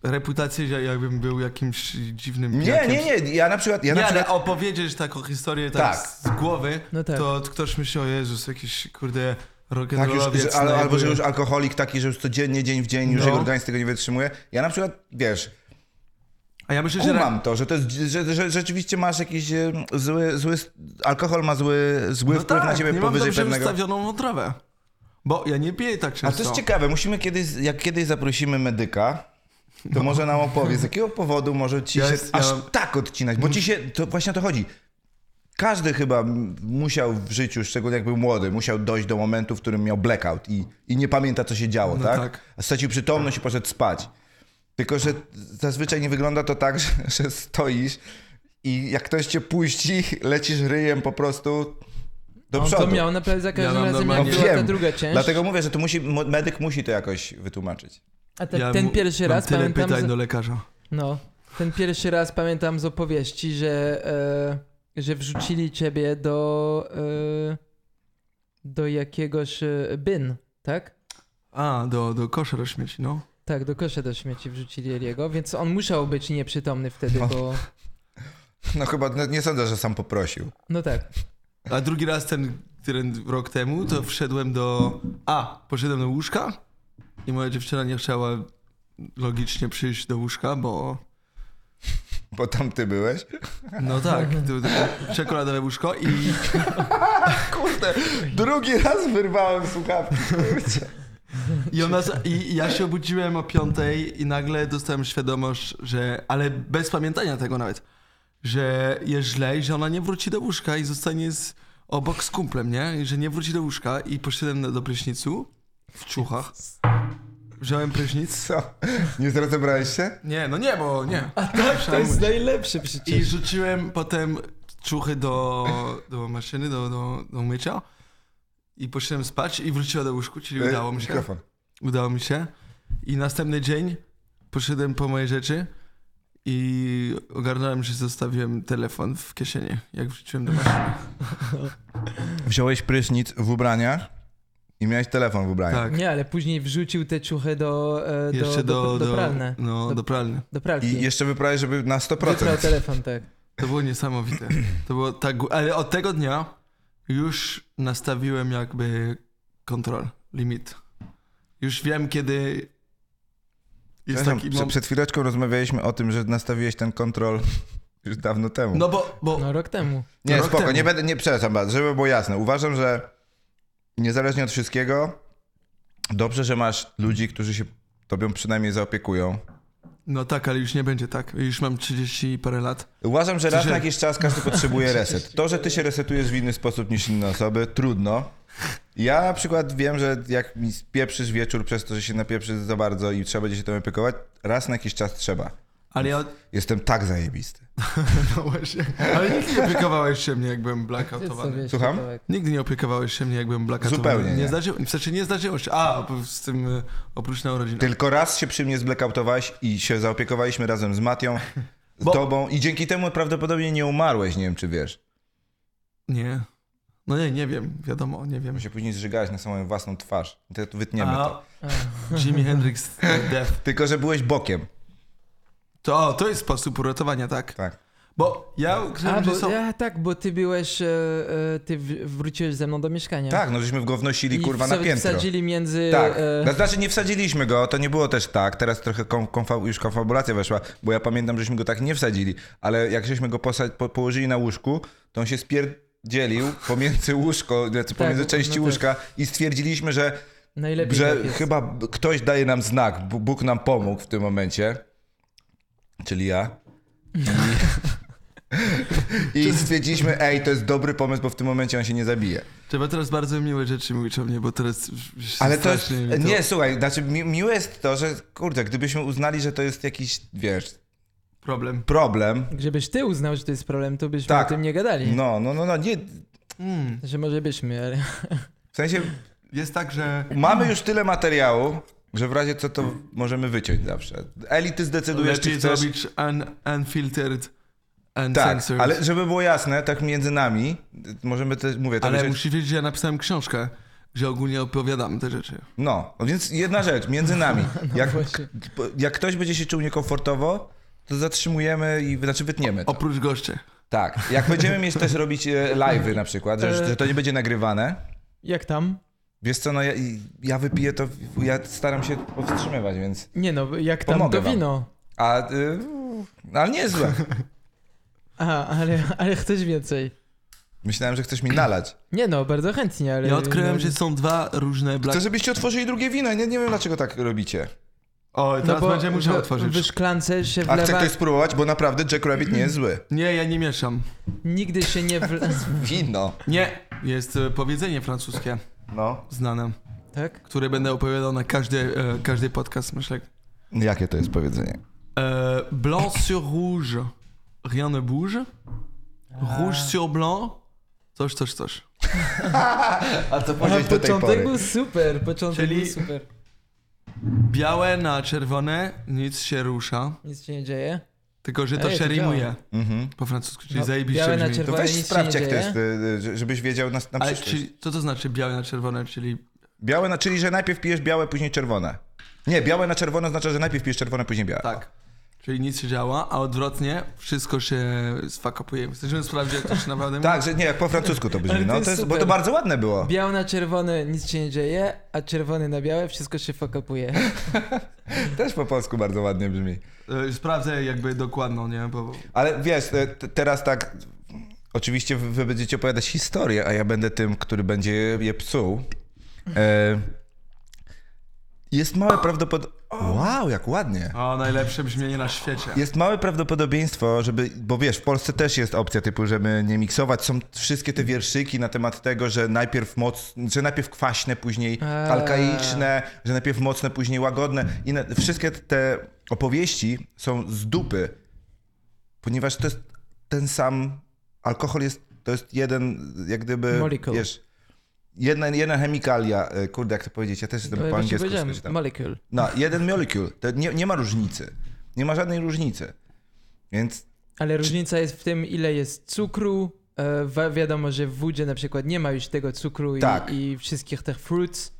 [SPEAKER 2] reputację, że jakbym był jakimś dziwnym
[SPEAKER 1] Nie,
[SPEAKER 2] pijakiem.
[SPEAKER 1] nie, nie, ja na przykład... Ja
[SPEAKER 2] nie,
[SPEAKER 1] na przykład...
[SPEAKER 2] ale opowiedzieć taką historię tak,
[SPEAKER 1] Tak.
[SPEAKER 2] z głowy,
[SPEAKER 3] No tak.
[SPEAKER 2] to ktoś myśli, o Jezus, jakiś kurde
[SPEAKER 1] Tak, już,
[SPEAKER 2] rock'n'rollowiec.
[SPEAKER 1] że, ale,
[SPEAKER 2] no,
[SPEAKER 1] albo że
[SPEAKER 2] jakby-
[SPEAKER 1] już alkoholik taki, że już codziennie, dzień w dzień, już
[SPEAKER 2] No.
[SPEAKER 1] jego organizm tego nie wytrzymuje. Ja na przykład, wiesz,
[SPEAKER 2] A ja myślę, że... ra-
[SPEAKER 1] Kumam to, że, to jest, że, że rzeczywiście masz jakiś e, zły, zły, alkohol ma zły, zły
[SPEAKER 2] no
[SPEAKER 1] wpływ
[SPEAKER 2] tak,
[SPEAKER 1] na ciebie
[SPEAKER 2] nie mam
[SPEAKER 1] powyżej
[SPEAKER 2] dobrze
[SPEAKER 1] pewnego.
[SPEAKER 2] wystawioną odrowę. Bo ja nie piję tak
[SPEAKER 1] A
[SPEAKER 2] często.
[SPEAKER 1] to jest ciekawe, musimy kiedyś, jak kiedyś zaprosimy medyka, to może nam opowie, z jakiego powodu może ci
[SPEAKER 2] Ja
[SPEAKER 1] się
[SPEAKER 2] jest-
[SPEAKER 1] aż
[SPEAKER 2] ja-
[SPEAKER 1] tak odcinać, bo ci się, to właśnie o to chodzi. Każdy chyba m- musiał w życiu, szczególnie jak był młody, musiał dojść do momentu, w którym miał blackout i, i nie pamięta, co się działo,
[SPEAKER 2] No
[SPEAKER 1] tak?
[SPEAKER 2] tak.
[SPEAKER 1] A stracił przytomność i poszedł spać. Tylko, że zazwyczaj nie wygląda to tak, [laughs] że, że stoisz i jak ktoś cię puści, lecisz ryjem po prostu do
[SPEAKER 2] No,
[SPEAKER 3] On
[SPEAKER 1] przodu.
[SPEAKER 3] No, to miał na pewno za każdym
[SPEAKER 2] mam
[SPEAKER 3] razem, jak
[SPEAKER 2] normalnie-
[SPEAKER 3] była ta
[SPEAKER 1] Wiem.
[SPEAKER 3] druga część.
[SPEAKER 1] Dlatego mówię, że to musi, mo- medyk musi to jakoś wytłumaczyć.
[SPEAKER 3] A te,
[SPEAKER 2] Ja
[SPEAKER 3] ten
[SPEAKER 2] mu-
[SPEAKER 3] pierwszy
[SPEAKER 2] mam
[SPEAKER 3] raz
[SPEAKER 2] tyle
[SPEAKER 3] pamiętam.
[SPEAKER 2] pytań
[SPEAKER 3] z-
[SPEAKER 2] do lekarza.
[SPEAKER 3] No, ten pierwszy raz pamiętam z opowieści, że, e, że wrzucili ciebie do, e, do jakiegoś e, bin, tak?
[SPEAKER 2] A, do, do kosza do śmieci, no.
[SPEAKER 3] Tak, do kosza do śmieci wrzucili Eliego, więc on musiał być nieprzytomny wtedy,
[SPEAKER 1] No.
[SPEAKER 3] bo...
[SPEAKER 1] No chyba no, nie sądzę, że sam poprosił.
[SPEAKER 3] No tak,
[SPEAKER 2] A drugi raz ten, ten rok temu, to wszedłem do... A, poszedłem do łóżka i moja dziewczyna nie chciała logicznie przyjść do łóżka, bo...
[SPEAKER 1] Bo tam ty byłeś.
[SPEAKER 2] No tak,
[SPEAKER 4] Mhm.
[SPEAKER 2] to, to czekoladowe łóżko i...
[SPEAKER 4] [laughs]
[SPEAKER 1] Kurde, drugi raz wyrwałem słuchawki. Kurczę.
[SPEAKER 2] I, ona, za- I ja się obudziłem o piątej i nagle dostałem świadomość, że. Ale bez pamiętania tego nawet, że jest źle i że ona nie wróci do łóżka i zostanie z, obok z kumplem, nie? I że nie wróci do łóżka i poszedłem do, do prysznicu w czuchach. Wziąłem prysznic.
[SPEAKER 1] Co? Nie zrozebrałeś się?
[SPEAKER 2] Nie, no nie, bo nie.
[SPEAKER 4] tak, To jest najlepszy przecież.
[SPEAKER 2] I rzuciłem potem ciuchy do, do maszyny, do, do, do mycia. I poszedłem spać i wróciła do łóżku, czyli udało mi się.
[SPEAKER 1] E, Mikrofon.
[SPEAKER 2] Udało mi się. I następny dzień poszedłem po moje rzeczy i ogarnąłem, że zostawiłem telefon w kieszeni, jak wrzuciłem do maszyny.
[SPEAKER 1] Wziąłeś prysznic w ubraniach i miałeś telefon w ubraniach.
[SPEAKER 2] Tak.
[SPEAKER 3] nie, ale później wrzucił te ciuchy do, e, do,
[SPEAKER 2] Jeszcze do,
[SPEAKER 3] do, do, pralne,
[SPEAKER 2] No,
[SPEAKER 3] Do-
[SPEAKER 2] do pralny.
[SPEAKER 3] do pralki.
[SPEAKER 1] I jeszcze wyprawiłeś, żeby na 100%.
[SPEAKER 3] Wyprał telefon, tak.
[SPEAKER 2] To było niesamowite. To było tak... gó- Ale od tego dnia już nastawiłem jakby kontrol, limit. Już wiem, kiedy jest
[SPEAKER 1] Przepraszam,
[SPEAKER 2] taki
[SPEAKER 1] prze-
[SPEAKER 2] moment...
[SPEAKER 1] Przed chwileczką rozmawialiśmy o tym, że nastawiłeś ten kontrol już dawno temu.
[SPEAKER 2] No bo, bo
[SPEAKER 3] No rok temu.
[SPEAKER 1] nie,
[SPEAKER 2] rok
[SPEAKER 1] spoko,
[SPEAKER 2] temu.
[SPEAKER 1] nie będę, nie przepraszam bardzo, żeby było jasne. Uważam, że niezależnie od wszystkiego, dobrze, że masz ludzi, którzy się tobą przynajmniej zaopiekują.
[SPEAKER 2] No tak, ale już nie będzie tak. Już mam 30 i parę lat.
[SPEAKER 1] Uważam, że raz
[SPEAKER 2] Że-
[SPEAKER 1] na jakiś czas każdy potrzebuje reset. To, że ty się resetujesz w inny sposób niż inne osoby, trudno. Ja na przykład wiem, że jak mi spieprzysz wieczór przez to, że się napieprzy za bardzo i trzeba będzie się tym opiekować, raz na jakiś czas trzeba. [laughs]
[SPEAKER 2] Ale ja...
[SPEAKER 1] Jestem tak zajebisty.
[SPEAKER 2] No właśnie. Ale nigdy nie opiekowałeś się mnie, jak byłem
[SPEAKER 3] Ty
[SPEAKER 2] blackoutowany.
[SPEAKER 3] sobie
[SPEAKER 1] Słucham?
[SPEAKER 3] światołek.
[SPEAKER 2] Nigdy nie opiekowałeś się mnie, jak byłem blackoutowany.
[SPEAKER 1] Zupełnie nie.
[SPEAKER 2] nie. Zdarzyło, w sensie nie zdarzyło się. A, bo z tym y, oprócz na urodziny.
[SPEAKER 1] Tylko raz się przy mnie zblakoutowałeś i się zaopiekowaliśmy razem z Matią, z
[SPEAKER 2] Bo-
[SPEAKER 1] tobą i dzięki temu prawdopodobnie nie umarłeś, nie wiem czy wiesz.
[SPEAKER 2] Nie. No nie, nie wiem. Wiadomo, nie wiem.
[SPEAKER 1] Bo się później zżygałeś na swoją własną twarz. To wytniemy to.
[SPEAKER 2] A, Jimi Hendrix y, Death.
[SPEAKER 1] Tylko, że byłeś bokiem.
[SPEAKER 2] To, o, to jest sposób uratowania, tak?
[SPEAKER 1] Tak.
[SPEAKER 2] Bo ja
[SPEAKER 3] A,
[SPEAKER 2] ukrywam, że
[SPEAKER 3] bo,
[SPEAKER 2] są...
[SPEAKER 3] a, tak, bo ty byłeś, e, e, ty w- wróciłeś ze mną do mieszkania.
[SPEAKER 1] Tak, no żeśmy go wnosili
[SPEAKER 3] I
[SPEAKER 1] kurwa na
[SPEAKER 3] wsa-
[SPEAKER 1] piętro.
[SPEAKER 3] wsadzili między...
[SPEAKER 1] Tak,
[SPEAKER 3] e,
[SPEAKER 1] no, znaczy nie wsadziliśmy go, to nie było też tak, teraz trochę kom, konfa- już konfabulacja weszła, bo ja pamiętam, żeśmy go tak nie wsadzili, ale jak żeśmy go posa- po- położyli na łóżku, to on się spierdzielił pomiędzy łóżko, znaczy pomiędzy
[SPEAKER 3] no
[SPEAKER 1] części
[SPEAKER 3] tak.
[SPEAKER 1] łóżka i stwierdziliśmy, że,
[SPEAKER 3] najlepiej
[SPEAKER 1] że
[SPEAKER 3] tak jest.
[SPEAKER 1] chyba b- ktoś daje nam znak, B- Bóg nam pomógł w tym momencie, czyli ja.
[SPEAKER 3] [laughs]
[SPEAKER 1] I, [laughs] I stwierdziliśmy, ej, to jest dobry pomysł, bo w tym momencie on się nie zabije.
[SPEAKER 2] Trzeba teraz bardzo miłe rzeczy mówić o mnie, bo teraz... już
[SPEAKER 1] Ale to jest,
[SPEAKER 2] strasznie mi to-
[SPEAKER 1] nie, słuchaj, znaczy mi, miłe jest to, że kurde, gdybyśmy uznali, że to jest jakiś, wiesz,
[SPEAKER 2] Problem.
[SPEAKER 1] problem,
[SPEAKER 3] Gdybyś ty uznał, że to jest problem, to byśmy
[SPEAKER 1] Tak.
[SPEAKER 3] o tym nie gadali.
[SPEAKER 1] no, no, no, no, nie,
[SPEAKER 2] Mm.
[SPEAKER 3] Że może byśmy, ale... [laughs]
[SPEAKER 1] w sensie
[SPEAKER 2] Jest tak, że...
[SPEAKER 1] mamy już tyle materiału, że w razie co to możemy wyciąć zawsze. Eli, ty zdecydujesz, czy
[SPEAKER 2] Lepiej
[SPEAKER 1] chcesz.
[SPEAKER 2] zrobić un, unfiltered,
[SPEAKER 1] Tak,
[SPEAKER 2] uncensored.
[SPEAKER 1] ale żeby było jasne, tak między nami, y, możemy też, mówię, to
[SPEAKER 2] Ale
[SPEAKER 1] wyciąć-
[SPEAKER 2] musi wiedzieć, że ja napisałem książkę, że ogólnie opowiadam te rzeczy.
[SPEAKER 1] No, no więc jedna rzecz,
[SPEAKER 3] [laughs]
[SPEAKER 1] między nami, jak,
[SPEAKER 3] No, właśnie.
[SPEAKER 1] k- jak ktoś będzie się czuł niekomfortowo, to zatrzymujemy i, znaczy wytniemy to.
[SPEAKER 2] Oprócz goście.
[SPEAKER 1] Tak, jak będziemy mieć też robić e, live'y na przykład, że, że to nie będzie nagrywane,
[SPEAKER 3] Jak tam?
[SPEAKER 1] Wiesz co, no ja, ja wypiję to, ja staram się powstrzymywać, więc...
[SPEAKER 3] Nie no, jak tam
[SPEAKER 1] Pomogę
[SPEAKER 3] to
[SPEAKER 1] wam.
[SPEAKER 3] wino.
[SPEAKER 1] A, y, ale nie jest
[SPEAKER 2] [laughs]
[SPEAKER 1] złe.
[SPEAKER 3] Aha, ale, ale chcesz więcej.
[SPEAKER 1] Myślałem, że chcesz mi nalać.
[SPEAKER 3] Nie no, bardzo chętnie, ale...
[SPEAKER 2] Ja odkryłem,
[SPEAKER 3] no,
[SPEAKER 2] że są dwa różne black...
[SPEAKER 1] Chcę, żebyście otworzyli drugie wino, nie, nie wiem dlaczego tak robicie.
[SPEAKER 2] O, teraz
[SPEAKER 3] No bo
[SPEAKER 2] będzie musiał
[SPEAKER 3] w-
[SPEAKER 2] otworzyć.
[SPEAKER 3] W szklance się
[SPEAKER 1] A chce
[SPEAKER 3] wlewa...
[SPEAKER 1] ktoś spróbować, bo naprawdę Jack Rabbit nie jest zły.
[SPEAKER 2] Nie, ja nie mieszam.
[SPEAKER 3] Nigdy się nie wle...
[SPEAKER 1] [laughs] Wino.
[SPEAKER 2] Nie. Jest e, powiedzenie francuskie
[SPEAKER 1] No.
[SPEAKER 2] znane,
[SPEAKER 3] tak?
[SPEAKER 2] które będę opowiadał na każdy, e, każdy podcast, myślę.
[SPEAKER 1] Jakie to jest powiedzenie?
[SPEAKER 2] E, blanc sur rouge, rien ne bouge. Rouge sur blanc, coś, coś, coś.
[SPEAKER 1] A co
[SPEAKER 3] A początek był super, początek
[SPEAKER 2] Czyli-
[SPEAKER 3] był super.
[SPEAKER 2] białe na czerwone, nic się rusza,
[SPEAKER 3] Nic się nie dzieje.
[SPEAKER 2] tylko że to
[SPEAKER 3] Ej, to
[SPEAKER 2] się rimuje
[SPEAKER 3] działa.
[SPEAKER 1] Mhm.
[SPEAKER 2] po francusku, czyli
[SPEAKER 3] No,
[SPEAKER 2] zajebiście
[SPEAKER 3] białe na
[SPEAKER 2] brzmi.
[SPEAKER 1] To
[SPEAKER 3] czerwone. Chyba nic
[SPEAKER 1] weź
[SPEAKER 3] się nie
[SPEAKER 1] sprawdź, jak to
[SPEAKER 3] dzieje.
[SPEAKER 1] jest, y, y, żebyś wiedział na, na
[SPEAKER 2] Ale
[SPEAKER 1] przyszłość.
[SPEAKER 2] czyli, co to znaczy białe na czerwone, czyli
[SPEAKER 1] Białe na, czyli że najpierw pijesz białe, później czerwone. Nie, białe na czerwone oznacza, że najpierw pijesz czerwone, później białe.
[SPEAKER 2] tak. Czyli nic się działa, a odwrotnie wszystko się sfakapuje. Chcemy sprawdzić, jak to się naprawdę mówi?
[SPEAKER 1] Tak, że nie, jak po francusku to brzmi.
[SPEAKER 3] Ale to
[SPEAKER 1] No,
[SPEAKER 3] jest
[SPEAKER 1] to jest, bo
[SPEAKER 3] super.
[SPEAKER 1] to bardzo ładne było.
[SPEAKER 3] Biały na czerwony nic się nie dzieje, a czerwony na białe wszystko się fakapuje.
[SPEAKER 1] Też po polsku bardzo ładnie brzmi.
[SPEAKER 2] Y, Sprawdzę jakby dokładną, nie? Bo
[SPEAKER 1] Ale wiesz, e, t- teraz tak. Oczywiście wy wy będziecie opowiadać historię, a ja będę tym, który będzie je psuł. E, jest małe prawdopodobieństwo. Wow, jak ładnie.
[SPEAKER 2] O, najlepsze brzmienie na świecie.
[SPEAKER 1] Jest małe prawdopodobieństwo, żeby. Bo wiesz, w Polsce też jest opcja typu, żeby nie miksować. Są wszystkie te wierszyki na temat tego, że najpierw moc, że najpierw kwaśne, później
[SPEAKER 3] Eee.
[SPEAKER 1] alkaiczne, że najpierw mocne, później łagodne. I na, wszystkie te opowieści są z dupy, ponieważ to jest ten sam. Alkohol jest, to jest jeden, jak gdyby.
[SPEAKER 3] Molecule.
[SPEAKER 1] Wiesz, jedna, jedna chemikalia, y, kurde, jak to powiedzieć, ja też jestem po
[SPEAKER 3] No, Właśnie
[SPEAKER 1] angielsku.
[SPEAKER 3] powiedziałem,
[SPEAKER 1] skoczytam.
[SPEAKER 3] molecule.
[SPEAKER 1] No, jeden molecule. To nie, nie ma różnicy. Nie ma żadnej różnicy. Więc
[SPEAKER 3] Ale różnica jest w tym, ile jest cukru. E, wi- wiadomo, że w wodzie na przykład nie ma już tego cukru i,
[SPEAKER 1] Tak.
[SPEAKER 3] i wszystkich tych fruits.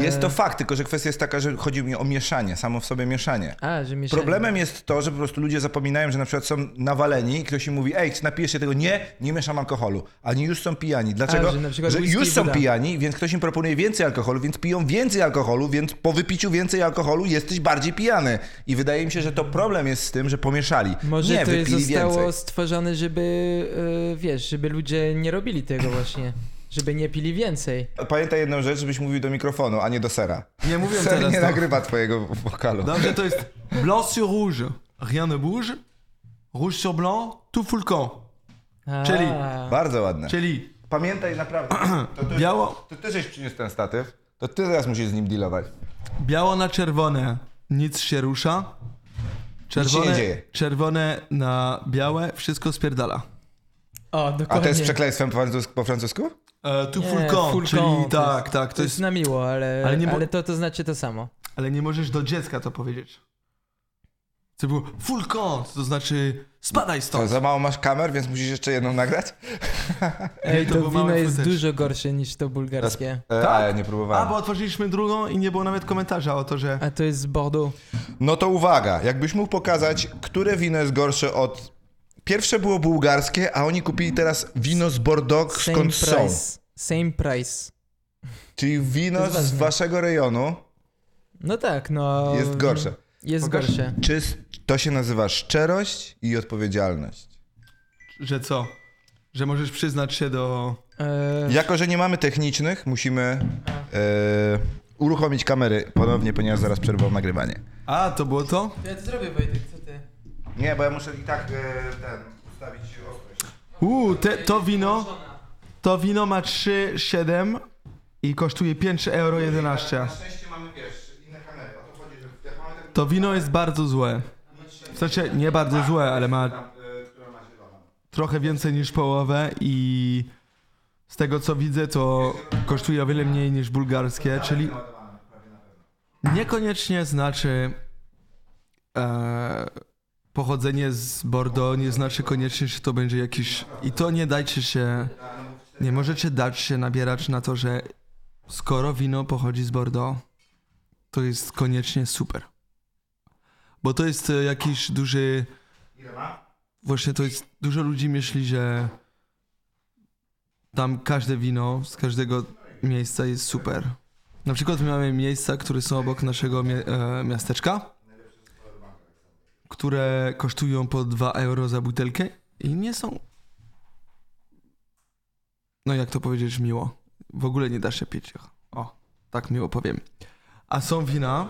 [SPEAKER 1] jest to
[SPEAKER 3] E.
[SPEAKER 1] fakt, tylko że kwestia jest taka, że chodzi mi o mieszanie, samo w sobie mieszanie.
[SPEAKER 3] A, że mieszanie. tak.
[SPEAKER 1] Problemem jest to, że po prostu ludzie zapominają, że na przykład są nawaleni i ktoś im mówi, ej, napijesz się tego, nie, nie mieszam alkoholu. A oni już są pijani. Dlaczego?
[SPEAKER 3] A, że na przykład whisky
[SPEAKER 1] już
[SPEAKER 3] i
[SPEAKER 1] są
[SPEAKER 3] woda.
[SPEAKER 1] pijani, więc ktoś im proponuje więcej alkoholu, więc piją więcej alkoholu, więc po wypiciu więcej alkoholu jesteś bardziej pijany. I wydaje mi się, że to problem jest z tym, że pomieszali.
[SPEAKER 3] Może
[SPEAKER 1] nie,
[SPEAKER 3] to jest
[SPEAKER 1] wypili
[SPEAKER 3] zostało
[SPEAKER 1] więcej.
[SPEAKER 3] stworzone, żeby, e, wiesz, żeby ludzie nie robili tego właśnie. Żeby nie pili więcej.
[SPEAKER 1] Pamiętaj jedną rzecz, żebyś mówił do mikrofonu, a nie do sera.
[SPEAKER 2] Nie mówię
[SPEAKER 1] Ser
[SPEAKER 2] teraz.
[SPEAKER 1] nie
[SPEAKER 2] no.
[SPEAKER 1] nagrywa twojego wokalu.
[SPEAKER 2] Dobrze, to jest blanc sur rouge, rien ne bouge, rouge sur blanc, tout full camp.
[SPEAKER 3] A,
[SPEAKER 2] Czyli-
[SPEAKER 1] Bardzo ładne.
[SPEAKER 2] Czyli
[SPEAKER 1] Pamiętaj naprawdę, to
[SPEAKER 2] [clears throat]
[SPEAKER 1] ty,
[SPEAKER 2] biało,
[SPEAKER 1] to ty żeś przyniósł ten statyw, to ty teraz musisz z nim dealować.
[SPEAKER 2] biało na czerwone, nic się rusza. Czerwone,
[SPEAKER 1] dzieje.
[SPEAKER 2] czerwone na białe, wszystko spierdala.
[SPEAKER 3] O,
[SPEAKER 1] A
[SPEAKER 3] dokładnie.
[SPEAKER 1] to jest przekleństwem po, francusku, po francusku?
[SPEAKER 2] E, tu
[SPEAKER 3] Nie,
[SPEAKER 2] full camp,
[SPEAKER 3] full
[SPEAKER 2] czyli
[SPEAKER 3] camp, to
[SPEAKER 2] tak,
[SPEAKER 3] jest-
[SPEAKER 2] tak,
[SPEAKER 3] To jest na miło, ale,
[SPEAKER 2] Ale
[SPEAKER 3] ale,
[SPEAKER 2] nie mo-
[SPEAKER 3] to, to znaczy to
[SPEAKER 1] [laughs]
[SPEAKER 3] samo.
[SPEAKER 2] Ale nie możesz do dziecka to powiedzieć. To było full camp, to znaczy spadaj
[SPEAKER 1] To
[SPEAKER 2] stąd.
[SPEAKER 1] za mało masz kamer, więc musisz jeszcze jedną nagrać?
[SPEAKER 3] Ej,
[SPEAKER 2] to
[SPEAKER 3] to,
[SPEAKER 2] było
[SPEAKER 3] wino
[SPEAKER 2] małe
[SPEAKER 3] jest
[SPEAKER 2] futeczki.
[SPEAKER 3] dużo gorsze niż to bułgarskie.
[SPEAKER 1] E,
[SPEAKER 2] Tak.
[SPEAKER 1] A ja nie
[SPEAKER 2] A,
[SPEAKER 1] próbowałem.
[SPEAKER 2] bo otworzyliśmy drugą i nie było nawet komentarza o to, że...
[SPEAKER 3] A to jest z Bordeaux.
[SPEAKER 1] No to uwaga, jakbyś mógł pokazać, które wino jest gorsze od... Pierwsze było bułgarskie, a oni kupili teraz wino z Bordeaux,
[SPEAKER 3] Same
[SPEAKER 1] skąd są.
[SPEAKER 3] price. Same price.
[SPEAKER 1] Czyli
[SPEAKER 3] To
[SPEAKER 1] wino
[SPEAKER 3] jest
[SPEAKER 1] z
[SPEAKER 3] ważne.
[SPEAKER 1] waszego rejonu
[SPEAKER 3] No tak, no.
[SPEAKER 1] jest gorsze.
[SPEAKER 3] Jest
[SPEAKER 1] Pokaż-
[SPEAKER 3] gorsze.
[SPEAKER 1] Czy s- to się nazywa szczerość i odpowiedzialność?
[SPEAKER 2] Że co? Że możesz przyznać się do...
[SPEAKER 3] E,
[SPEAKER 1] Jako, że nie mamy technicznych, musimy e, uruchomić kamery ponownie, ponieważ zaraz przerwam nagrywanie.
[SPEAKER 2] A, to było to?
[SPEAKER 3] Ja to zrobię, Wojtek, co ty?
[SPEAKER 1] Nie, bo ja muszę i tak ten ustawić ostrość.
[SPEAKER 2] Uuu, te, to wino, to wino ma 3,7 i kosztuje 5,11 euro.
[SPEAKER 1] szczęście mamy, wiesz, inne kamery. O to chodzi, że jak mamy taką
[SPEAKER 2] To wino jest bardzo złe. W sensie nie bardzo złe, ale ma
[SPEAKER 1] która ma zieloną.
[SPEAKER 2] trochę więcej niż połowę i z tego co widzę to kosztuje o wiele mniej niż bułgarskie, czyli niekoniecznie znaczy e, pochodzenie z Bordeaux, nie znaczy koniecznie, że to będzie jakiś... I to nie dajcie się... Nie możecie dać się nabierać na to, że skoro wino pochodzi z Bordeaux, to jest koniecznie super. Bo to jest e, jakiś duży...
[SPEAKER 1] Ile ma?
[SPEAKER 2] Właśnie to jest... Dużo ludzi myśli, że tam każde wino z każdego miejsca jest super. Na przykład mamy miejsca, które są obok naszego mie- e, miasteczka, które kosztują po 2 euro za butelkę i nie są. No jak to powiedzieć miło. W ogóle nie da się pić ich. O, tak miło powiem. A są wina,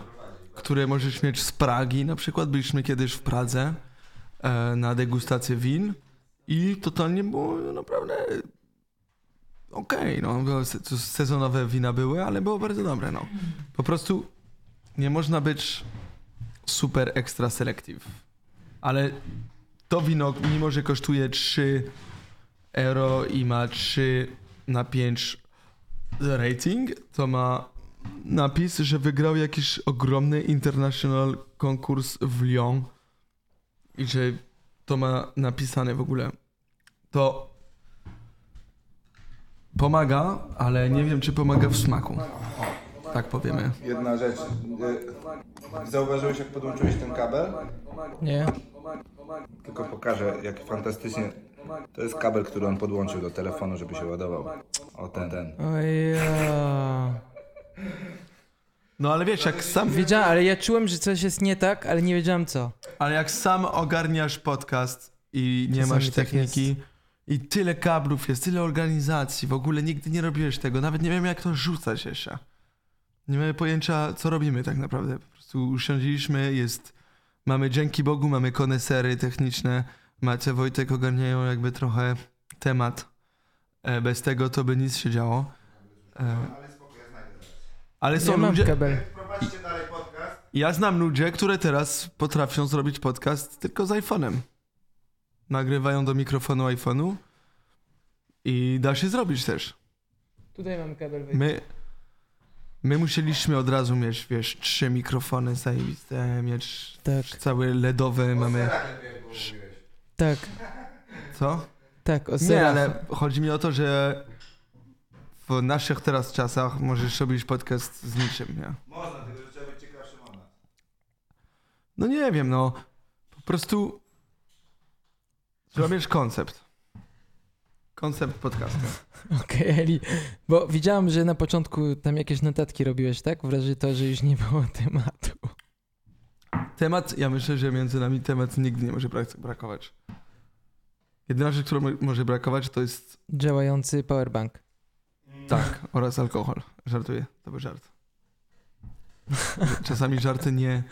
[SPEAKER 2] które możesz mieć z Pragi. Na przykład byliśmy kiedyś w Pradze e, na degustację win i totalnie było naprawdę okej, no, było se- to sezonowe wina były, ale było bardzo dobre, no. Po prostu nie można być super ekstra selective. Ale to wino, mimo że kosztuje 3 euro i ma 3 na 5 rating, to ma napis, że wygrał jakiś ogromny international konkurs w Lyon i że to ma napisane w ogóle. To pomaga, ale nie wiem, czy pomaga w smaku. Tak powiemy.
[SPEAKER 1] Jedna rzecz. e, Zauważyłeś, jak podłączyłeś ten kabel?
[SPEAKER 3] Nie?
[SPEAKER 1] Tylko pokażę, jak fantastycznie. To jest kabel, który on podłączył do telefonu, żeby się ładował. O ten, ten.
[SPEAKER 3] Oja.
[SPEAKER 2] No ale wiesz, jak sam,
[SPEAKER 3] Wiedziałem, ale ja czułem, że coś jest nie tak, ale nie wiedziałem co.
[SPEAKER 2] ale jak sam ogarniasz podcast i nie
[SPEAKER 3] Czasami
[SPEAKER 2] masz
[SPEAKER 3] tak
[SPEAKER 2] techniki i tyle kablów jest, tyle organizacji, w ogóle nigdy nie robiłeś tego, nawet nie wiem jak to rzucać jeszcze. Nie mamy pojęcia, co robimy tak naprawdę. Po prostu usiądziliśmy, jest, mamy dzięki Bogu, mamy konesery techniczne, Macie Wojtek ogarniają jakby trochę temat. E, Bez tego to by nic się działo. E, Ale
[SPEAKER 3] Nie
[SPEAKER 2] są
[SPEAKER 3] mam
[SPEAKER 2] ludzie,
[SPEAKER 3] kabel.
[SPEAKER 1] Prowadźcie dalej podcast.
[SPEAKER 2] ja znam ludzie, które teraz potrafią zrobić podcast tylko z iPhone'em. Nagrywają do mikrofonu iPhone'u i da się zrobić też.
[SPEAKER 3] Tutaj mam kabel.
[SPEAKER 2] My, my musieliśmy od razu mieć, wiesz, trzy mikrofony zajebiste, mieć
[SPEAKER 3] Tak,
[SPEAKER 2] całe LEDowe mamy.
[SPEAKER 3] tak,
[SPEAKER 2] Co?
[SPEAKER 3] tak, o
[SPEAKER 2] Nie,
[SPEAKER 3] serach.
[SPEAKER 2] ale chodzi mi o to, że w naszych teraz czasach możesz robić podcast z niczym, nie?
[SPEAKER 1] Można, tylko że trzeba być ciekawszym od nas.
[SPEAKER 2] No nie wiem, no. Po prostu robisz koncept. Koncept podcastu.
[SPEAKER 3] [laughs] Okej, Eli, bo widziałem, że na początku tam jakieś notatki robiłeś, tak? W razie to, że już nie było [laughs] tematu.
[SPEAKER 2] Temat, ja myślę, że między nami temat nigdy nie może brak- brakować. Jedyna rzecz, która mo- może brakować, to jest
[SPEAKER 3] Działający powerbank.
[SPEAKER 2] tak oraz alkohol. Żartuję, to był żart. Czasami żarty nie...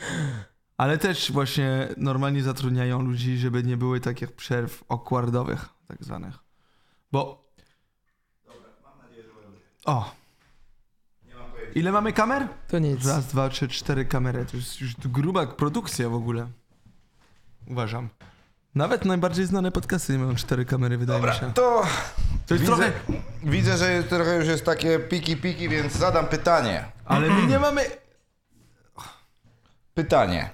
[SPEAKER 2] Ale też właśnie normalnie zatrudniają ludzi, żeby nie były takich przerw okwardowych, tak zwanych. Bo... O,
[SPEAKER 1] Nie mam pojęcia.
[SPEAKER 2] ile mamy kamer?
[SPEAKER 3] To nic.
[SPEAKER 2] Raz, dwa, trzy, cztery kamery. To jest już gruba produkcja w ogóle. Uważam. Nawet najbardziej znane podcasty nie mają cztery kamery, wydaje mi się.
[SPEAKER 1] To
[SPEAKER 2] To jest
[SPEAKER 1] widzę,
[SPEAKER 2] trochę...
[SPEAKER 1] widzę, że trochę już jest takie piki-piki, więc zadam pytanie.
[SPEAKER 2] Ale my nie mamy...
[SPEAKER 1] Pytanie.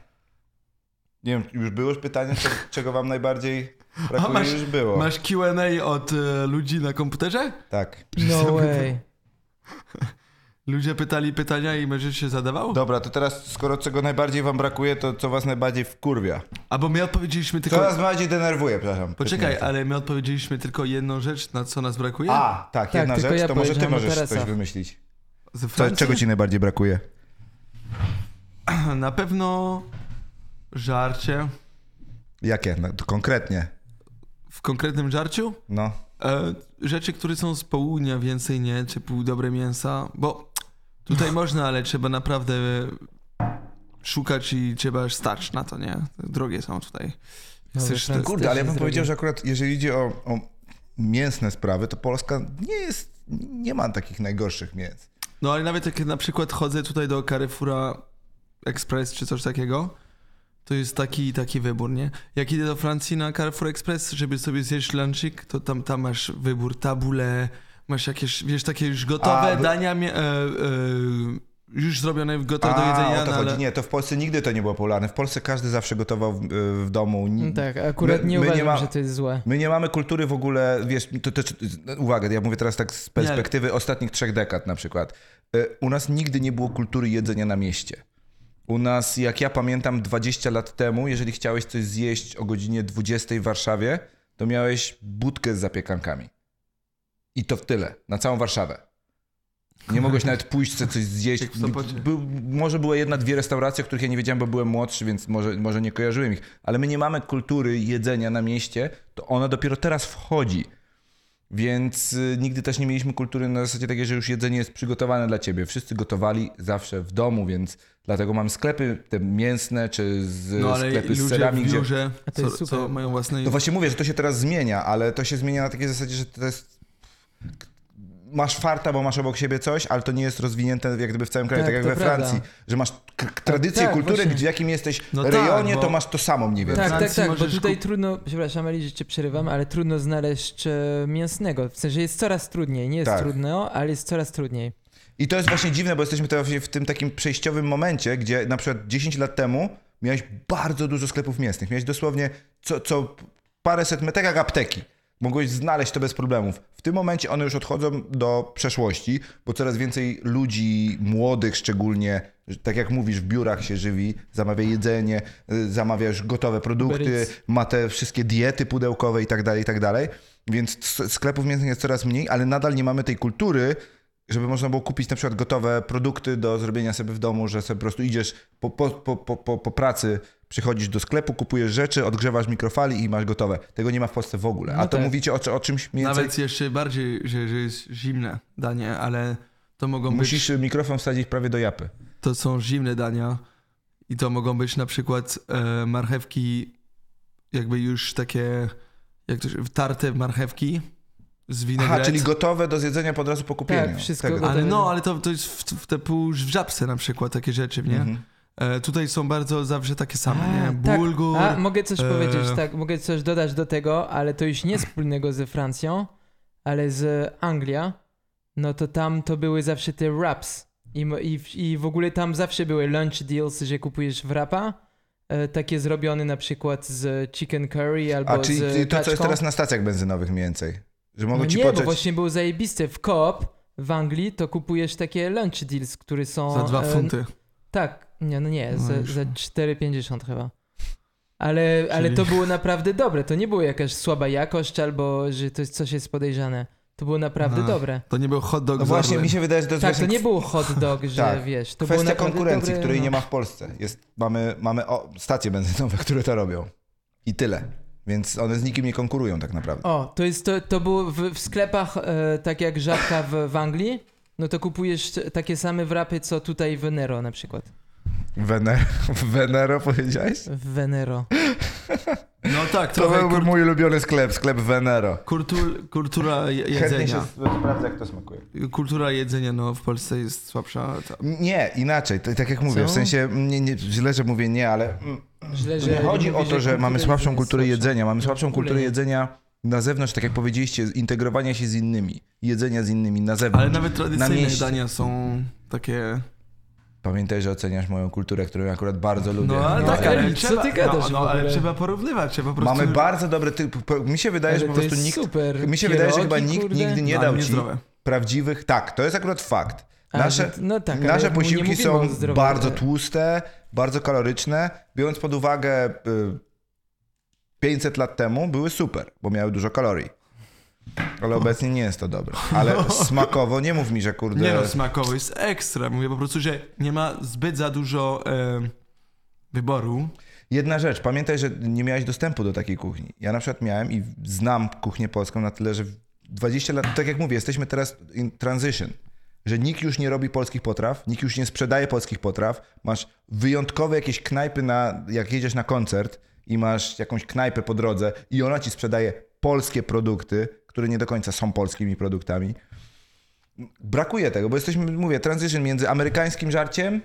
[SPEAKER 1] Nie wiem, już było już pytanie, co- czego wam najbardziej
[SPEAKER 2] A
[SPEAKER 1] brakuje?
[SPEAKER 2] masz,
[SPEAKER 1] już było.
[SPEAKER 2] masz Q&A od e, ludzi na komputerze?
[SPEAKER 1] Tak.
[SPEAKER 3] No way.
[SPEAKER 2] Ludzie pytali pytania i Merzysz się zadawał?
[SPEAKER 1] Dobra, to teraz skoro czego najbardziej wam brakuje, to co was najbardziej wkurwia?
[SPEAKER 2] Albo my odpowiedzieliśmy
[SPEAKER 1] Co
[SPEAKER 2] tylko...
[SPEAKER 1] was najbardziej denerwuje, przepraszam.
[SPEAKER 2] Poczekaj,
[SPEAKER 1] Przepraszam.
[SPEAKER 2] ale my odpowiedzieliśmy tylko jedną rzecz, na co nas brakuje?
[SPEAKER 1] A, tak,
[SPEAKER 3] Tak,
[SPEAKER 1] jedna
[SPEAKER 3] tylko
[SPEAKER 1] rzecz,
[SPEAKER 3] ja
[SPEAKER 1] to może ty
[SPEAKER 3] powiedziałem,
[SPEAKER 1] możesz
[SPEAKER 3] Teresa.
[SPEAKER 1] coś wymyślić.
[SPEAKER 2] Z
[SPEAKER 1] Co,
[SPEAKER 2] Francji?
[SPEAKER 1] czego ci najbardziej brakuje?
[SPEAKER 2] Na pewno żarcie.
[SPEAKER 1] Jakie? No, to konkretnie.
[SPEAKER 2] W konkretnym żarciu?
[SPEAKER 1] No.
[SPEAKER 2] E, rzeczy, które są z południa więcej nie, typu dobre mięsa, bo tutaj można, ale trzeba naprawdę szukać i trzeba stać na to, nie? Drogie są tutaj.
[SPEAKER 3] No,
[SPEAKER 2] Chcesz
[SPEAKER 3] we
[SPEAKER 2] te-
[SPEAKER 3] Francji
[SPEAKER 1] Kurde, ale ja
[SPEAKER 3] też
[SPEAKER 1] bym
[SPEAKER 3] jest
[SPEAKER 1] powiedział,
[SPEAKER 3] drogie.
[SPEAKER 1] że akurat jeżeli idzie o, o mięsne sprawy, to Polska nie jest, nie ma takich najgorszych mięs.
[SPEAKER 2] No ale nawet jak na przykład chodzę tutaj do Carrefoura Express czy coś takiego, to jest taki taki wybór, nie? Jak idę do Francji na Carrefour Express, żeby sobie zjeść lunchik, to tam, tam masz wybór tabule, masz jakieś, wiesz, takie już gotowe
[SPEAKER 1] A, bo-
[SPEAKER 2] dania, mie- e, e, już zrobione, gotowe do
[SPEAKER 1] o
[SPEAKER 2] jedzenia,
[SPEAKER 1] to
[SPEAKER 2] no,
[SPEAKER 1] chodzi.
[SPEAKER 2] ale...
[SPEAKER 1] Nie, to w Polsce nigdy to nie było popularne. W Polsce każdy zawsze gotował w, w domu.
[SPEAKER 2] Mm.
[SPEAKER 1] Ni-
[SPEAKER 3] Tak, akurat
[SPEAKER 1] My-
[SPEAKER 3] nie
[SPEAKER 1] my nie
[SPEAKER 3] uważam,
[SPEAKER 1] ma-
[SPEAKER 3] że to jest złe.
[SPEAKER 1] My nie mamy kultury w ogóle, wiesz, to, to, uwaga, ja mówię teraz tak z perspektywy ostatnich trzech dekad na przykład. Y, U nas nigdy nie było kultury jedzenia na mieście. U nas, jak ja pamiętam, 20 lat temu, jeżeli chciałeś coś zjeść o godzinie 20 w Warszawie, to miałeś budkę z zapiekankami. I to w tyle, na całą Warszawę. Nie mogłeś nawet pójść sobie coś zjeść.
[SPEAKER 2] Jak w Sopocie.
[SPEAKER 1] Był, może były jedna, dwie restauracje, o których ja nie wiedziałem, bo byłem młodszy, więc może, może nie kojarzyłem ich. Ale my nie mamy kultury jedzenia na mieście, to ona dopiero teraz wchodzi. Więc y, nigdy też nie mieliśmy kultury na zasadzie takiej, że już jedzenie jest przygotowane dla ciebie. Wszyscy gotowali zawsze w domu, więc dlatego mam sklepy te mięsne czy z,
[SPEAKER 2] No ale
[SPEAKER 1] sklepy z
[SPEAKER 2] ludzie
[SPEAKER 1] serami,
[SPEAKER 2] w
[SPEAKER 1] gdzie...
[SPEAKER 2] biurze,
[SPEAKER 3] A to
[SPEAKER 2] co,
[SPEAKER 3] jest super.
[SPEAKER 2] co mają własne...
[SPEAKER 1] No właśnie mówię, że to się teraz zmienia, ale to się zmienia na takiej zasadzie, że to jest... Masz farta, bo masz obok siebie coś, ale to nie jest rozwinięte jak gdyby w całym kraju,
[SPEAKER 3] Tak,
[SPEAKER 1] tak, jak
[SPEAKER 3] to
[SPEAKER 1] we
[SPEAKER 3] prawda.
[SPEAKER 1] Francji, że masz k- tradycję,
[SPEAKER 3] tak,
[SPEAKER 1] kulturę,
[SPEAKER 3] właśnie.
[SPEAKER 1] gdzie w jakim jesteś
[SPEAKER 2] No tak,
[SPEAKER 1] rejonie,
[SPEAKER 2] bo-
[SPEAKER 1] to masz to samo mniej więcej.
[SPEAKER 3] Tak, tak,
[SPEAKER 2] Francji
[SPEAKER 3] tak, bo
[SPEAKER 2] możesz
[SPEAKER 3] tutaj
[SPEAKER 2] kup-
[SPEAKER 3] trudno, przepraszam Eli, że cię przerywam, ale trudno znaleźć e, mięsnego. W sensie jest coraz trudniej, nie jest
[SPEAKER 1] Tak.
[SPEAKER 3] trudno, ale jest coraz trudniej.
[SPEAKER 1] I to jest właśnie dziwne, bo jesteśmy teraz w tym takim przejściowym momencie, gdzie na przykład 10 lat temu miałeś bardzo dużo sklepów mięsnych. Miałeś dosłownie co, co paręset metrów, tak jak apteki. Mogłeś znaleźć to bez problemów. W tym momencie one już odchodzą do przeszłości, bo coraz więcej ludzi, młodych szczególnie, że- tak jak mówisz, w biurach się żywi, zamawia jedzenie, y, zamawia już gotowe
[SPEAKER 3] Uber
[SPEAKER 1] produkty,
[SPEAKER 3] Eats.
[SPEAKER 1] ma te wszystkie diety pudełkowe i tak dalej, i tak dalej. Więc s- sklepów mięsnych jest coraz mniej, ale nadal nie mamy tej kultury, żeby można było kupić na przykład gotowe produkty do zrobienia sobie w domu, że sobie po prostu idziesz po, po, po, po, po, po pracy, przychodzisz do sklepu, kupujesz rzeczy, odgrzewasz mikrofali i masz gotowe. Tego nie ma w Polsce w ogóle. A
[SPEAKER 3] No
[SPEAKER 1] to
[SPEAKER 3] tak.
[SPEAKER 1] mówicie o, czy- o czymś mniej więcej...
[SPEAKER 2] Nawet jeszcze bardziej, że, że jest zimne danie, ale to mogą
[SPEAKER 1] Musisz
[SPEAKER 2] być.
[SPEAKER 1] mikrofon wsadzić prawie do japy.
[SPEAKER 2] To są zimne dania i to mogą być na przykład e, marchewki, jakby już takie, jak to się, tarte marchewki z winegret.
[SPEAKER 1] Aha, czyli gotowe do zjedzenia po od razu po kupieniu.
[SPEAKER 3] Tak, wszystko
[SPEAKER 1] Tego.
[SPEAKER 3] gotowe.
[SPEAKER 2] Ale no, ale to, to jest w, w te pół w żabce na przykład takie rzeczy, nie?
[SPEAKER 1] Mhm.
[SPEAKER 2] E, tutaj są bardzo zawsze takie same, nie?
[SPEAKER 3] Tak.
[SPEAKER 2] Bulgur.
[SPEAKER 3] A, mogę coś
[SPEAKER 2] e,
[SPEAKER 3] powiedzieć, tak, mogę coś dodać do tego, ale to
[SPEAKER 1] [clears throat]
[SPEAKER 3] już nie wspólnego ze Francją, ale z Anglia. No to tam to były zawsze te wraps. I, mo- i, w- I w ogóle tam zawsze były lunch deals, że kupujesz wrapa, e, takie zrobione na przykład z chicken curry albo
[SPEAKER 1] A czyli
[SPEAKER 3] z
[SPEAKER 1] ty- to, co jest
[SPEAKER 3] kaczką.
[SPEAKER 1] teraz na stacjach benzynowych mniej więcej. Że mogą
[SPEAKER 3] no
[SPEAKER 1] ci
[SPEAKER 3] nie, bo
[SPEAKER 1] począć...
[SPEAKER 3] właśnie było zajebiste. W Coop w Anglii to kupujesz takie lunch deals, które są...
[SPEAKER 2] Za dwa
[SPEAKER 3] e,
[SPEAKER 2] funty.
[SPEAKER 3] Tak, nie, no nie,
[SPEAKER 2] No
[SPEAKER 3] za,
[SPEAKER 2] już
[SPEAKER 3] za
[SPEAKER 2] nie.
[SPEAKER 3] 4,50 chyba. Ale, ale
[SPEAKER 2] Czyli-
[SPEAKER 3] to było naprawdę dobre. To nie było jakaś słaba jakość albo że to jest coś jest podejrzane. To było naprawdę
[SPEAKER 2] A,
[SPEAKER 3] dobre.
[SPEAKER 2] To nie był hot dog
[SPEAKER 1] No
[SPEAKER 2] z
[SPEAKER 1] właśnie,
[SPEAKER 2] orłem.
[SPEAKER 1] mi się wydaje, że to jest
[SPEAKER 3] Tak, to
[SPEAKER 1] właśnie
[SPEAKER 3] nie był hot
[SPEAKER 1] [laughs]
[SPEAKER 3] dog, że
[SPEAKER 1] Tak.
[SPEAKER 3] wiesz. To było
[SPEAKER 1] kwestia
[SPEAKER 3] naprawdę
[SPEAKER 1] konkurencji,
[SPEAKER 3] dobre,
[SPEAKER 1] której
[SPEAKER 3] no.
[SPEAKER 1] nie ma w Polsce. Jest, mamy mamy o, stacje benzynowe, [laughs] które to robią. I tyle. Więc one z nikim nie konkurują tak naprawdę.
[SPEAKER 3] O, to jest to, to było w, w sklepach, e, tak jak żabka w, w Anglii, no to kupujesz t- takie same wrapy, co tutaj w Venero na przykład.
[SPEAKER 1] Venero, [laughs] Venero powiedziałeś?
[SPEAKER 3] W Venero.
[SPEAKER 2] No tak,
[SPEAKER 1] To
[SPEAKER 2] trochę
[SPEAKER 1] byłby
[SPEAKER 2] kur,
[SPEAKER 1] mój ulubiony sklep, sklep Venero.
[SPEAKER 2] kultur, kultura je-
[SPEAKER 1] Chętnie się
[SPEAKER 2] jedzenia.
[SPEAKER 1] sprawdza, jak to smakuje.
[SPEAKER 2] Kultura jedzenia no, w Polsce jest słabsza. ale to-
[SPEAKER 1] Nie, inaczej, to, tak jak mówię,
[SPEAKER 3] Co?
[SPEAKER 1] w sensie, nie, nie, źle, że mówię nie, ale mm,
[SPEAKER 3] Źle,
[SPEAKER 1] nie chodzi
[SPEAKER 3] mówisz,
[SPEAKER 1] o to, że mamy
[SPEAKER 3] kultura
[SPEAKER 1] słabszą
[SPEAKER 3] jest
[SPEAKER 1] kulturę
[SPEAKER 3] słabsza.
[SPEAKER 1] jedzenia, mamy
[SPEAKER 3] W
[SPEAKER 1] słabszą
[SPEAKER 3] ogóle
[SPEAKER 1] kulturę
[SPEAKER 3] nie.
[SPEAKER 1] jedzenia na zewnątrz, tak jak powiedzieliście, integrowania się z innymi, jedzenia z innymi na zewnątrz.
[SPEAKER 2] Ale nawet tradycyjne
[SPEAKER 1] mieście.
[SPEAKER 2] dania są takie...
[SPEAKER 1] Pamiętaj, że oceniasz moją kulturę, którą akurat bardzo lubię.
[SPEAKER 2] No ale
[SPEAKER 3] No,
[SPEAKER 2] tak,
[SPEAKER 3] ale
[SPEAKER 2] ale
[SPEAKER 3] co
[SPEAKER 2] trzeba...
[SPEAKER 3] ty gadasz
[SPEAKER 2] No,
[SPEAKER 3] w
[SPEAKER 2] no
[SPEAKER 3] ogóle?
[SPEAKER 2] ale trzeba porównywać, trzeba po prostu...
[SPEAKER 1] Mamy bardzo dobry typ. po- Mi się wydaje,
[SPEAKER 3] Ale
[SPEAKER 1] że po
[SPEAKER 3] to
[SPEAKER 1] prostu
[SPEAKER 3] jest
[SPEAKER 1] nikt.
[SPEAKER 3] super.
[SPEAKER 1] Mi się wydaje, że
[SPEAKER 3] Pierogi,
[SPEAKER 1] chyba nikt
[SPEAKER 3] kurde.
[SPEAKER 1] nigdy nie
[SPEAKER 2] No,
[SPEAKER 1] dał
[SPEAKER 2] ale
[SPEAKER 1] ci
[SPEAKER 2] niezdrowe.
[SPEAKER 1] prawdziwych. Tak, to jest akurat fakt.
[SPEAKER 3] Ale
[SPEAKER 1] Nasze,
[SPEAKER 3] to- no tak, ale
[SPEAKER 1] nasze
[SPEAKER 3] mu nie
[SPEAKER 1] posiłki
[SPEAKER 3] mówimy
[SPEAKER 1] są
[SPEAKER 3] o zdrowiu, tak.
[SPEAKER 1] bardzo
[SPEAKER 3] ale-
[SPEAKER 1] tłuste, bardzo kaloryczne. Biorąc pod uwagę y, 500 lat temu były super, bo miały dużo kalorii. Ale obecnie nie jest to dobre.
[SPEAKER 3] [laughs]
[SPEAKER 1] Ale smakowo nie mów mi, że kurde.
[SPEAKER 2] Nie no, smakowy jest ekstra. Mówię po prostu, że nie ma zbyt za dużo em, wyboru.
[SPEAKER 1] Jedna rzecz, pamiętaj, że nie miałeś dostępu do takiej kuchni. Ja na przykład miałem i znam kuchnię polską na tyle, że 20 lat, tak jak mówię, jesteśmy teraz in transition, że nikt już nie robi polskich potraw, nikt już nie sprzedaje polskich potraw, masz wyjątkowe jakieś knajpy, na, jak jedziesz na koncert i masz jakąś knajpę po drodze i ona ci sprzedaje polskie produkty, które nie do końca są polskimi produktami. Brakuje tego, bo jesteśmy, mówię, transition między amerykańskim żarciem,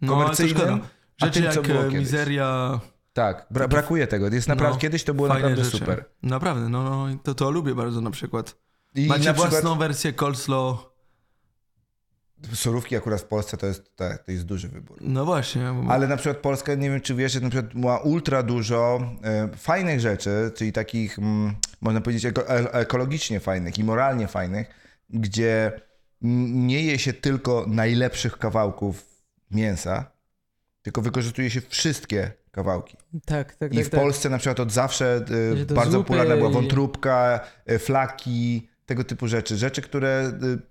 [SPEAKER 2] No, ale to
[SPEAKER 1] komercyjnym,
[SPEAKER 2] szkoda.
[SPEAKER 1] a
[SPEAKER 2] Rzeczy
[SPEAKER 1] tym, co
[SPEAKER 2] jak
[SPEAKER 1] było
[SPEAKER 2] e,
[SPEAKER 1] kiedyś.
[SPEAKER 2] mizeria...
[SPEAKER 1] Tak, bra- brakuje tego. Jest naprawdę,
[SPEAKER 2] No,
[SPEAKER 1] kiedyś to było
[SPEAKER 2] fajne
[SPEAKER 1] naprawdę
[SPEAKER 2] rzeczy.
[SPEAKER 1] super.
[SPEAKER 2] Naprawdę, no, no to, to lubię bardzo na przykład.
[SPEAKER 1] I
[SPEAKER 2] Macie
[SPEAKER 1] na przykład
[SPEAKER 2] własną wersję coleslaw.
[SPEAKER 1] surówki akurat w Polsce to jest, tak, to jest duży wybór.
[SPEAKER 2] No właśnie. bo-
[SPEAKER 1] Ale na przykład Polska, nie wiem czy wiesz, że na przykład ma ultra dużo e, fajnych rzeczy, czyli takich, mm, można powiedzieć, eko, e, ekologicznie fajnych i moralnie fajnych, gdzie n- nie je się tylko najlepszych kawałków mięsa, tylko wykorzystuje się wszystkie kawałki.
[SPEAKER 3] Tak, tak,
[SPEAKER 1] I
[SPEAKER 3] tak.
[SPEAKER 1] w
[SPEAKER 3] tak.
[SPEAKER 1] Polsce na przykład od zawsze y,
[SPEAKER 3] Że to
[SPEAKER 1] bardzo
[SPEAKER 3] zupy
[SPEAKER 1] popularna była
[SPEAKER 3] i-
[SPEAKER 1] wątróbka, y, flaki, tego typu rzeczy. Rzeczy, które. y,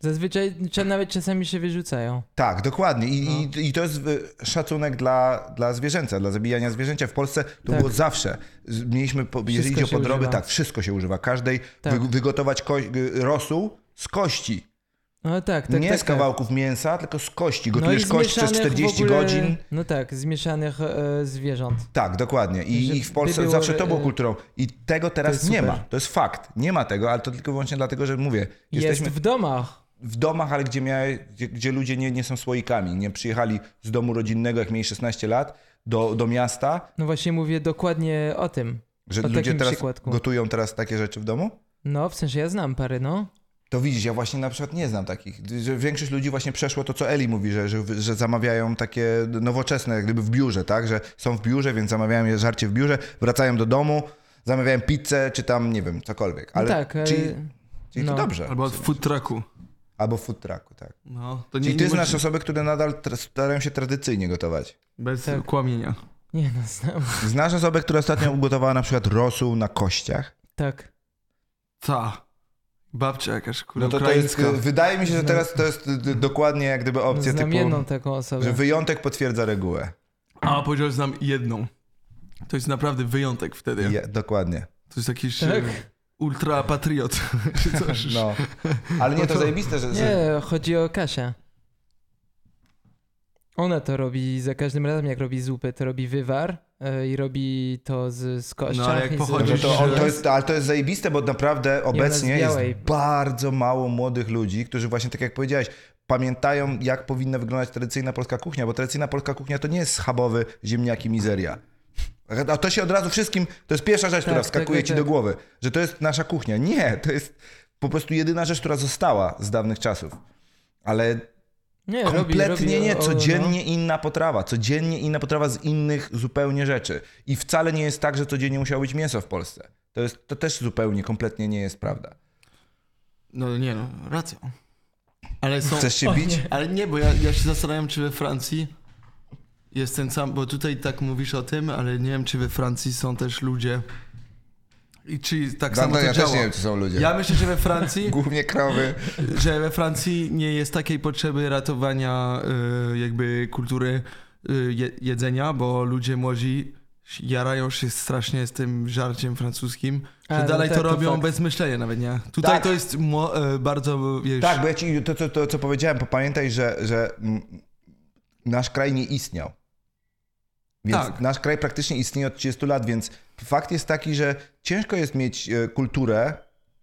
[SPEAKER 3] Zazwyczaj cza- nawet czasami się wyrzucają.
[SPEAKER 1] Tak, dokładnie. I,
[SPEAKER 3] No.
[SPEAKER 1] i, i to jest y, szacunek dla, dla zwierzęcia, dla zabijania zwierzęcia. W Polsce to
[SPEAKER 3] Tak.
[SPEAKER 1] było zawsze. Z- Mieliśmy, po, jeżeli
[SPEAKER 3] Wszystko
[SPEAKER 1] chodzi o
[SPEAKER 3] się
[SPEAKER 1] podroby,
[SPEAKER 3] używa.
[SPEAKER 1] tak, wszystko się używa. Każdej
[SPEAKER 3] Tak.
[SPEAKER 1] wy, wygotować ko- y, rosół z kości.
[SPEAKER 3] No tak, tak.
[SPEAKER 1] Nie
[SPEAKER 3] tak,
[SPEAKER 1] z
[SPEAKER 3] tak.
[SPEAKER 1] kawałków mięsa, tylko z kości.
[SPEAKER 3] No i
[SPEAKER 1] Gotujesz kość przez
[SPEAKER 3] zmieszanych w
[SPEAKER 1] 40
[SPEAKER 3] ogóle-
[SPEAKER 1] godzin.
[SPEAKER 3] No tak, zmieszanych e, zwierząt.
[SPEAKER 1] Tak, dokładnie. I,
[SPEAKER 3] Że
[SPEAKER 1] i w Polsce
[SPEAKER 3] by było,
[SPEAKER 1] zawsze to było
[SPEAKER 3] e,
[SPEAKER 1] kulturą. I tego teraz
[SPEAKER 3] jest
[SPEAKER 1] nie
[SPEAKER 3] super.
[SPEAKER 1] ma. To jest fakt. Nie ma tego, ale to tylko wyłącznie dlatego, że mówię, jesteśmy
[SPEAKER 3] Jest w domach.
[SPEAKER 1] w domach, ale gdzie, miałe, gdzie, gdzie ludzie nie, nie są słoikami. Nie przyjechali z domu rodzinnego, jak mieli 16 lat, do, do miasta,
[SPEAKER 3] No właśnie mówię dokładnie o tym.
[SPEAKER 1] że
[SPEAKER 3] O
[SPEAKER 1] ludzie
[SPEAKER 3] takim
[SPEAKER 1] teraz
[SPEAKER 3] przykładku.
[SPEAKER 1] gotują teraz takie rzeczy w domu?
[SPEAKER 3] No, w sensie ja znam pary, no.
[SPEAKER 1] To widzisz, ja właśnie na przykład nie znam takich. Że większość ludzi właśnie przeszło to, co Eli mówi, że, że, że zamawiają takie nowoczesne, jak gdyby w biurze, tak? Że są w biurze, więc zamawiają je żarcie w biurze, wracają do domu, zamawiają pizzę, czy tam, nie wiem, cokolwiek. Ale
[SPEAKER 3] tak, e,
[SPEAKER 1] czyli, czyli
[SPEAKER 3] no.
[SPEAKER 1] to dobrze.
[SPEAKER 2] Albo od food trucku.
[SPEAKER 1] Albo w food trucku, tak.
[SPEAKER 2] No, to nie,
[SPEAKER 1] Czyli
[SPEAKER 2] nie
[SPEAKER 1] ty
[SPEAKER 2] możesz-
[SPEAKER 1] znasz osoby, które nadal tra- starają się tradycyjnie gotować.
[SPEAKER 2] Bez
[SPEAKER 3] Tak.
[SPEAKER 2] kłamienia.
[SPEAKER 3] Nie no, znam.
[SPEAKER 1] Znasz osobę, która ostatnio ugotowała na przykład rosół na kościach?
[SPEAKER 3] Tak.
[SPEAKER 2] Ta. Babcia jakaś, kurwa,
[SPEAKER 1] No to, to jest,
[SPEAKER 2] ukraińska.
[SPEAKER 1] wydaje mi się, że
[SPEAKER 3] Znam.
[SPEAKER 1] teraz to jest y, y, dokładnie jak gdyby opcja
[SPEAKER 3] No. znam
[SPEAKER 1] typu,
[SPEAKER 3] jedną taką osobę.
[SPEAKER 1] że wyjątek potwierdza regułę.
[SPEAKER 2] A, powiedziałeś, znam jedną. To jest naprawdę wyjątek wtedy.
[SPEAKER 1] Je, dokładnie.
[SPEAKER 2] To jest jakiś
[SPEAKER 3] Tak?
[SPEAKER 2] tak? ultra patriot. [laughs] czy
[SPEAKER 3] [laughs]
[SPEAKER 2] coś.
[SPEAKER 1] No. Ale nie, to zajebiste, że... że-
[SPEAKER 3] Nie, chodzi o Kasia. Ona to robi za każdym razem, jak robi zupy, to robi wywar e, i robi to z, z kościach.
[SPEAKER 2] ale jak
[SPEAKER 3] i z-
[SPEAKER 2] pochodzi-
[SPEAKER 1] Że
[SPEAKER 2] Chodzi,
[SPEAKER 1] no to, on,
[SPEAKER 2] że-
[SPEAKER 1] to jest, ale to jest zajebiste, bo naprawdę obecnie jest
[SPEAKER 3] no białej.
[SPEAKER 1] bardzo mało młodych ludzi, którzy właśnie tak jak powiedziałeś, pamiętają jak powinna wyglądać tradycyjna polska kuchnia, bo tradycyjna polska kuchnia to nie jest schabowy, ziemniaki, mizeria. A to się od razu wszystkim, to jest pierwsza rzecz, która
[SPEAKER 3] tak,
[SPEAKER 1] wskakuje
[SPEAKER 3] tak,
[SPEAKER 1] ci
[SPEAKER 3] tak.
[SPEAKER 1] do głowy, że to jest nasza kuchnia. Nie, to jest po prostu jedyna rzecz, która została z dawnych czasów. Ale
[SPEAKER 3] Nie, robi-
[SPEAKER 1] Kompletnie
[SPEAKER 3] robi no.
[SPEAKER 1] nie,
[SPEAKER 3] o- o-
[SPEAKER 1] codziennie inna potrawa, codziennie inna potrawa z innych zupełnie rzeczy. I wcale nie jest tak, że codziennie musiało być mięso w Polsce. To, jest, to też zupełnie, kompletnie nie jest prawda.
[SPEAKER 2] No nie no, racja. Ale są...
[SPEAKER 1] Chcesz się bić?
[SPEAKER 2] Ale nie, bo ja, ja się zastanawiam, czy we Francji jest ten sam, bo tutaj tak mówisz o tym, ale nie wiem, czy we Francji są też ludzie. I czy tak samo to
[SPEAKER 1] ja
[SPEAKER 2] działa.
[SPEAKER 1] też nie wiem, czy są ludzie.
[SPEAKER 2] Ja myślę, że we Francji,
[SPEAKER 1] Głównie krowy.
[SPEAKER 2] że we Francji nie jest takiej potrzeby ratowania y, jakby kultury y, je, jedzenia, bo ludzie młodzi jarają się strasznie z tym żarciem francuskim, że
[SPEAKER 3] A,
[SPEAKER 1] E,
[SPEAKER 3] no
[SPEAKER 2] dalej
[SPEAKER 3] tak,
[SPEAKER 2] to
[SPEAKER 3] to
[SPEAKER 2] robią
[SPEAKER 3] fakt.
[SPEAKER 2] bez myślenia nawet, nie? Tutaj
[SPEAKER 1] Tak.
[SPEAKER 2] to jest mło, y, bardzo, wiesz...
[SPEAKER 1] Tak, bo ja ci to, to, to co powiedziałem, popamiętaj, że, że mm, nasz kraj nie istniał. Więc
[SPEAKER 2] Tak.
[SPEAKER 1] nasz kraj praktycznie istnieje od 30 lat, więc fakt jest taki, że ciężko jest mieć e, kulturę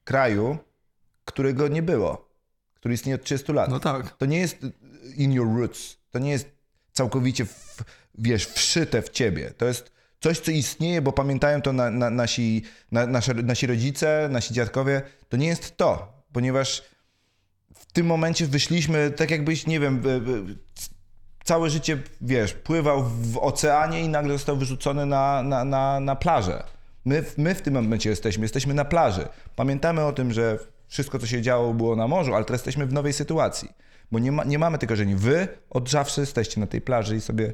[SPEAKER 1] kraju, którego nie było, który istnieje od 30 lat.
[SPEAKER 2] No tak.
[SPEAKER 1] To nie jest in your roots. To nie jest całkowicie, w, wiesz, wszyte w ciebie. To jest coś, co istnieje, bo pamiętają to na, na, nasi, na, nasze, nasi rodzice, nasi dziadkowie. To nie jest to, ponieważ w tym momencie wyszliśmy, tak jakbyś, nie wiem, by- by- c- całe życie, wiesz, pływał w oceanie i nagle został wyrzucony na, na, na, na plażę. My, w- my w tym momencie jesteśmy, jesteśmy na plaży. Pamiętamy o tym, że wszystko, co się działo, było na morzu, ale teraz jesteśmy w nowej sytuacji. Bo nie, ma, nie mamy tego, że nie wy od zawsze jesteście na tej plaży i sobie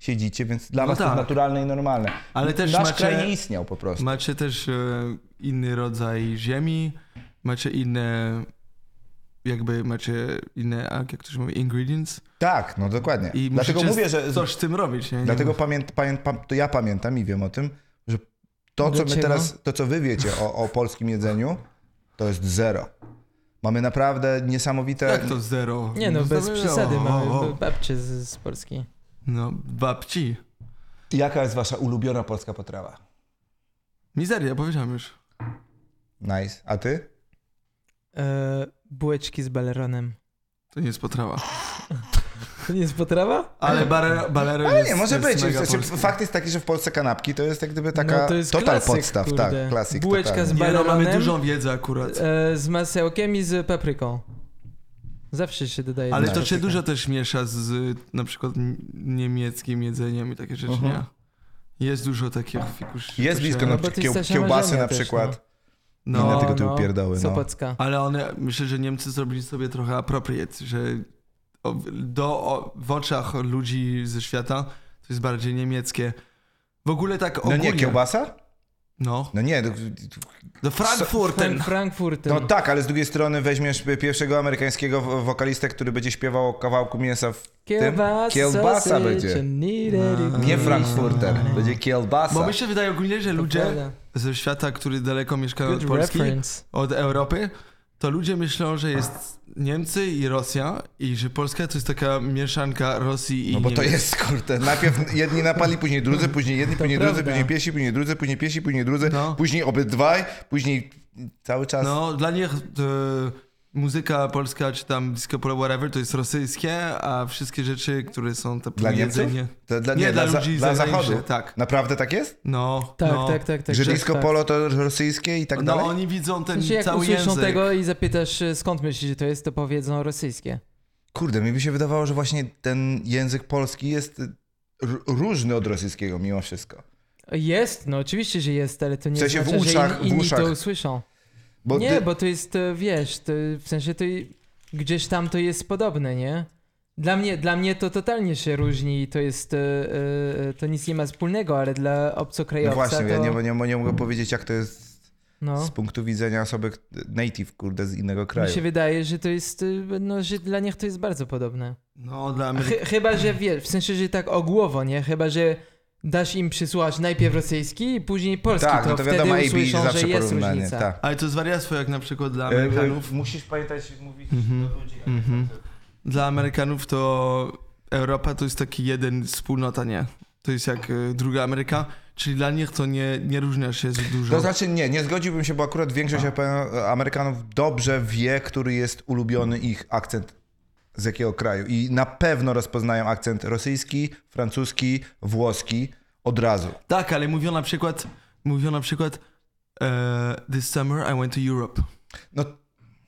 [SPEAKER 1] siedzicie, więc dla
[SPEAKER 2] No
[SPEAKER 1] was to
[SPEAKER 2] tak.
[SPEAKER 1] jest naturalne i normalne.
[SPEAKER 2] Ale też
[SPEAKER 1] Nasz
[SPEAKER 2] macie-
[SPEAKER 1] kraj nie istniał po prostu.
[SPEAKER 2] Macie też e, inny rodzaj ziemi, macie inne, jakby macie inne, a jak ktoś mówi, ingredients.
[SPEAKER 1] Tak, no dokładnie.
[SPEAKER 2] I
[SPEAKER 1] Dlatego
[SPEAKER 2] musicie
[SPEAKER 1] mówię, że
[SPEAKER 2] coś z tym robić, nie? nie
[SPEAKER 1] Dlatego
[SPEAKER 2] mów-
[SPEAKER 1] pamię, pamię, pam, to ja pamiętam i wiem o tym, że to, co my
[SPEAKER 3] Dlaczego?
[SPEAKER 1] teraz, to, co wy wiecie o, o polskim jedzeniu, to jest zero. Mamy naprawdę niesamowite.
[SPEAKER 2] Jak to zero?
[SPEAKER 3] Nie no, bez
[SPEAKER 2] zero.
[SPEAKER 3] przesady mamy babcie z, z Polski.
[SPEAKER 2] No, babci.
[SPEAKER 1] Jaka jest wasza ulubiona polska potrawa?
[SPEAKER 2] Mizeria, powiedziałem już.
[SPEAKER 1] Nice. A ty?
[SPEAKER 3] E, bułeczki z baleronem. [laughs]
[SPEAKER 2] To nie jest potrawa.
[SPEAKER 3] To nie jest potrawa?
[SPEAKER 2] Ale bare- baleron
[SPEAKER 1] Ale No
[SPEAKER 2] jest,
[SPEAKER 1] nie, może
[SPEAKER 2] jest
[SPEAKER 1] być.
[SPEAKER 2] mega
[SPEAKER 1] W sensie,
[SPEAKER 2] polski.
[SPEAKER 1] fakt jest taki, że w Polsce kanapki to jest jak gdyby taka
[SPEAKER 3] No, to jest
[SPEAKER 1] total
[SPEAKER 3] klasyk,
[SPEAKER 1] podstaw,
[SPEAKER 3] kurde.
[SPEAKER 1] tak, klasik.
[SPEAKER 3] Bułeczka
[SPEAKER 1] totalny.
[SPEAKER 3] z
[SPEAKER 2] Nie, no, mamy
[SPEAKER 3] baleronem.
[SPEAKER 2] dużą wiedzę akurat.
[SPEAKER 3] E, z masełkiem i z papryką. Zawsze się dodaje.
[SPEAKER 2] Ale
[SPEAKER 1] no,
[SPEAKER 3] do
[SPEAKER 2] to się
[SPEAKER 3] papryka.
[SPEAKER 2] dużo też miesza z y, na przykład n- niemieckim jedzeniem i takie rzeczy,
[SPEAKER 1] Mhm.
[SPEAKER 2] nie? Jest dużo takich fikusz.
[SPEAKER 1] Jest blisko
[SPEAKER 3] No
[SPEAKER 1] na
[SPEAKER 3] bo ty
[SPEAKER 1] przykład kieł,
[SPEAKER 3] jesteś
[SPEAKER 1] kiełbasy na
[SPEAKER 3] Amazonia też,
[SPEAKER 1] przykład.
[SPEAKER 2] No,
[SPEAKER 1] Inne tylko tyły pierdoły, no.
[SPEAKER 3] Sopocka.
[SPEAKER 2] Ale one, myślę, że Niemcy zrobili sobie trochę appropriate, że o- do, o, w oczach ludzi ze świata to jest bardziej niemieckie. W ogóle tak
[SPEAKER 1] No
[SPEAKER 2] ogólnie.
[SPEAKER 1] nie, kiełbasa?
[SPEAKER 2] No.
[SPEAKER 1] No nie, no,
[SPEAKER 2] Do Frankfurten.
[SPEAKER 3] Frank- Frankfurtem.
[SPEAKER 1] No tak, ale z drugiej strony weźmiesz pierwszego amerykańskiego wo- wokalistę, który będzie śpiewał o kawałku mięsa w
[SPEAKER 3] Kiełbasa,
[SPEAKER 1] tym. Kiełbasa będzie. No. Nie Frankfurter, będzie kielbasa.
[SPEAKER 2] Bo mi się wydaje ogólnie, że ludzie ze świata, który daleko mieszkają
[SPEAKER 3] Good
[SPEAKER 2] od Polski,
[SPEAKER 3] reference.
[SPEAKER 2] od Europy, to ludzie myślą, że jest Niemcy i Rosja i że Polska to jest taka mieszanka Rosji i
[SPEAKER 1] No bo to
[SPEAKER 2] Niemiec.
[SPEAKER 1] jest, kurde, najpierw jedni napali, później drudzy, później jedni, później drudzy,
[SPEAKER 3] prawda.
[SPEAKER 1] później piesi, później drudzy, później piesi, później drudzy,
[SPEAKER 2] No.
[SPEAKER 1] później obydwaj, później cały czas.
[SPEAKER 2] No, dla nich e, muzyka polska, czy tam disco polo, whatever, to jest rosyjskie, a wszystkie rzeczy, które są tam
[SPEAKER 1] Dla Niemców?
[SPEAKER 2] jedzenie...
[SPEAKER 1] Dla, dla,
[SPEAKER 2] Nie, dla
[SPEAKER 1] za-
[SPEAKER 2] ludzi
[SPEAKER 1] dla
[SPEAKER 2] zagranicznych,
[SPEAKER 1] Zachodu.
[SPEAKER 2] tak.
[SPEAKER 1] Naprawdę tak jest?
[SPEAKER 2] No,
[SPEAKER 3] Tak,
[SPEAKER 2] no.
[SPEAKER 3] tak, tak, tak.
[SPEAKER 1] że
[SPEAKER 3] tak,
[SPEAKER 1] disco
[SPEAKER 3] tak.
[SPEAKER 1] polo to rosyjskie i tak
[SPEAKER 2] no,
[SPEAKER 1] dalej?
[SPEAKER 2] oni widzą ten
[SPEAKER 3] W sensie, jak
[SPEAKER 2] cały
[SPEAKER 3] usłyszą
[SPEAKER 2] język.
[SPEAKER 3] tego i zapytasz, y, skąd myślisz, że to jest, to powiedzą rosyjskie.
[SPEAKER 1] Kurde, mi by się wydawało, że właśnie ten język polski jest y, r- różny od rosyjskiego mimo wszystko.
[SPEAKER 3] Jest, no oczywiście, że jest, ale to nie
[SPEAKER 1] W sensie w
[SPEAKER 3] znaczy,
[SPEAKER 1] uszach-
[SPEAKER 3] że
[SPEAKER 1] w
[SPEAKER 3] in, inni
[SPEAKER 1] uszach.
[SPEAKER 3] to usłyszą.
[SPEAKER 1] Bo
[SPEAKER 3] nie,
[SPEAKER 1] ty-
[SPEAKER 3] bo to jest, e, wiesz, to, w sensie to i- gdzieś tam to jest podobne, nie? Dla mnie, dla mnie to totalnie się różni i to jest, e, e, to nic nie ma wspólnego, ale dla
[SPEAKER 1] no
[SPEAKER 3] obcokrajowca
[SPEAKER 1] właśnie,
[SPEAKER 3] to...
[SPEAKER 1] ja nie, nie, nie mogę powiedzieć, jak to jest
[SPEAKER 3] no.
[SPEAKER 1] z punktu widzenia osoby k- native, kurde, z innego
[SPEAKER 3] Mi
[SPEAKER 1] kraju.
[SPEAKER 3] się wydaje, że to jest, e, no, że dla nich to jest bardzo podobne.
[SPEAKER 2] No, dla
[SPEAKER 3] A
[SPEAKER 2] Amery...
[SPEAKER 3] Chy, chyba, że wiesz, w sensie, że tak ogłowo, nie? Chyba, że dasz im przysłać najpierw rosyjski i później polski,
[SPEAKER 1] tak,
[SPEAKER 3] to,
[SPEAKER 1] no to
[SPEAKER 3] wtedy
[SPEAKER 1] wiadomo, AB
[SPEAKER 3] usłyszą, że
[SPEAKER 1] zawsze
[SPEAKER 3] jest
[SPEAKER 1] porównanie.
[SPEAKER 3] różnica.
[SPEAKER 1] Tak.
[SPEAKER 2] Ale to jest wariactwo, jak na przykład dla
[SPEAKER 1] E, e,
[SPEAKER 2] Amerykanów.
[SPEAKER 1] Musisz pamiętać, mówić
[SPEAKER 2] Mhm,
[SPEAKER 1] do ludzi.
[SPEAKER 2] mhm. Dla Amerykanów to Europa to jest taki jeden wspólnota, nie? To jest jak e, druga Ameryka, czyli dla nich to nie, nie różnia się z dużo.
[SPEAKER 3] No
[SPEAKER 1] To znaczy nie, nie zgodziłbym się, bo akurat większość Ape- Amerykanów dobrze wie, który jest ulubiony ich akcent z jakiego kraju. I na pewno rozpoznają akcent rosyjski, francuski, włoski od razu.
[SPEAKER 2] Tak, ale mówią na przykład, mówią na przykład e, This summer I went to Europe.
[SPEAKER 1] No,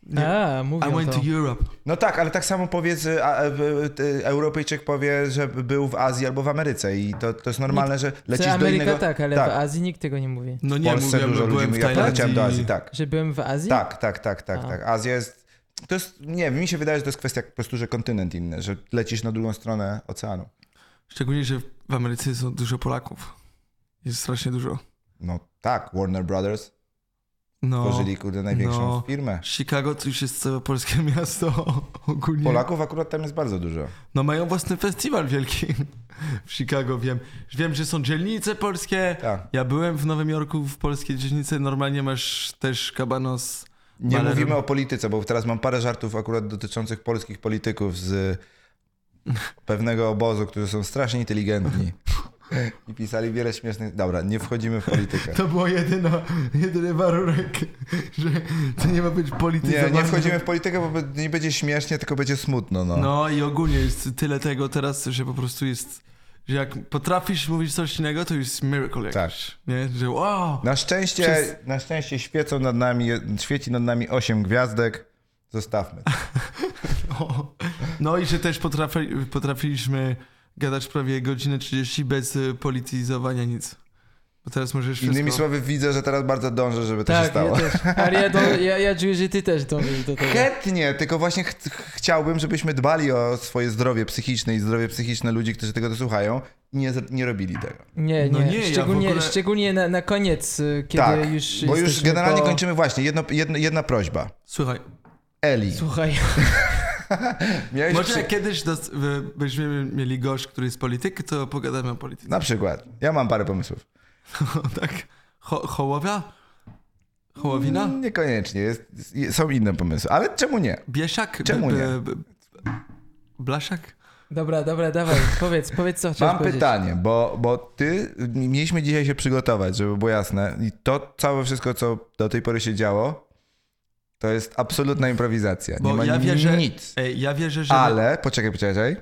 [SPEAKER 2] Nie.
[SPEAKER 3] A, mówią
[SPEAKER 2] I went
[SPEAKER 3] to.
[SPEAKER 2] to Europe.
[SPEAKER 1] no tak, ale tak samo powiedz, a, a, w- ty- Europejczyk powie, że był w Azji albo w Ameryce i to, to jest normalne, że lecisz
[SPEAKER 3] Co
[SPEAKER 1] do
[SPEAKER 3] Ameryka
[SPEAKER 1] innego...
[SPEAKER 3] tak, ale
[SPEAKER 1] tak.
[SPEAKER 3] w Azji nikt tego nie mówi.
[SPEAKER 2] No
[SPEAKER 1] W
[SPEAKER 2] nie,
[SPEAKER 1] Polsce
[SPEAKER 2] mówiłem,
[SPEAKER 1] dużo
[SPEAKER 2] że
[SPEAKER 1] ludzi
[SPEAKER 2] byłem w
[SPEAKER 1] mówi, jak leciałem do Azji,
[SPEAKER 2] Tajlandii.
[SPEAKER 1] tak.
[SPEAKER 3] Że byłem w Azji?
[SPEAKER 1] Tak, tak, tak, tak,
[SPEAKER 3] A.
[SPEAKER 1] tak. Azja jest... To jest, nie wiem, mi się wydaje, że to jest kwestia po prostu, że kontynent inny, że lecisz na drugą stronę oceanu.
[SPEAKER 2] Szczególnie, że w Ameryce są dużo Polaków. Jest strasznie dużo.
[SPEAKER 1] No tak, Warner Brothers
[SPEAKER 2] No,
[SPEAKER 1] tworzyli kurde największą
[SPEAKER 2] no.
[SPEAKER 1] firmę.
[SPEAKER 2] Chicago to już jest całe polskie [laughs] miasto ogólnie.
[SPEAKER 1] Polaków akurat tam jest bardzo dużo.
[SPEAKER 2] No mają własny festiwal wielki [laughs] w Chicago, wiem. Wiem, że są dzielnice polskie.
[SPEAKER 1] Tak.
[SPEAKER 2] Ja byłem w Nowym Jorku w polskiej dzielnicy. Normalnie masz też kabanos.
[SPEAKER 1] Nie
[SPEAKER 2] Malerem.
[SPEAKER 1] mówimy o polityce, bo teraz mam parę żartów akurat dotyczących polskich polityków z pewnego obozu, którzy są strasznie inteligentni. I pisali wiele śmiesznych... Dobra, nie wchodzimy w politykę.
[SPEAKER 2] To było jedyno, jedyny warunek, że to nie ma być polityka.
[SPEAKER 1] Nie, nie wchodzimy w politykę, bo be- nie będzie śmiesznie, tylko będzie smutno. No.
[SPEAKER 2] No i ogólnie jest tyle tego teraz, że po prostu jest, że jak potrafisz mówić coś innego, to jest miracle jakiś. Tak. Nie? Że wow!
[SPEAKER 1] Na, szczęście,
[SPEAKER 2] Przez-
[SPEAKER 1] na szczęście świecą nad nami, świeci nad nami osiem gwiazdek. Zostawmy. to.
[SPEAKER 2] No, no i że też potrafi, potrafiliśmy gadać prawie godzinę 30 bez y, polityzowania nic. Bo teraz możesz wszystko...
[SPEAKER 1] Innymi słowy, widzę, że teraz bardzo dążę, żeby to się
[SPEAKER 3] Tak,
[SPEAKER 1] stało.
[SPEAKER 3] ja też. Ale ja, do, ja, ja czuję, że ty też dążysz do tego.
[SPEAKER 1] Chętnie, tylko właśnie ch ch- chciałbym, żebyśmy dbali o swoje zdrowie psychiczne i zdrowie psychiczne ludzi, którzy tego dosłuchają i nie, z- nie robili tego.
[SPEAKER 3] Nie, nie.
[SPEAKER 2] No nie, ja w
[SPEAKER 3] szczególnie
[SPEAKER 2] ogóle-
[SPEAKER 3] szczególnie na, na koniec, y, kiedy
[SPEAKER 1] tak,
[SPEAKER 3] już
[SPEAKER 1] bo już
[SPEAKER 3] jesteśmy
[SPEAKER 1] generalnie
[SPEAKER 3] po...
[SPEAKER 1] kończymy właśnie. Jedno, jedno, jedna prośba.
[SPEAKER 2] Słuchaj,
[SPEAKER 1] Eli,
[SPEAKER 3] Słuchaj, [laughs]
[SPEAKER 1] miałeś
[SPEAKER 2] może
[SPEAKER 1] przy...
[SPEAKER 2] jak kiedyś dos- wy- będziemy mieli gość, który jest polityk, to pogadamy o polityce. [laughs]
[SPEAKER 1] Na przykład, ja mam parę pomysłów.
[SPEAKER 2] tak? Ho- hołowia? Hołowina?
[SPEAKER 1] Mm, Niekoniecznie, jest, jest- są inne pomysły, ale czemu nie?
[SPEAKER 2] Bieszak?
[SPEAKER 1] Czemu nie?
[SPEAKER 2] b- Blaszak?
[SPEAKER 3] dobra, dobra, dawaj, powiedz, powiedz co chciałeś
[SPEAKER 1] Mam
[SPEAKER 3] powiedzieć.
[SPEAKER 1] pytanie, bo, bo ty, mieliśmy dzisiaj się przygotować, żeby było jasne i to całe wszystko, co do tej pory się działo, to jest absolutna improwizacja.
[SPEAKER 2] Bo
[SPEAKER 1] nie ma
[SPEAKER 2] ja wierzę-
[SPEAKER 1] nic.
[SPEAKER 2] Ej, ja wierzę, że...
[SPEAKER 1] Ale, poczekaj, poczekaj.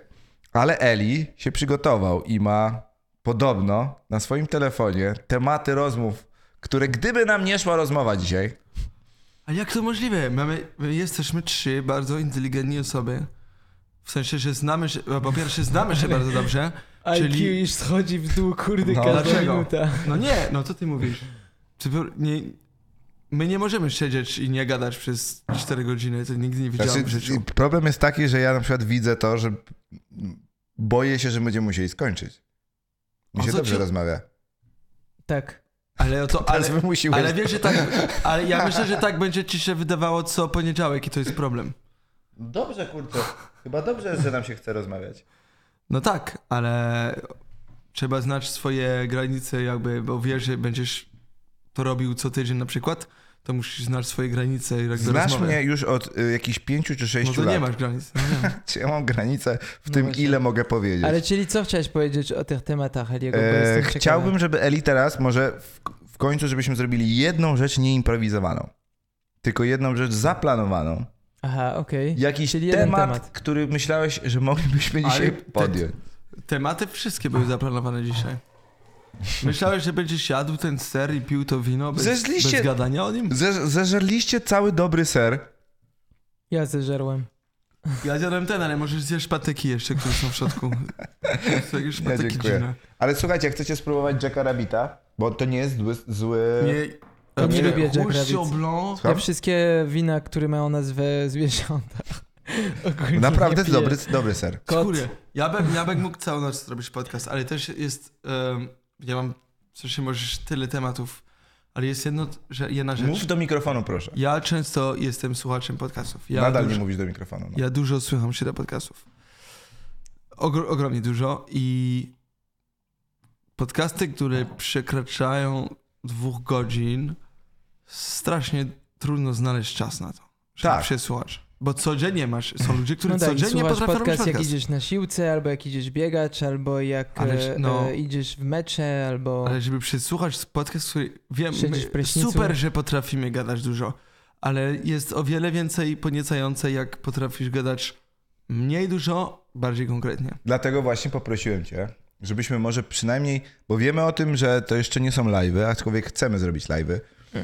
[SPEAKER 1] Ale Eli się przygotował i ma podobno na swoim telefonie tematy rozmów, które gdyby nam nie szła rozmowa dzisiaj,
[SPEAKER 2] A jak to możliwe? Mamy, my jesteśmy trzy bardzo inteligentni osoby. W sensie, że znamy się... Po pierwsze, znamy się bardzo dobrze.
[SPEAKER 3] IQ
[SPEAKER 2] Czyli-
[SPEAKER 3] już schodzi w dół, kurde,
[SPEAKER 1] No.
[SPEAKER 3] każda
[SPEAKER 2] Dlaczego?
[SPEAKER 3] minuta.
[SPEAKER 2] No nie, no co ty mówisz? Ty, po- nie, my nie możemy siedzieć i nie gadać przez 4 godziny, to nigdy nie widziałem
[SPEAKER 1] znaczy,
[SPEAKER 2] w życiu.
[SPEAKER 1] problem jest taki, że ja na przykład widzę to, że boję się, że będziemy musieli skończyć. Mi
[SPEAKER 2] O
[SPEAKER 1] się
[SPEAKER 2] co
[SPEAKER 1] dobrze
[SPEAKER 2] ci-
[SPEAKER 1] rozmawia.
[SPEAKER 3] Tak.
[SPEAKER 2] Ale o to,
[SPEAKER 1] Ale
[SPEAKER 2] ale,
[SPEAKER 1] wymusiłeś.
[SPEAKER 2] ale wiesz, że tak, ale ja myślę, że tak będzie ci się wydawało co poniedziałek i to jest problem.
[SPEAKER 1] Dobrze, kurczę. Chyba dobrze, że nam się chce rozmawiać.
[SPEAKER 2] No tak, ale trzeba znać swoje granice jakby, bo wiesz, że będziesz to robił co tydzień na przykład, to musisz znać swoje granice i jak do
[SPEAKER 1] Znasz
[SPEAKER 2] rozmowy.
[SPEAKER 1] mnie już od y, jakichś pięciu czy
[SPEAKER 2] No
[SPEAKER 1] sześciu
[SPEAKER 2] to
[SPEAKER 1] lat.
[SPEAKER 2] nie masz granic. No nie.
[SPEAKER 1] Czy ja mam granicę w
[SPEAKER 3] No
[SPEAKER 1] tym,
[SPEAKER 3] właśnie.
[SPEAKER 1] ile mogę powiedzieć?
[SPEAKER 3] Ale czyli co chciałeś powiedzieć o tych tematach, Eliego? Bo
[SPEAKER 1] E,
[SPEAKER 3] jestem ciekawy.
[SPEAKER 1] chciałbym, żeby Eli teraz może w, w końcu, żebyśmy zrobili jedną rzecz nieimprowizowaną. Tylko jedną rzecz zaplanowaną.
[SPEAKER 3] Aha, okej.
[SPEAKER 1] Jakiś
[SPEAKER 3] Czyli jeden
[SPEAKER 1] temat,
[SPEAKER 3] temat.
[SPEAKER 1] który myślałeś, że moglibyśmy
[SPEAKER 2] Ale
[SPEAKER 1] dzisiaj
[SPEAKER 2] te-
[SPEAKER 1] podjąć.
[SPEAKER 2] Tematy wszystkie były zaplanowane dzisiaj. Myślałeś, że będziesz jadł ten ser i pił to wino bez,
[SPEAKER 1] Zeżliście-
[SPEAKER 2] bez gadania o nim?
[SPEAKER 1] Ze- zeżerliście cały dobry ser.
[SPEAKER 3] Ja zeżerłem.
[SPEAKER 2] Ja zjadłem ten, ale możesz zjeść patyki jeszcze, które są w
[SPEAKER 1] [laughs]
[SPEAKER 2] środku. Są jakieś
[SPEAKER 1] Nie,
[SPEAKER 2] patyki
[SPEAKER 1] dziękuję.
[SPEAKER 2] dziwne.
[SPEAKER 1] Ale słuchajcie, jak chcecie spróbować Jacka Rabbita, bo to nie jest zły... zły...
[SPEAKER 2] Nie, e,
[SPEAKER 3] To nie [laughs] lubię Jack
[SPEAKER 2] Rouge
[SPEAKER 3] Rabbit.
[SPEAKER 2] Blanc.
[SPEAKER 1] Słucham?
[SPEAKER 3] Ja wszystkie wina, które mają nazwę zwierząta. [laughs] ogólnie
[SPEAKER 1] Naprawdę
[SPEAKER 3] nie piję.
[SPEAKER 1] dobry, dobry ser.
[SPEAKER 3] Kot.
[SPEAKER 2] Skóry. Ja bym, ja bym mógł całą noc zrobić podcast, ale też jest. Um, ja mam. W sensie możesz tyle tematów, ale jest jedno, że jedna rzecz.
[SPEAKER 1] Mów do mikrofonu, proszę.
[SPEAKER 2] Ja często jestem słuchaczem podcastów. Ja
[SPEAKER 1] Nadal
[SPEAKER 2] dużo,
[SPEAKER 1] nie mówisz do mikrofonu. No.
[SPEAKER 2] Ja dużo słucham się do podcastów. Ogr- ogromnie dużo i podcasty, które przekraczają dwóch godzin, strasznie trudno znaleźć czas na to, żeby
[SPEAKER 1] Tak.
[SPEAKER 2] przesłuchać. Bo codziennie masz, są ludzie, którzy
[SPEAKER 3] No tak,
[SPEAKER 2] codziennie
[SPEAKER 3] słuchasz
[SPEAKER 2] potrafią robić
[SPEAKER 3] podcast, jak
[SPEAKER 2] podcast.
[SPEAKER 3] idziesz na siłce, albo jak idziesz biegać, albo jak
[SPEAKER 2] Ależ,
[SPEAKER 3] e,
[SPEAKER 2] no.
[SPEAKER 3] e, idziesz w mecze, albo...
[SPEAKER 2] Ale żeby przesłuchać podcast, który wiem,
[SPEAKER 3] Siedzisz w
[SPEAKER 2] my-
[SPEAKER 3] prysznicu.
[SPEAKER 2] super, że potrafimy gadać dużo, ale jest o wiele więcej poniecające, jak potrafisz gadać mniej dużo, bardziej konkretnie.
[SPEAKER 1] Dlatego właśnie poprosiłem cię, żebyśmy może przynajmniej, bo wiemy o tym, że to jeszcze nie są live'y, aczkolwiek chcemy zrobić live'y. Yy,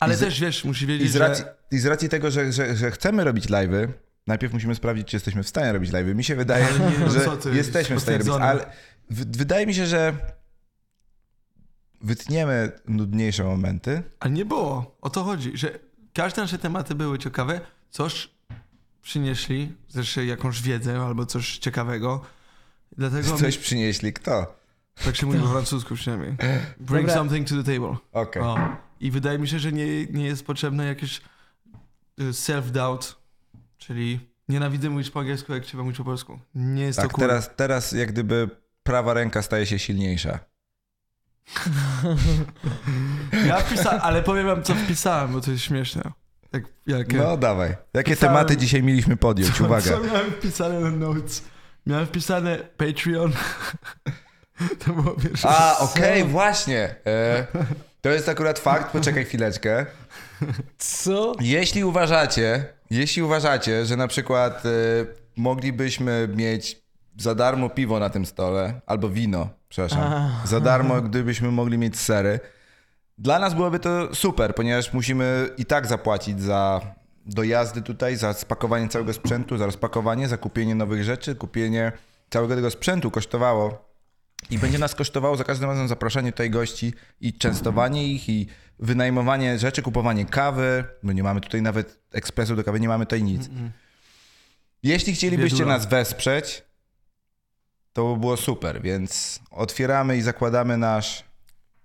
[SPEAKER 2] Ale
[SPEAKER 1] I z-
[SPEAKER 2] też wiesz, musisz
[SPEAKER 1] i,
[SPEAKER 2] wiedzieć,
[SPEAKER 1] z racji,
[SPEAKER 2] Hmm. że
[SPEAKER 1] I z racji tego, że, że, że chcemy robić live'y, najpierw musimy sprawdzić, czy jesteśmy w stanie robić live'y. Mi się wydaje,
[SPEAKER 2] Ale nie, no
[SPEAKER 1] że
[SPEAKER 2] co ty,
[SPEAKER 1] jesteśmy w stanie robić,
[SPEAKER 2] potwierdzone.
[SPEAKER 1] ale w, wydaje mi się, że wytniemy nudniejsze momenty.
[SPEAKER 2] ale nie było. O to chodzi, że każde nasze tematy były ciekawe, coś przynieśli, zresztą jakąś wiedzę albo coś ciekawego. Dlatego,
[SPEAKER 1] Coś przynieśli. Kto?
[SPEAKER 2] tak się mówi po francusku
[SPEAKER 1] [laughs]
[SPEAKER 2] przynajmniej, bring
[SPEAKER 3] Dobra.
[SPEAKER 2] something to the table.
[SPEAKER 1] Okej.
[SPEAKER 2] O. I wydaje mi się, że nie, nie jest potrzebne jakieś y, self-doubt, czyli nienawidzę mówić po angielsku, jak trzeba mówić po polsku. Nie jest
[SPEAKER 1] Tak,
[SPEAKER 2] to cool.
[SPEAKER 1] teraz, teraz jak gdyby prawa ręka staje się silniejsza.
[SPEAKER 2] Ja wpisałem, ale powiem wam, co wpisałem, bo to jest śmieszne. Jak, jak,
[SPEAKER 1] No dawaj. Jakie
[SPEAKER 2] Pisałem-
[SPEAKER 1] tematy dzisiaj mieliśmy podjąć?
[SPEAKER 2] [laughs] co,
[SPEAKER 1] Uwaga.
[SPEAKER 2] co miałem wpisane na notes? Miałem wpisane Patreon. [laughs] to było pierwsze.
[SPEAKER 1] A, okej, właśnie. E, to jest akurat fakt, poczekaj chwileczkę.
[SPEAKER 3] Co?
[SPEAKER 1] Jeśli uważacie, jeśli uważacie, że na przykład e, moglibyśmy mieć za darmo piwo na tym stole, albo wino, przepraszam,
[SPEAKER 3] A.
[SPEAKER 1] za darmo, gdybyśmy mogli mieć sery, dla nas byłoby to super, ponieważ musimy i tak zapłacić za dojazdy tutaj, za spakowanie całego sprzętu, za rozpakowanie, za kupienie nowych rzeczy, kupienie całego tego sprzętu kosztowało i będzie nas kosztowało za każdym razem zapraszanie tutaj gości i częstowanie ich, i wynajmowanie rzeczy, kupowanie kawy. No nie mamy tutaj nawet ekspresu do kawy, nie mamy tutaj nic. Jeśli chcielibyście
[SPEAKER 2] Biedura.
[SPEAKER 1] nas wesprzeć, to by było super, więc otwieramy i zakładamy nasz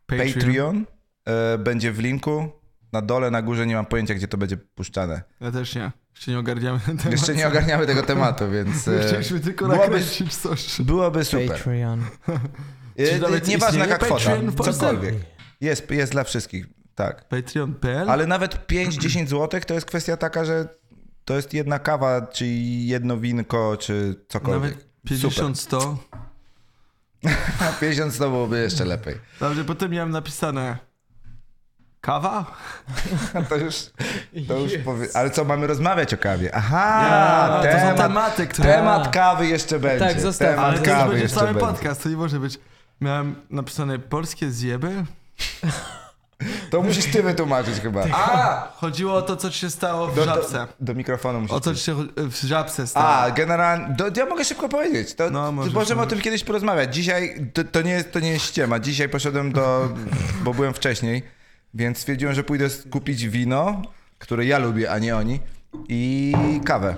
[SPEAKER 1] Patreon. E, Będzie w linku. Na dole, na górze, nie mam pojęcia, gdzie to będzie
[SPEAKER 2] [laughs]
[SPEAKER 1] puszczane.
[SPEAKER 2] Ja też nie. Jeszcze nie ogarniamy ten temat.
[SPEAKER 1] Jeszcze nie ogarniamy tego tematu, więc e,
[SPEAKER 2] Chcieliśmy tylko
[SPEAKER 1] byłoby-
[SPEAKER 2] nakręcić coś.
[SPEAKER 1] byłoby super.
[SPEAKER 3] Patreon.
[SPEAKER 1] E,
[SPEAKER 2] Czy nawet
[SPEAKER 1] Nieważna
[SPEAKER 2] istnieje
[SPEAKER 1] jaka kwota,
[SPEAKER 2] Patreon w Polsce?
[SPEAKER 1] cokolwiek. Jest, jest dla wszystkich, tak.
[SPEAKER 2] Patreon.pl?
[SPEAKER 1] Ale nawet 5-10 zł to jest kwestia taka, że to jest jedna kawa, czy jedno winko, czy cokolwiek.
[SPEAKER 2] Nawet 50, 100.
[SPEAKER 1] Super. 50 to byłoby jeszcze
[SPEAKER 2] [laughs]
[SPEAKER 1] lepiej.
[SPEAKER 2] Dobrze, potem miałem napisane kawa?
[SPEAKER 1] To już, to już powie... Ale co, mamy rozmawiać o kawie? Aha,
[SPEAKER 2] Ja, to są
[SPEAKER 1] temat,
[SPEAKER 2] tematy, które...
[SPEAKER 1] temat kawy jeszcze będzie.
[SPEAKER 3] zostawmy.
[SPEAKER 1] temat
[SPEAKER 2] Tak. Ale
[SPEAKER 3] to
[SPEAKER 1] kawy
[SPEAKER 2] to będzie
[SPEAKER 1] jeszcze
[SPEAKER 2] cały
[SPEAKER 1] będzie.
[SPEAKER 2] podcast, to nie może być. Miałem napisane polskie zjeby.
[SPEAKER 1] To musisz ty wytłumaczyć chyba.
[SPEAKER 2] A! Chodziło o to, co ci się stało w
[SPEAKER 1] do,
[SPEAKER 2] żabce.
[SPEAKER 1] do, do mikrofonu musisz.
[SPEAKER 2] O co ci się cho- w żabce stało.
[SPEAKER 1] No A, generalnie. Do, ja mogę szybko powiedzieć. To,
[SPEAKER 2] No, możesz
[SPEAKER 1] możemy o
[SPEAKER 2] powiedzieć.
[SPEAKER 1] tym kiedyś porozmawiać. Dzisiaj to, to, nie, jest, to nie jest ściema. Dzisiaj poszedłem do. bo byłem wcześniej, więc stwierdziłem, że pójdę s- kupić wino, które ja lubię, a nie oni, i kawę.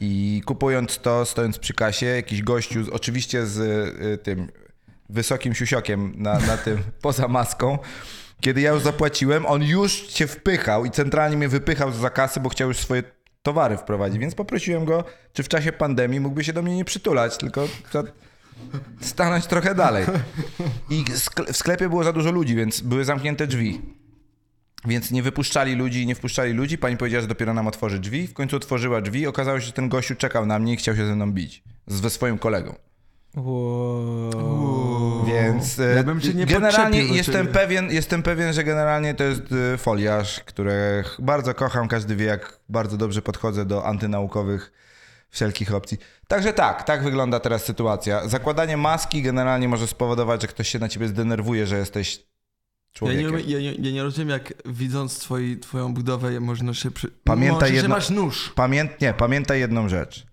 [SPEAKER 1] I kupując to, stojąc przy kasie, jakiś gościu, z- oczywiście z y, tym wysokim siusiokiem na, na tym, [laughs] poza maską. Kiedy ja już zapłaciłem, on już się wpychał i centralnie mnie wypychał za kasy, bo chciał już swoje towary wprowadzić. Więc poprosiłem go, czy w czasie pandemii mógłby się do mnie nie przytulać, tylko za- stanąć trochę dalej. I skle- w sklepie było za dużo ludzi, więc były zamknięte drzwi. Więc nie wypuszczali ludzi, nie wpuszczali ludzi. Pani powiedziała, że dopiero nam otworzy drzwi. W końcu otworzyła drzwi. Okazało się, że ten gościu czekał na mnie i chciał się ze mną bić. Z, ze swoim kolegą.
[SPEAKER 3] Wow.
[SPEAKER 1] Więc e,
[SPEAKER 2] Ja bym się nie
[SPEAKER 1] generalnie
[SPEAKER 2] podczepił znaczy- do
[SPEAKER 1] jestem
[SPEAKER 2] ciebie.
[SPEAKER 1] pewien, jestem pewien, że generalnie to jest e, foliarz, które ch- bardzo kocham. Każdy wie, jak bardzo dobrze podchodzę do antynaukowych wszelkich opcji. Także tak, tak wygląda teraz sytuacja. Zakładanie maski generalnie może spowodować, że ktoś się na ciebie zdenerwuje, że jesteś
[SPEAKER 2] Ja nie,
[SPEAKER 1] człowiekiem.
[SPEAKER 2] umie- ja, nie, ja nie rozumiem, jak widząc twoi, twoją budowę można się... Przy...
[SPEAKER 1] Pamiętaj
[SPEAKER 2] Może, że
[SPEAKER 1] jedno-
[SPEAKER 2] masz
[SPEAKER 1] [laughs]
[SPEAKER 2] nóż. [laughs]
[SPEAKER 1] Pamięt, nie, pamiętaj jedną rzecz.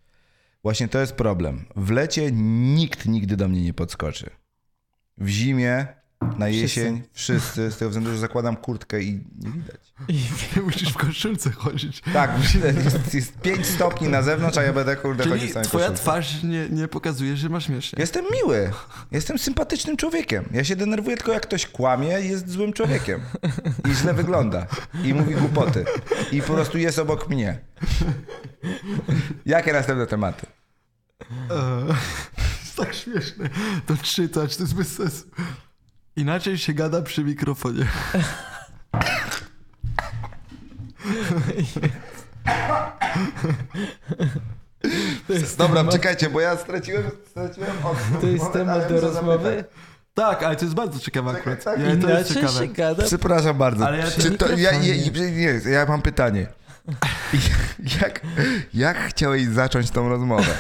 [SPEAKER 1] Właśnie to jest problem. W lecie nikt nigdy do mnie nie podskoczy. W zimie, na jesień, wszyscy, z tego względu, że zakładam kurtkę i nie widać.
[SPEAKER 2] Musisz w koszulce chodzić.
[SPEAKER 1] Tak, [laughs] jest, jest 5 stopni na zewnątrz, a ja będę kurde chodził
[SPEAKER 2] Czyli
[SPEAKER 1] w samej
[SPEAKER 2] twoja
[SPEAKER 1] koszulce.
[SPEAKER 2] twarz nie, nie pokazuje, że masz mieszanie.
[SPEAKER 1] Jestem miły. Jestem sympatycznym człowiekiem. Ja się denerwuję tylko jak ktoś kłamie i jest złym człowiekiem. I źle wygląda. I mówi głupoty. I po prostu jest obok mnie. Jakie następne tematy?
[SPEAKER 2] Eee, jest [laughs] tak śmieszne. To czytać, to jest bez sensu. Inaczej się gada przy mikrofonie.
[SPEAKER 3] To jest
[SPEAKER 1] Dobra,
[SPEAKER 3] temat,
[SPEAKER 1] czekajcie, bo ja straciłem, straciłem odwrót.
[SPEAKER 3] to jest
[SPEAKER 1] Moment,
[SPEAKER 3] temat
[SPEAKER 1] ale
[SPEAKER 3] do
[SPEAKER 1] muszę zapytać.
[SPEAKER 3] rozmowy.
[SPEAKER 2] Tak, ale to jest bardzo ciekawe
[SPEAKER 1] Czekaj,
[SPEAKER 2] akurat.
[SPEAKER 1] tak?
[SPEAKER 2] Nie, to jest
[SPEAKER 3] Inaczej
[SPEAKER 2] ciekawe.
[SPEAKER 3] się gada.
[SPEAKER 1] Przepraszam bardzo.
[SPEAKER 2] Ale ja
[SPEAKER 1] Czy
[SPEAKER 2] się-
[SPEAKER 1] to, ja, ja,
[SPEAKER 3] mikrofonie.
[SPEAKER 1] nie, ja mam pytanie. [laughs] Jak, jak chciałeś zacząć tą rozmowę?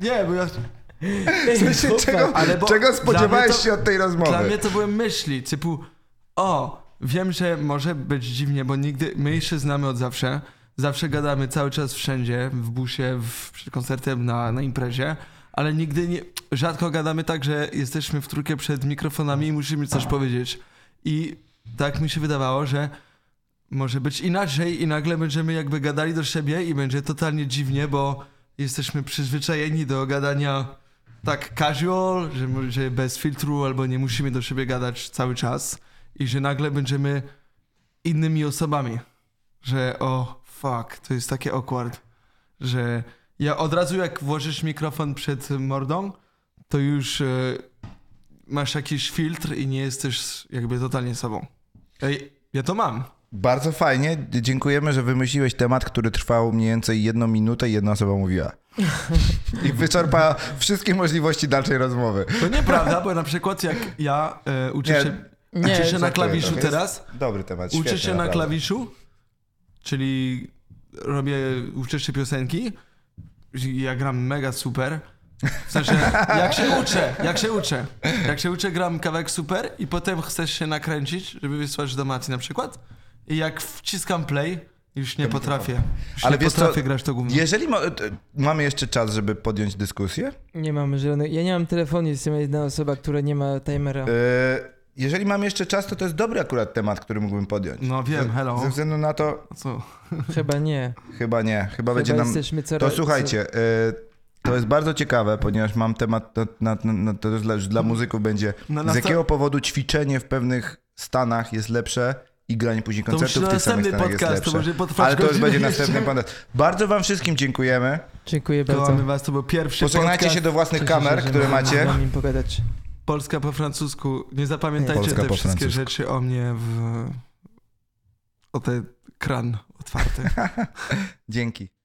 [SPEAKER 2] Nie, bo ja...
[SPEAKER 1] [laughs] W sensie, czego,
[SPEAKER 2] ale bo
[SPEAKER 1] czego
[SPEAKER 2] dla
[SPEAKER 1] spodziewałeś
[SPEAKER 2] mnie to-
[SPEAKER 1] się od tej
[SPEAKER 2] Dla
[SPEAKER 1] rozmowy?
[SPEAKER 2] mnie to były myśli, typu o, wiem, że może być dziwnie, bo nigdy, my się znamy od zawsze, zawsze gadamy cały czas wszędzie, w busie, w, przed koncertem, na, na imprezie, ale nigdy nie, rzadko gadamy tak, że jesteśmy w trójkę przed mikrofonami i musimy coś powiedzieć. I tak mi się wydawało, że może być inaczej i nagle będziemy jakby gadali do siebie i będzie totalnie dziwnie, bo jesteśmy przyzwyczajeni do gadania tak casual, że, mu- że bez filtru albo nie musimy do siebie gadać cały czas i że nagle będziemy innymi osobami. Że o, fuck, to jest takie awkward, że ja od razu jak włożysz mikrofon przed mordą, to już e, masz jakiś filtr i nie jesteś jakby totalnie sobą. Ej, ja to mam.
[SPEAKER 1] Bardzo fajnie. Dziękujemy, że wymyśliłeś temat, który trwał mniej więcej jedną minutę i jedna osoba mówiła. I wyczerpała wszystkie możliwości dalszej rozmowy.
[SPEAKER 2] To
[SPEAKER 1] [laughs]
[SPEAKER 2] nieprawda, bo na przykład jak ja e, uczę
[SPEAKER 1] Nie,
[SPEAKER 2] się,
[SPEAKER 3] nie,
[SPEAKER 2] uczę się na
[SPEAKER 1] żartuję
[SPEAKER 2] klawiszu
[SPEAKER 1] trochę.
[SPEAKER 2] teraz,
[SPEAKER 1] Dobry temat.
[SPEAKER 2] uczę
[SPEAKER 1] świetny,
[SPEAKER 2] się na
[SPEAKER 1] naprawdę.
[SPEAKER 2] klawiszu, czyli robię, uczę się piosenki, ja gram mega super. W sensie, jak się uczę, jak się uczę. Jak się uczę, gram kawałek super i potem chcesz się nakręcić, żeby wysłać do Maty na przykład. I jak wciskam play, już nie potrafię. Już
[SPEAKER 1] Ale
[SPEAKER 2] nie
[SPEAKER 1] wiesz co,
[SPEAKER 2] potrafię grać to gówno.
[SPEAKER 1] Jeżeli ma, t- mamy jeszcze czas, żeby podjąć dyskusję,
[SPEAKER 3] Nie mam żadnych. Ja nie mam telefonu, jestem jedna osoba, która nie ma timera.
[SPEAKER 1] E, Jeżeli mam jeszcze czas, to to jest dobry akurat temat, który mógłbym podjąć.
[SPEAKER 2] No wiem, hello. No
[SPEAKER 1] Ze względu na to
[SPEAKER 2] Co?
[SPEAKER 3] Chyba nie.
[SPEAKER 1] chyba nie, chyba,
[SPEAKER 3] Chyba
[SPEAKER 1] będzie nam...
[SPEAKER 3] jesteśmy coraz...
[SPEAKER 1] To słuchajcie, e, to jest bardzo ciekawe, ponieważ mam temat, na, na, na, to już dla, już dla muzyków będzie,
[SPEAKER 2] Na
[SPEAKER 1] z
[SPEAKER 2] nasta-
[SPEAKER 1] jakiego powodu ćwiczenie w pewnych stanach jest lepsze i granie później
[SPEAKER 2] To musi
[SPEAKER 1] koncertów
[SPEAKER 2] na
[SPEAKER 1] w tych samych
[SPEAKER 2] następny
[SPEAKER 1] stanach jest
[SPEAKER 2] podcast, to
[SPEAKER 1] lepsze.
[SPEAKER 2] może potrwać
[SPEAKER 1] Ale to już
[SPEAKER 2] godzinę
[SPEAKER 1] będzie
[SPEAKER 2] jeszcze.
[SPEAKER 1] następny podcast. Bardzo wam wszystkim dziękujemy.
[SPEAKER 3] Dziękuję bardzo.
[SPEAKER 2] Kochamy was, to był pierwszy
[SPEAKER 1] Pożegnajcie
[SPEAKER 2] podcast.
[SPEAKER 1] się do własnych
[SPEAKER 3] Cieszę się,
[SPEAKER 1] kamer,
[SPEAKER 3] że
[SPEAKER 1] które
[SPEAKER 3] mogłem
[SPEAKER 1] macie.
[SPEAKER 3] z wami pogadać.
[SPEAKER 2] Polska po francusku. Nie zapamiętajcie
[SPEAKER 1] Polska
[SPEAKER 2] te
[SPEAKER 1] po
[SPEAKER 2] wszystkie
[SPEAKER 1] francusku.
[SPEAKER 2] rzeczy o mnie w... o ten kran otwarty.
[SPEAKER 1] Dzięki.